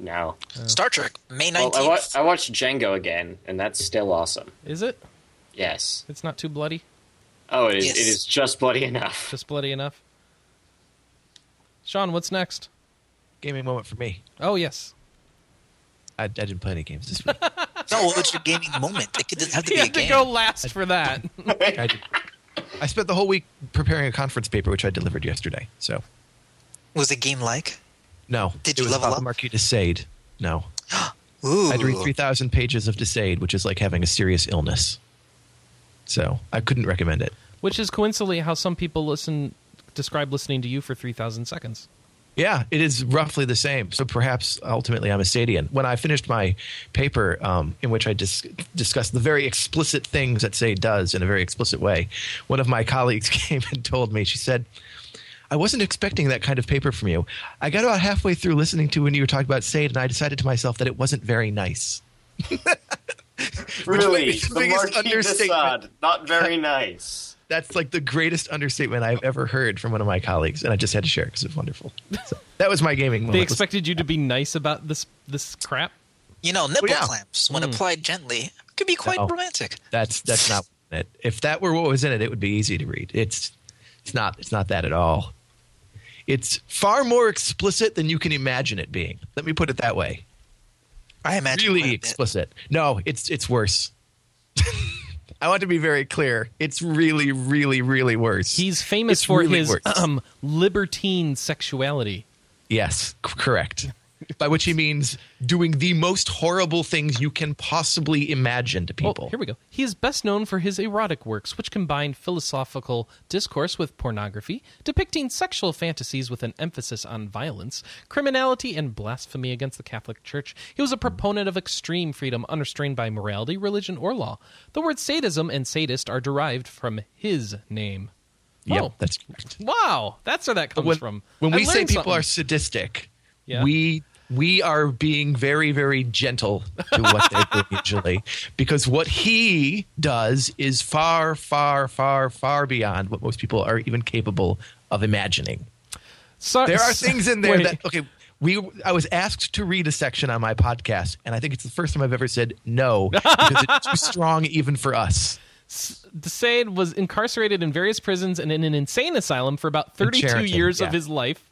S5: No,
S4: Star Trek, May
S5: well,
S4: nineteenth.
S5: I, wa- I watched Django again, and that's still awesome.
S1: Is it?
S5: Yes.
S1: It's not too bloody.
S5: Oh, it is,
S4: Yes.
S5: it is just bloody enough.
S1: Just bloody enough. Sean, what's next?
S2: Gaming moment for me.
S1: Oh yes,
S2: I, I didn't play any games this week.
S4: no, what was your gaming moment? It could- doesn't have to
S1: you
S4: be a
S1: have to
S4: game.
S1: go last for that.
S2: I, did- I spent the whole week preparing a conference paper, which I delivered yesterday. So
S4: Was a game like?
S2: no.
S4: Did
S2: it
S4: you
S2: was
S4: level
S2: Papa
S4: up?
S2: Marquis Desade. No.
S4: Ooh,
S2: I had to read three thousand pages of Desade, which is like having a serious illness. So I couldn't recommend it.
S1: Which is coincidentally how some people listen describe listening to you for three thousand seconds.
S2: Yeah, it is roughly the same. So perhaps ultimately I'm a Sadian. When I finished my paper, um, in which I dis- discussed the very explicit things that Say does in a very explicit way, one of my colleagues came and told me, she said, I wasn't expecting that kind of paper from you. I got about halfway through listening to when you were talking about Sade, and I decided to myself that it wasn't very nice.
S5: Really,
S2: Which is the
S5: the
S2: biggest
S5: Marquis de
S2: understatement.
S5: Sade, not very nice.
S2: That's like the greatest understatement I've ever heard from one of my colleagues, and I just had to share it because it was wonderful. So, that was my gaming moment.
S1: They expected you to be nice about this this crap.
S4: You know, nipple
S2: yeah. Hmm.
S4: clamps when applied gently could be quite
S2: No.
S4: romantic.
S2: That's that's not it. If that were what was in it, it would be easy to read. It's it's not it's not that at all. It's far more explicit than you can imagine it being. Let me put it that way.
S4: I imagine quite
S2: Really
S4: a bit.
S2: explicit. No, it's it's worse. I want to be very clear. It's really, really, really worse.
S1: He's famous
S2: It's
S1: for
S2: really
S1: his
S2: worse.
S1: um, libertine sexuality.
S2: yes, c- correct. by which he means doing the most horrible things you can possibly imagine to
S1: Oh,
S2: people.
S1: here we go. He is best known for his erotic works, which combine philosophical discourse with pornography, depicting sexual fantasies with an emphasis on violence, criminality, and blasphemy against the Catholic Church. He was a proponent of extreme freedom unrestrained by morality, religion, or law. The words sadism and sadist are derived from his name.
S2: Yep,
S1: Oh.
S2: that's correct.
S1: Wow, that's where that comes
S2: when,
S1: from.
S2: when
S1: I
S2: we say
S1: learned
S2: people are
S1: something.
S2: sadistic,
S1: Yeah.
S2: we we are being very very gentle to what they do usually because what he does is far far far far beyond what most people are even capable of imagining.
S1: So-
S2: There are things in there
S1: Wait.
S2: that okay. We I was asked to read a section on my podcast, and I think it's the first time I've ever said no because it's too strong even for us.
S1: Desaid was incarcerated in various prisons and in an insane asylum for about 32
S2: Sheraton,
S1: years
S2: yeah.
S1: of his life.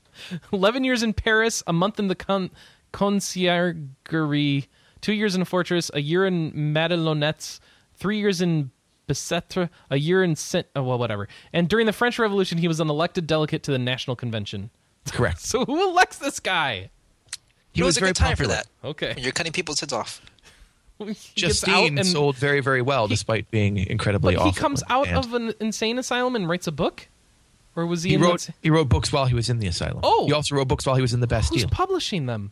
S1: 11 years in Paris, a month in the con- conciergerie, two years in a fortress, a year in Madelonnettes, three years in Bicetre, a year in Saint, oh, well, whatever. And during the French Revolution, he was an elected delegate to the National Convention.
S2: Correct.
S1: So who elects this guy?
S2: He
S4: it was, a
S2: very
S4: good time
S2: popular.
S4: for that. When
S1: Okay.
S4: you're cutting people's heads off.
S1: He gets out
S2: Justine
S1: and-
S2: sold very, very well, despite being incredibly
S1: but
S2: awful.
S1: he comes out
S2: And
S1: of an insane asylum and writes a book? Or was he,
S2: He
S1: in
S2: wrote.
S1: the-
S2: He wrote books while he was in the asylum.
S1: Oh.
S2: he also wrote books while he was in the
S1: Who's
S2: Bastille.
S1: publishing them?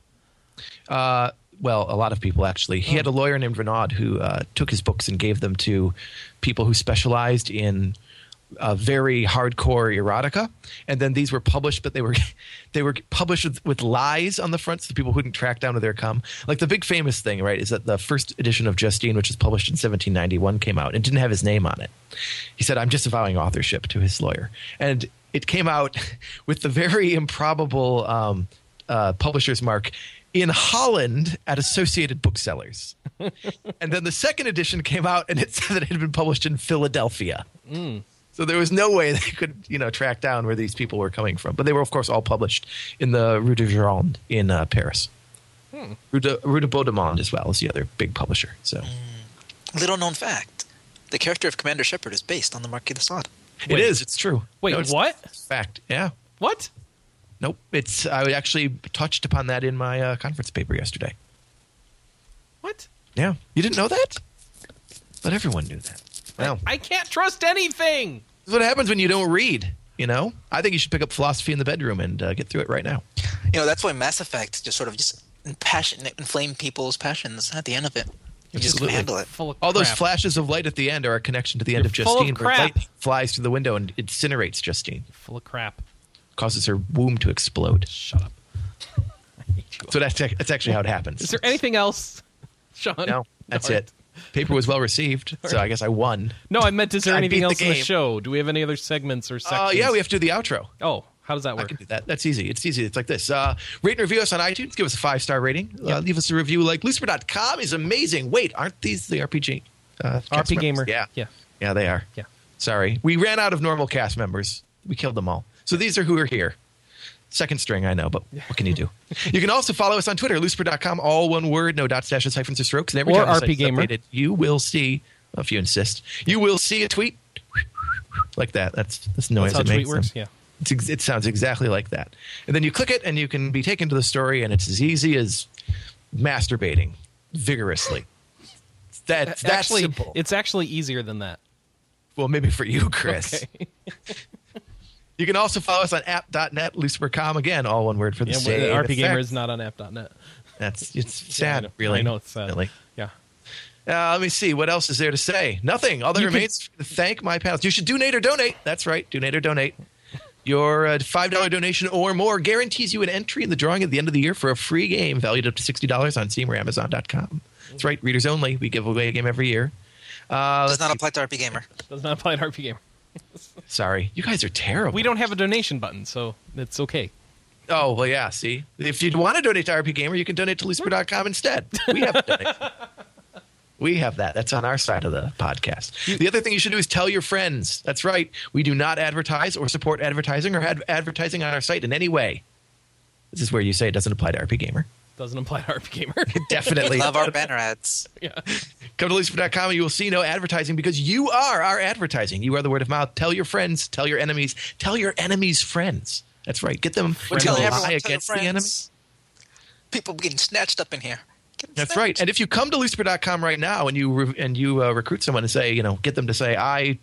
S2: uh, well, a lot of people actually. He had a lawyer named Renaud who uh, took his books and gave them to people who specialized in uh, very hardcore erotica. And then these were published, but they were they were published with, with lies on the front, so people couldn't track down to their come. Like the big famous thing, right, is that the first edition of Justine, which was published in 1791, came out and didn't have his name on it. He said, "I'm disavowing authorship" to his lawyer, and it came out with the very improbable um, uh, publisher's mark in Holland at Associated Booksellers. and then the second edition came out and it said that it had been published in Philadelphia.
S1: Mm.
S2: So there was no way they could, you know, track down where these people were coming from. But they were, of course, all published in the Rue de Gironde in uh, Paris.
S1: Hmm.
S2: Rue, de, Rue de Baudemont as well as the other big publisher. So
S1: Mm.
S4: Little known fact: the character of Commander Shepard is based on the Marquis de Sade.
S2: it
S1: Wait.
S2: is. It's true.
S1: Wait,
S2: No, it's
S1: what?
S2: Fact. Yeah.
S1: What?
S2: Nope. It's. I actually touched upon that in my uh, conference paper yesterday.
S1: What?
S2: Yeah. You didn't know that? But everyone knew that. Well,
S1: I can't trust anything.
S2: this is what happens when you don't read, you know? I think you should pick up philosophy in the bedroom and uh, get through it right now.
S4: You know that's why Mass Effect just sort of just passion inflame people's passions at the end of it. You just can
S2: Absolutely.
S4: handle it.
S1: Full of
S2: All those
S1: crap.
S2: flashes of light at the end are a connection to the end
S1: You're
S2: of
S1: full of
S2: Justine, where
S1: crap.
S2: light flies through the window and incinerates Justine,
S1: full of crap.
S2: causes her womb to explode.
S1: Shut up.
S2: So that's, ac- that's actually how it happens.
S1: Is there anything else, Sean?
S2: No, that's
S1: Darn.
S2: it. Paper was well received, so I guess I won.
S1: No, I meant is there
S2: I beat
S1: anything
S2: the
S1: else in the
S2: game.
S1: show? Do we have any other segments or sections?
S2: Uh, yeah, we have to do the outro.
S1: Oh, how does that work?
S2: I can do that. That's easy. It's easy. It's like this. Uh, rate and review us on iTunes. Give us a five star rating. Uh, leave us a review like Lucifer.com is amazing. Wait, aren't these the RPG? Uh, cast
S1: RP Gamer.
S2: members? Yeah.
S1: Yeah.
S2: Yeah, they are.
S1: Yeah.
S2: Sorry. We ran out of normal cast members. We killed them all. So these are who are here. Second string, I know, but what can you do? you can also follow us on Twitter, Lucifer.com, all one word, no dots, dashes, hyphens, or strokes. And every
S1: Or
S2: time the
S1: RP
S2: site's
S1: Gamer.
S2: updated, you will see, well, if you insist, you will see a tweet like that. That's, that's the noise
S1: That's how
S2: it
S1: tweet
S2: makes
S1: works.
S2: them.
S1: Yeah.
S2: It's ex- it sounds exactly like that. And then you click it, and you can be taken to the story, and it's as easy as masturbating vigorously. That's that's
S1: actually,
S2: simple.
S1: It's actually easier than that.
S2: well, maybe for you, Chris.
S1: Okay.
S2: You can also follow us on app.net, lucifer.com. Again, all one word for the
S1: Yeah,
S2: same.
S1: well, RP Gamer
S2: effect.
S1: is not on app.net.
S2: That's it's
S1: Yeah, I
S2: sad,
S1: know.
S2: really.
S1: I know it's sad.
S2: Really.
S1: Yeah.
S2: Uh, let me see. What else is there to say? Nothing. All that
S1: You can-
S2: remains to thank my pals. You should donate or donate. That's right. Donate or donate. Your uh, $5 donation or more guarantees you an entry in the drawing at the end of the year for a free game valued up to $60 on Steam or Amazon.com. That's right. Readers only. We give away a game every year.
S4: Does Uh, not apply to RP Gamer.
S1: Does not apply to RP Gamer.
S2: Sorry. You guys are terrible.
S1: We don't have a donation button, so it's okay.
S2: Oh, well, yeah. See, if you want to donate to RP Gamer, you can donate to Lucifer.com instead. We have a donation. We have that. That's on our side of the podcast. The other thing you should do is tell your friends. That's right. We do not advertise or support advertising or ad- advertising on our site in any way. This is where you say it doesn't apply to RP Gamer.
S1: Doesn't apply to RP Gamer.
S2: Definitely.
S4: Love our banner ads.
S1: yeah.
S2: Come to Lucifer.com and you will see no advertising because you are our advertising. You are the word of mouth. Tell your friends, tell your enemies, tell your enemies' friends. That's right. Get them
S4: We're
S2: to
S4: telling
S2: lie
S4: everyone, tell your
S2: against the
S4: friends.
S2: enemy.
S4: people getting snatched up in here. Getting
S2: That's
S4: snatched.
S2: right. And if you come to looseper.com right now and you re- and you uh, recruit someone and say, you know, get them to say, I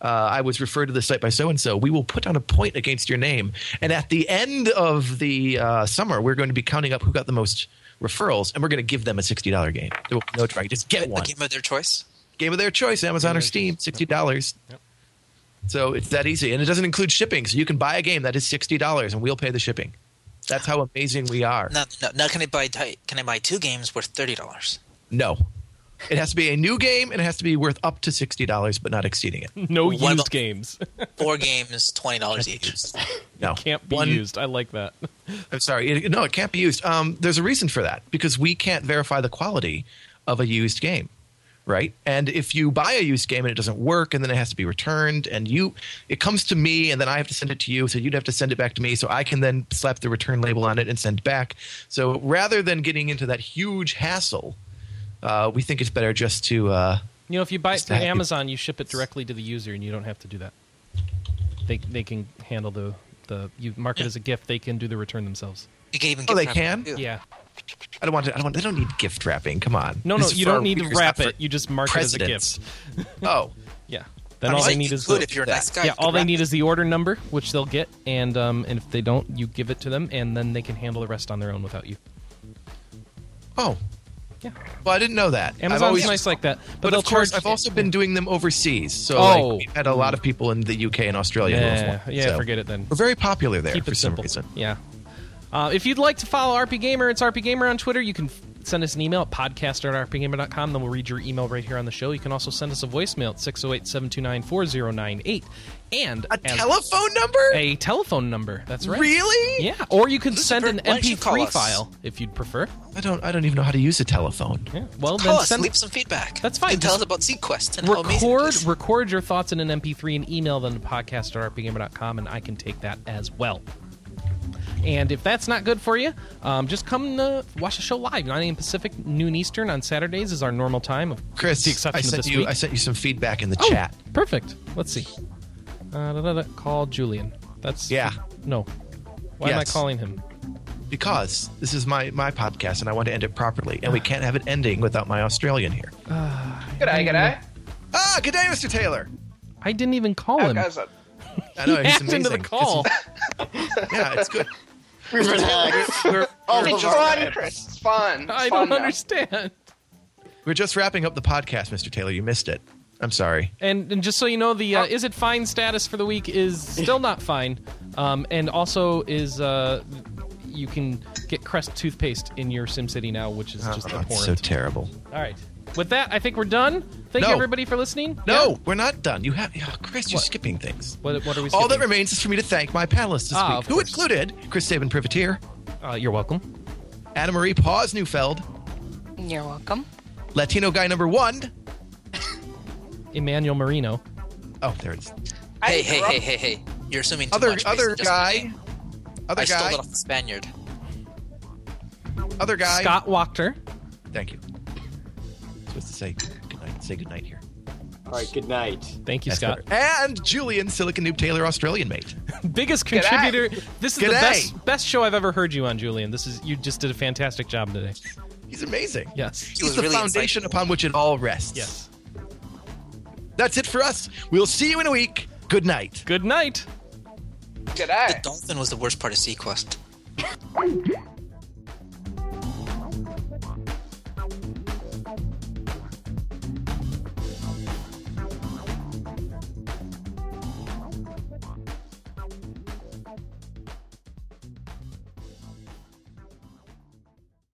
S2: uh, I was referred to this site by so and so, we will put down a point against your name. And at the end of the uh, summer, we're going to be counting up who got the most referrals, and we're going to give them a sixty dollar game. There will be no try. Just get
S4: A
S2: one
S4: game of their choice.
S2: game of their choice, Amazon or Steam, sixty dollars. So it's that easy, and it doesn't include shipping. So you can buy a game that is sixty dollars, and we'll pay the shipping. That's how amazing we are.
S4: No, no, now can I buy ti- can I buy two games worth thirty dollars?
S2: No. It has to be a new game and it has to be worth up to $60, but not exceeding it.
S1: No
S4: What
S1: used
S4: about-
S1: games.
S4: Four games, twenty dollars each.
S2: Oh, No.
S1: Can't be
S2: One-
S1: used. I like that.
S2: I'm sorry. It, no, it can't be used. Um, there's a reason for that because we can't verify the quality of a used game, right? And if you buy a used game and it doesn't work, and then it has to be returned, and you, it comes to me, and then I have to send it to you, so you'd have to send it back to me, so I can then slap the return label on it and send back. So rather than getting into that huge hassle, uh, we think it's better just to. Uh,
S1: You know, if you buy it
S2: Just
S1: through
S2: happy.
S1: Amazon, you ship it directly to the user, and you don't have to do that. They they can handle the the you mark it as a gift. They can do the return themselves.
S4: You can even
S2: Oh,
S4: get
S2: they
S4: that
S2: can?
S4: too.
S1: Yeah.
S2: I don't want to. I don't want. They don't need gift wrapping. Come on.
S1: No,
S2: This
S1: no,
S2: is
S1: you
S2: for
S1: don't
S2: our
S1: need to
S2: readers,
S1: wrap
S2: not
S1: it. You just mark
S2: for
S1: it as
S2: presidents.
S1: a gift.
S2: Oh,
S1: Yeah. Then
S4: I
S1: all
S4: mean,
S1: they
S4: you
S1: need is
S4: could
S1: the,
S4: if you're a nice guy.
S1: yeah.
S4: you
S1: All
S4: could
S1: they
S4: wrap
S1: need
S4: it.
S1: is the order number, which they'll get, and um, and if they don't, you give it to them, and then they can handle the rest on their own without you.
S2: oh.
S1: Yeah.
S2: Well, I didn't know that. I've
S1: Amazon's
S2: always-
S1: nice like that, but,
S2: But
S1: they'll
S2: of course,
S1: charge.
S2: I've also been doing them overseas. So
S1: Oh.
S2: like, we've had a lot of people in the UK and Australia. who have
S1: yeah,
S2: one,
S1: yeah.
S2: so.
S1: Forget it then.
S2: We're very popular there
S1: Keep
S2: for
S1: it
S2: some
S1: simple.
S2: reason.
S1: Yeah. Uh, if you'd like to follow RP Gamer, it's RP Gamer on Twitter. You can f- send us an email at podcast at rpgamer.com. Then we'll read your email right here on the show. You can also send us a voicemail at 608 729 4098. And
S2: A
S1: as-
S2: telephone number?
S1: a telephone number. That's right.
S2: Really?
S1: Yeah. Or you can send
S4: per-
S1: an
S4: why don't you call
S1: MP3
S4: us?
S1: file if you'd prefer.
S2: I don't. I don't even know how to use a telephone.
S1: Yeah. Well,
S4: Call
S1: then
S4: us.
S1: send.
S4: leave some feedback.
S1: That's fine,
S4: And tell
S1: just
S4: us about ZQuest and how amazing it
S1: record
S4: is.
S1: record your thoughts in an mp3 and email them to podcast at rpgamer.com and i can take that as well and if that's not good for you um, just come uh, watch the show live 9 a.m pacific noon eastern on saturdays is our normal time of
S2: Chris,
S1: the exception
S2: I
S1: of
S2: sent
S1: this
S2: you.
S1: week
S2: I sent you some feedback in the
S1: Oh,
S2: chat.
S1: perfect let's see uh, da, da, da, call julian that's
S2: Yeah.
S1: no why am i
S2: Yes.
S1: calling him
S2: because this is my my podcast and I want to end it properly, and we can't have it ending without my Australian here.
S8: G'day, g'day.
S2: Ah, good day, Mr. Taylor.
S1: i didn't even call
S8: How
S1: him
S8: goes it?
S2: I know
S1: he
S2: he's
S1: hacked
S2: amazing.
S1: into the call
S2: It's- yeah, it's good.
S5: We've been hacked.
S2: We're,
S1: Oh,
S2: we're,
S8: It's
S2: just,
S8: fun, Chris. It's fun. It's
S1: i
S8: fun
S1: don't
S8: now.
S1: understand
S2: we're just wrapping up the podcast, Mr. Taylor. You missed it. I'm sorry.
S1: And, and just so you know, the uh, is it fine status for the week is still not fine, um, and also is uh, you can get Crest toothpaste in your SimCity now, which is just
S2: Oh, it's so
S1: abhorrent.
S2: terrible.
S1: All right, with that, I think we're done. Thank
S2: No.
S1: you everybody for listening.
S2: No,
S1: Yeah?
S2: we're not done. You have, oh, Chris, you're skipping things.
S1: What, what are we?
S2: All that
S1: skipping?
S2: remains is for me to thank my panelists this
S1: Ah,
S2: week,
S1: of
S2: who
S1: course.
S2: included Chris Saban Privateer,
S1: Uh, you're welcome.
S2: Anna Marie Paws Newfeld,
S3: You're welcome.
S2: Latino guy number one.
S1: Emmanuel Marino.
S2: Oh, there it is.
S4: Hey, hey, hey, hey, hey! You're assuming too
S2: Other
S4: much based
S2: other
S4: on just my
S2: guy,
S4: name.
S2: other
S4: I stole
S2: guy,
S4: it off the Spaniard.
S2: other guy.
S1: Scott Wachter.
S2: Thank you. Supposed to say good night. Say good night here.
S5: All right, good night.
S1: Thank you,
S2: That's
S1: Scott.
S2: better. And Julian Silicon Noob Taylor, Australian mate.
S1: Biggest
S8: G'day.
S1: contributor. This is the
S2: G'day.
S1: best best show I've ever heard you on, Julian. This is you just did a fantastic job today.
S2: He's amazing.
S1: Yes.
S4: He
S2: He's
S4: was
S2: the
S4: really
S2: foundation
S4: insightful.
S2: upon which it all rests.
S1: Yes.
S2: That's it for us. We'll see you in a week. Good night.
S1: Good night.
S8: G'day.
S4: The dolphin was the worst part of Sequest.